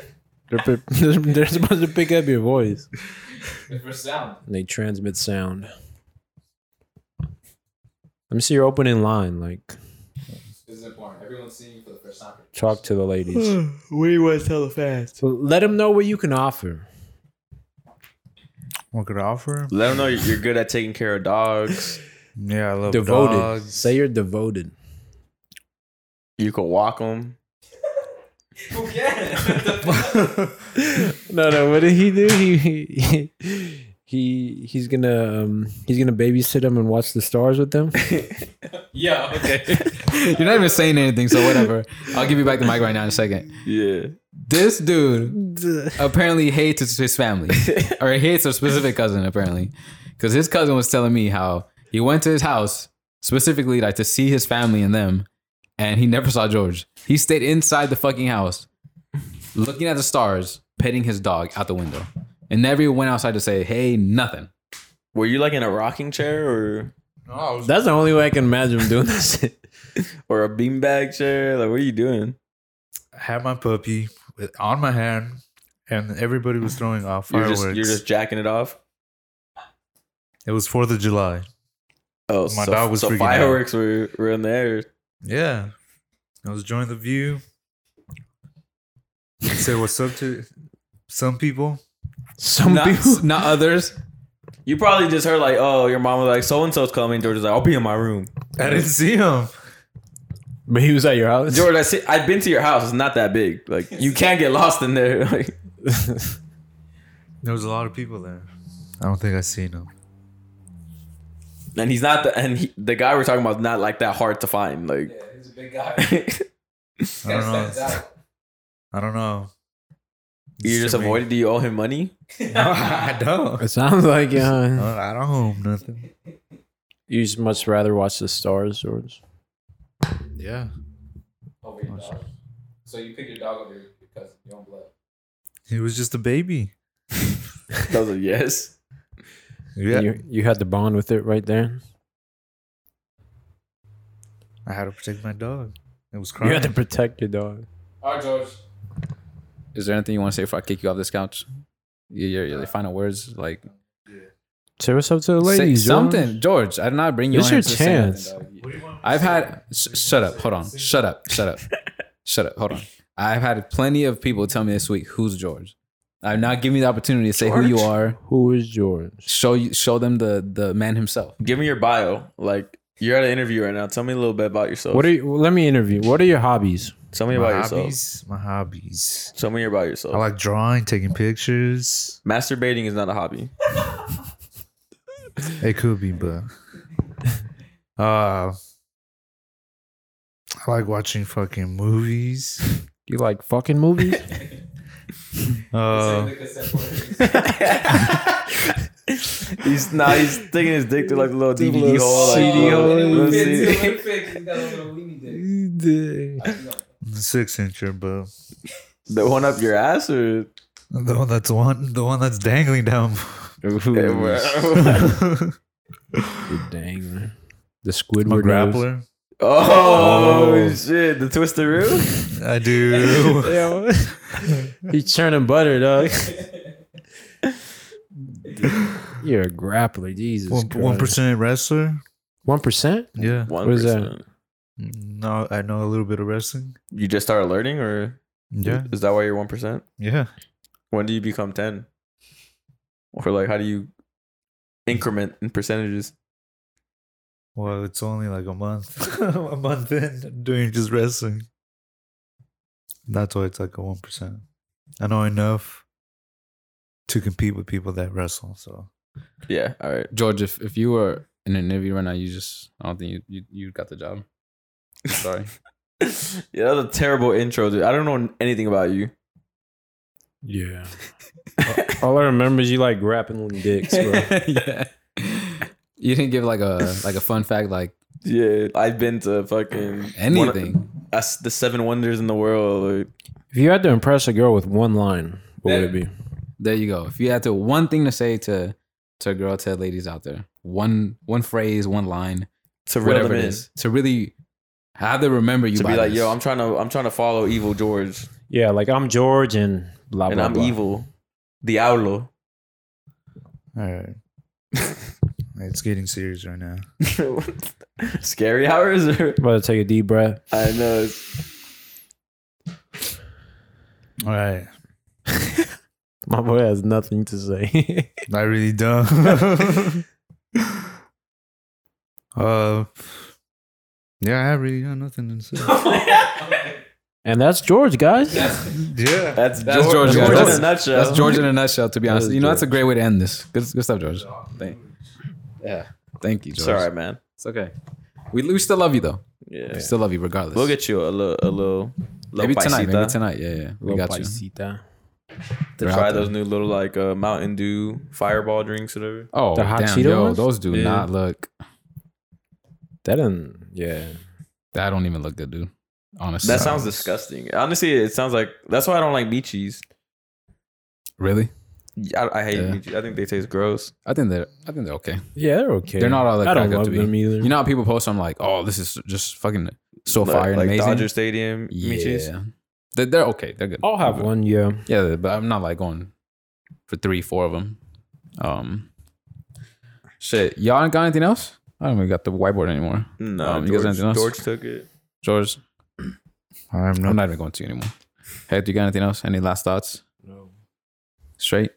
S4: they're, they're supposed to pick up your voice.
S2: For sound.
S4: And they transmit sound. Let me see your opening line. Like,
S1: This is important. Everyone's seeing you for the first time.
S4: talk to the ladies.
S2: We was hella fast.
S4: So let them know what you can offer.
S5: What could I offer?
S2: Let them know you're good at taking care of dogs.
S5: Yeah, I love
S4: Devoted.
S5: dogs.
S4: Say you're devoted.
S2: You can walk them.
S4: No, no. What did he do? He he, he he's gonna um, he's gonna babysit them and watch the stars with them.
S2: Yeah. Okay.
S1: You're not even saying anything, so whatever. I'll give you back the mic right now in a second.
S2: yeah.
S1: This dude apparently hates his- his family, or he hates a specific cousin apparently, because his cousin was telling me how he went to his house specifically like to see his family and them, and he never saw George. He stayed inside the fucking house, looking at the stars, petting his dog out the window, and never even went outside to say hey nothing.
S2: Were you like in a rocking chair or
S5: No, I was
S4: That's the only way I can imagine him doing this.
S2: or a beanbag chair? Like, what are you doing?
S5: I had my puppy with, on my hand, and everybody was throwing off
S2: You're
S5: fireworks.
S2: just you're just jacking it off.
S5: It was Fourth of July.
S2: Oh,
S5: My
S2: so,
S5: dog was
S2: so
S5: freaking out.
S2: fireworks were were in the air.
S5: Yeah, I was enjoying the view. Say what's up to some people.
S4: Some
S1: Not,
S4: people.
S1: not others.
S2: You probably just heard like, oh, your mom was like, so and so's coming. George is like, I'll be in my room.
S5: I didn't see him.
S4: But he was at your house.
S2: George, I see, I've been to your house. It's not that big. Like you can't get lost in there. Like,
S5: There was a lot of people there. I don't think I seen him.
S2: and he's not the and he, the guy we're talking about is not like that hard to find. Like
S6: He's a big guy.
S5: I don't know. I don't know.
S2: you just
S5: Should we-
S2: avoided. Do you owe him money?
S5: No, I don't.
S4: It sounds like uh,
S5: No, I don't owe him nothing.
S4: you just much rather watch the stars, George.
S5: Yeah.
S6: Over your dog. Oh, So you pick your dog over your cousin, your own blood.
S5: He was just a baby.
S2: That was a yes.
S5: Yeah.
S4: You, you had the bond with it right there.
S5: I had to protect my dog. It was
S4: You
S5: crying.
S4: had to protect your dog.
S6: All right, George.
S1: Is there anything you want to say before I kick you off this couch? Your, your, your final words, like
S4: Say what's up to the
S1: say
S4: ladies. George.
S1: something, George. I did not bring you.
S4: It's
S1: on here
S4: your
S1: to say
S4: chance.
S1: nothing, dog. I've had. Sh- shut up. Hold on. Shut up. Shut up. shut up. Hold on. I've had plenty of people tell me this week who's George. I've not given you the opportunity to say who you are.
S4: Who is George?
S1: Show you. Show them the the man himself.
S2: Give me your bio. Like you're at an interview right now. Tell me a little bit about yourself.
S4: What are you? Let me interview. What are your hobbies?
S2: Tell me
S5: my
S2: about yourself.
S5: hobbies. My hobbies.
S2: Tell me about yourself.
S5: I like drawing, taking pictures.
S2: Masturbating is not a hobby.
S5: It could be, but uh, I like watching fucking movies.
S4: You like fucking movies?
S5: Uh,
S2: he's nah, he's sticking his dick through like a little DVD hole, like,
S5: CD
S2: little-
S5: hole.
S2: little CD.
S5: six incher, but
S2: The one up your ass or
S5: the one that's one, the one that's dangling down.
S4: Dang. The
S5: My
S4: Squidward nose.
S5: grappler.
S2: Oh, shit, the twisted root.
S5: I do.
S4: He's churning butter, dog. You're a grappler, Jesus.
S5: One- One percent wrestler.
S4: One percent?
S5: Yeah.
S2: One
S4: What is that?
S5: No, I know a little bit of wrestling.
S2: You just started learning, or
S5: Yeah.
S2: is that why you're one percent?
S5: Yeah.
S2: When do you become ten? Or like, how do you increment in percentages?
S5: Well, it's only like a month, a month in doing just wrestling. That's why it's like a one percent. I know enough to compete with people that wrestle. So
S2: Yeah, all right.
S1: George, if, if you were in an interview right now, you just I don't think you you, you got the job. Sorry.
S2: yeah, that was a terrible intro, dude. I don't know anything about you.
S4: Yeah. All I remember is you like grappling dicks, bro.
S1: yeah. You didn't give like a like a fun fact like
S2: Yeah, I've been to fucking one of-
S1: anything.
S2: us, the seven wonders in the world. Like,
S4: If you had to impress a girl with one line, what would it be?
S1: There you go. If you had to one thing to say to to a girl, to ladies out there, one one phrase, one line,
S2: to reel
S1: whatever
S2: them
S1: it
S2: in.
S1: is, to really have them remember you
S2: to
S1: by
S2: be like,
S1: this.
S2: yo, I'm trying to, I'm trying to follow evil George,
S4: Yeah, like I'm George and blah blah
S2: and I'm
S4: blah.
S2: evil, diablo.
S5: all right, it's getting serious right now.
S2: Scary hours, or
S4: About to take a deep breath.
S2: I know. it's-
S5: All right,
S4: My boy has nothing to say.
S5: I really don't. uh, yeah, I really got nothing to say.
S4: and that's George, guys.
S5: yeah.
S2: That's,
S1: That's George,
S2: George, George
S1: guys.
S2: in a nutshell.
S1: that's George in a nutshell, to be honest.
S4: is
S1: You know, that's a great way to end this. Good, good stuff, George. Thank, yeah. Thank you, George.
S2: It's all right, man.
S1: It's okay. We, we still love you though.
S2: Yeah.
S1: We still love you regardless.
S2: We'll get you a little, a little, little
S1: maybe tonight.
S2: paisita
S1: Maybe tonight. Yeah, yeah. We got you.
S4: Paisita.
S2: to
S1: They're out
S2: try
S1: there.
S2: those new little like uh, Mountain Dew Fireball drinks, or whatever.
S1: Oh,
S4: The hot
S1: damn,
S4: Cheeto
S1: yo,
S4: ones?
S1: those do
S2: Yeah.
S1: not look.
S4: That didn't. Yeah.
S1: That don't even look good, dude. Honestly,
S2: That sounds disgusting. Honestly, it sounds like that's why I don't like meat cheese.
S1: really.
S2: I, I hate
S1: Yeah.
S2: meat cheese. I think they taste gross.
S1: I think they're. I think they're okay.
S4: Yeah, they're okay.
S1: They're not all that
S4: I don't
S1: cracked up to
S4: love
S1: be.
S4: them either.
S1: You know how people post, I'm like, oh, this is just fucking so
S2: like,
S1: fire and
S2: like
S1: amazing.
S2: Dodger Stadium meat cheese.
S1: yeah, they're, they're okay. They're good.
S4: I'll have one. Yeah.
S1: Yeah, but I'm not like going for three, four of them. Um, shit, y'all ain't got anything else? I don't even got the whiteboard anymore.
S2: No,
S1: Um, you guys
S2: George,
S1: anything else?
S2: George took it.
S1: George,
S5: I'm
S1: I'm
S5: not.
S1: not even going to you anymore. Hey, do you got anything else? Any last thoughts? No. Straight.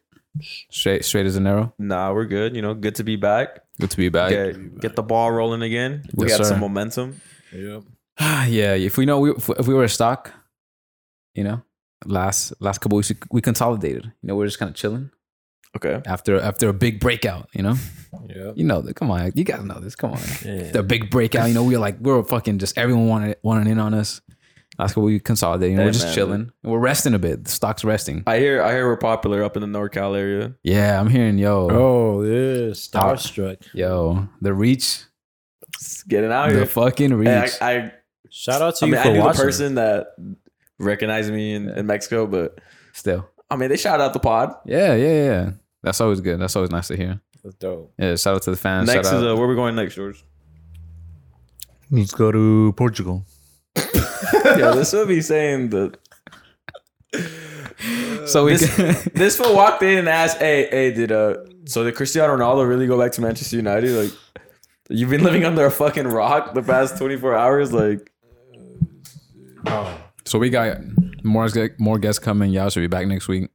S1: Straight, straight as an arrow.
S2: Nah, we're good. You know, good to be back.
S1: Good to be back.
S2: Get, get the ball rolling again. We
S1: Yes,
S2: got
S1: sir.
S2: some momentum.
S4: Yep.
S1: yeah, if we know we if, if we were stock, you know, last last couple weeks we, we consolidated. You know, we're just kind of chilling
S2: Okay.
S1: after after a big breakout. You know,
S4: Yep.
S1: you know, that- come on, you guys know this. Come on,
S4: Yeah.
S1: the big breakout. You know, we were like we were fucking just everyone wanted wanted in on us. Last couple we consolidated. You know,
S2: Hey,
S1: we're just
S2: man.
S1: chilling. We're resting a bit. The stock's resting.
S2: I hear I hear we're popular up in the NorCal area.
S1: Yeah, I'm hearing yo,
S4: Oh, yeah. Starstruck.
S1: yo, the reach,
S2: It's getting out
S1: the
S2: here.
S1: fucking reach.
S2: Hey, I, I
S4: Shout out to
S2: I
S4: you
S2: mean,
S4: for
S2: I knew the
S4: watching.
S2: person that recognized me in, in Mexico, but
S1: Still,
S2: I mean, they shout out the pod.
S1: yeah, yeah, yeah. That's always good. That's always nice to hear.
S4: That's dope.
S1: Yeah, shout out to the fans.
S2: next
S1: shout
S2: is
S1: out.
S2: uh, where we going next, George?
S5: Let's go to Portugal.
S2: Yo, this would be saying the
S1: so we
S2: this-
S1: can-
S2: this fool walked in and asked, "Hey, hey, did uh, so did Cristiano Ronaldo really go back to Manchester United? Like, you've been living under a fucking rock the past 24 hours. Like,
S1: so we got more gu- more guests coming. Y'all should be back next week.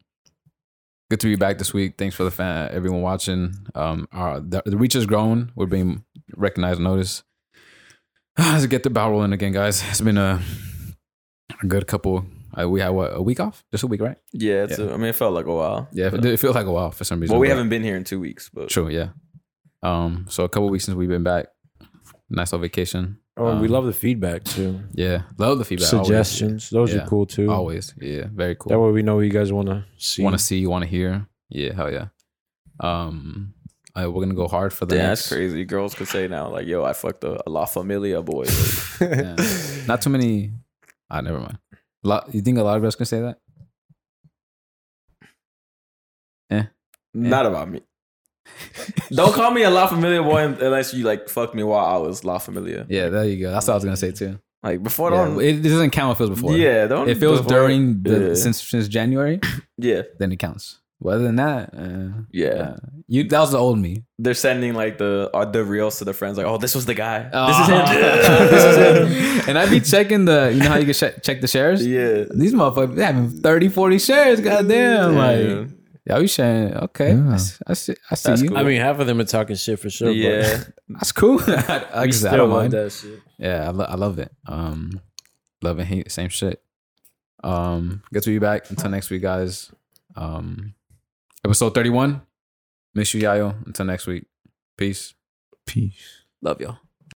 S1: Good to be back this week. Thanks for the fan, everyone watching. Um, our, the, the reach has grown. We're being recognized, and noticed. Let's get the ball rolling again, guys. It's been a, a good couple. Uh, we had what a week off, just a week, right?
S2: yeah, it's
S1: Yeah.
S2: a- I mean, it felt like a while.
S1: Yeah, it, it feels like a while for some reason.
S2: Well, we
S1: but-
S2: haven't been here in two weeks, but
S1: True, yeah. Um, so a couple weeks since we've been back. Nice little vacation.
S4: Oh, we
S1: Um,
S4: love the feedback too.
S1: Yeah, love the feedback. always.
S4: Suggestions. Those
S1: Yeah.
S4: are cool too.
S1: Always, yeah, very cool.
S4: That way we know what you guys want to see.
S1: want to see, you want to hear. Yeah, hell yeah. Um, uh, we're gonna go hard for the
S2: Damn, that's
S1: next.
S2: crazy. Girls could say now, like, yo, I fucked a La Familia boy. Like,
S1: yeah. Not too many. Ah, never mind. A lot, you think a lot of us can say that?
S2: Not about me. Don't call me a La Familia boy unless you like fuck me while I was La Familia.
S1: Yeah, there you go. That's what I was gonna say too.
S2: Like before,
S1: Yeah,
S2: don't.
S1: it, it doesn't count if it was before.
S2: Yeah, don't.
S1: if it was
S2: before-
S1: during the
S2: yeah.
S1: since since January,
S2: yeah,
S1: then it counts. But other than that, uh,
S2: yeah,
S1: uh, you that was the old me.
S2: they're sending like the uh, the reels to their friends, like, oh, this was the guy.
S1: Uh-huh. Ah. this is him.
S2: this is him.
S1: and I be checking the, you know how you can sh- check the shares?
S2: yeah.
S1: These motherfuckers, they having 30, 40 shares, goddamn.
S2: Yeah.
S1: Like, y'all be sharing. Okay.
S5: Yeah.
S1: I s- I, see, I see
S2: That's
S1: you.
S2: cool.
S4: I mean, half of them are talking shit for sure.
S2: yeah.
S1: That's cool. I, I,
S4: but
S1: guess
S4: we
S1: I
S4: still
S1: don't mind.
S4: want that shit.
S1: Yeah, I, lo- I love it. Um, love and hate, same shit. Um, good to be back. Until next week, guys. Um, episode 31. Miss you, Yayo. Until next week. Peace.
S5: Peace.
S1: Love y'all.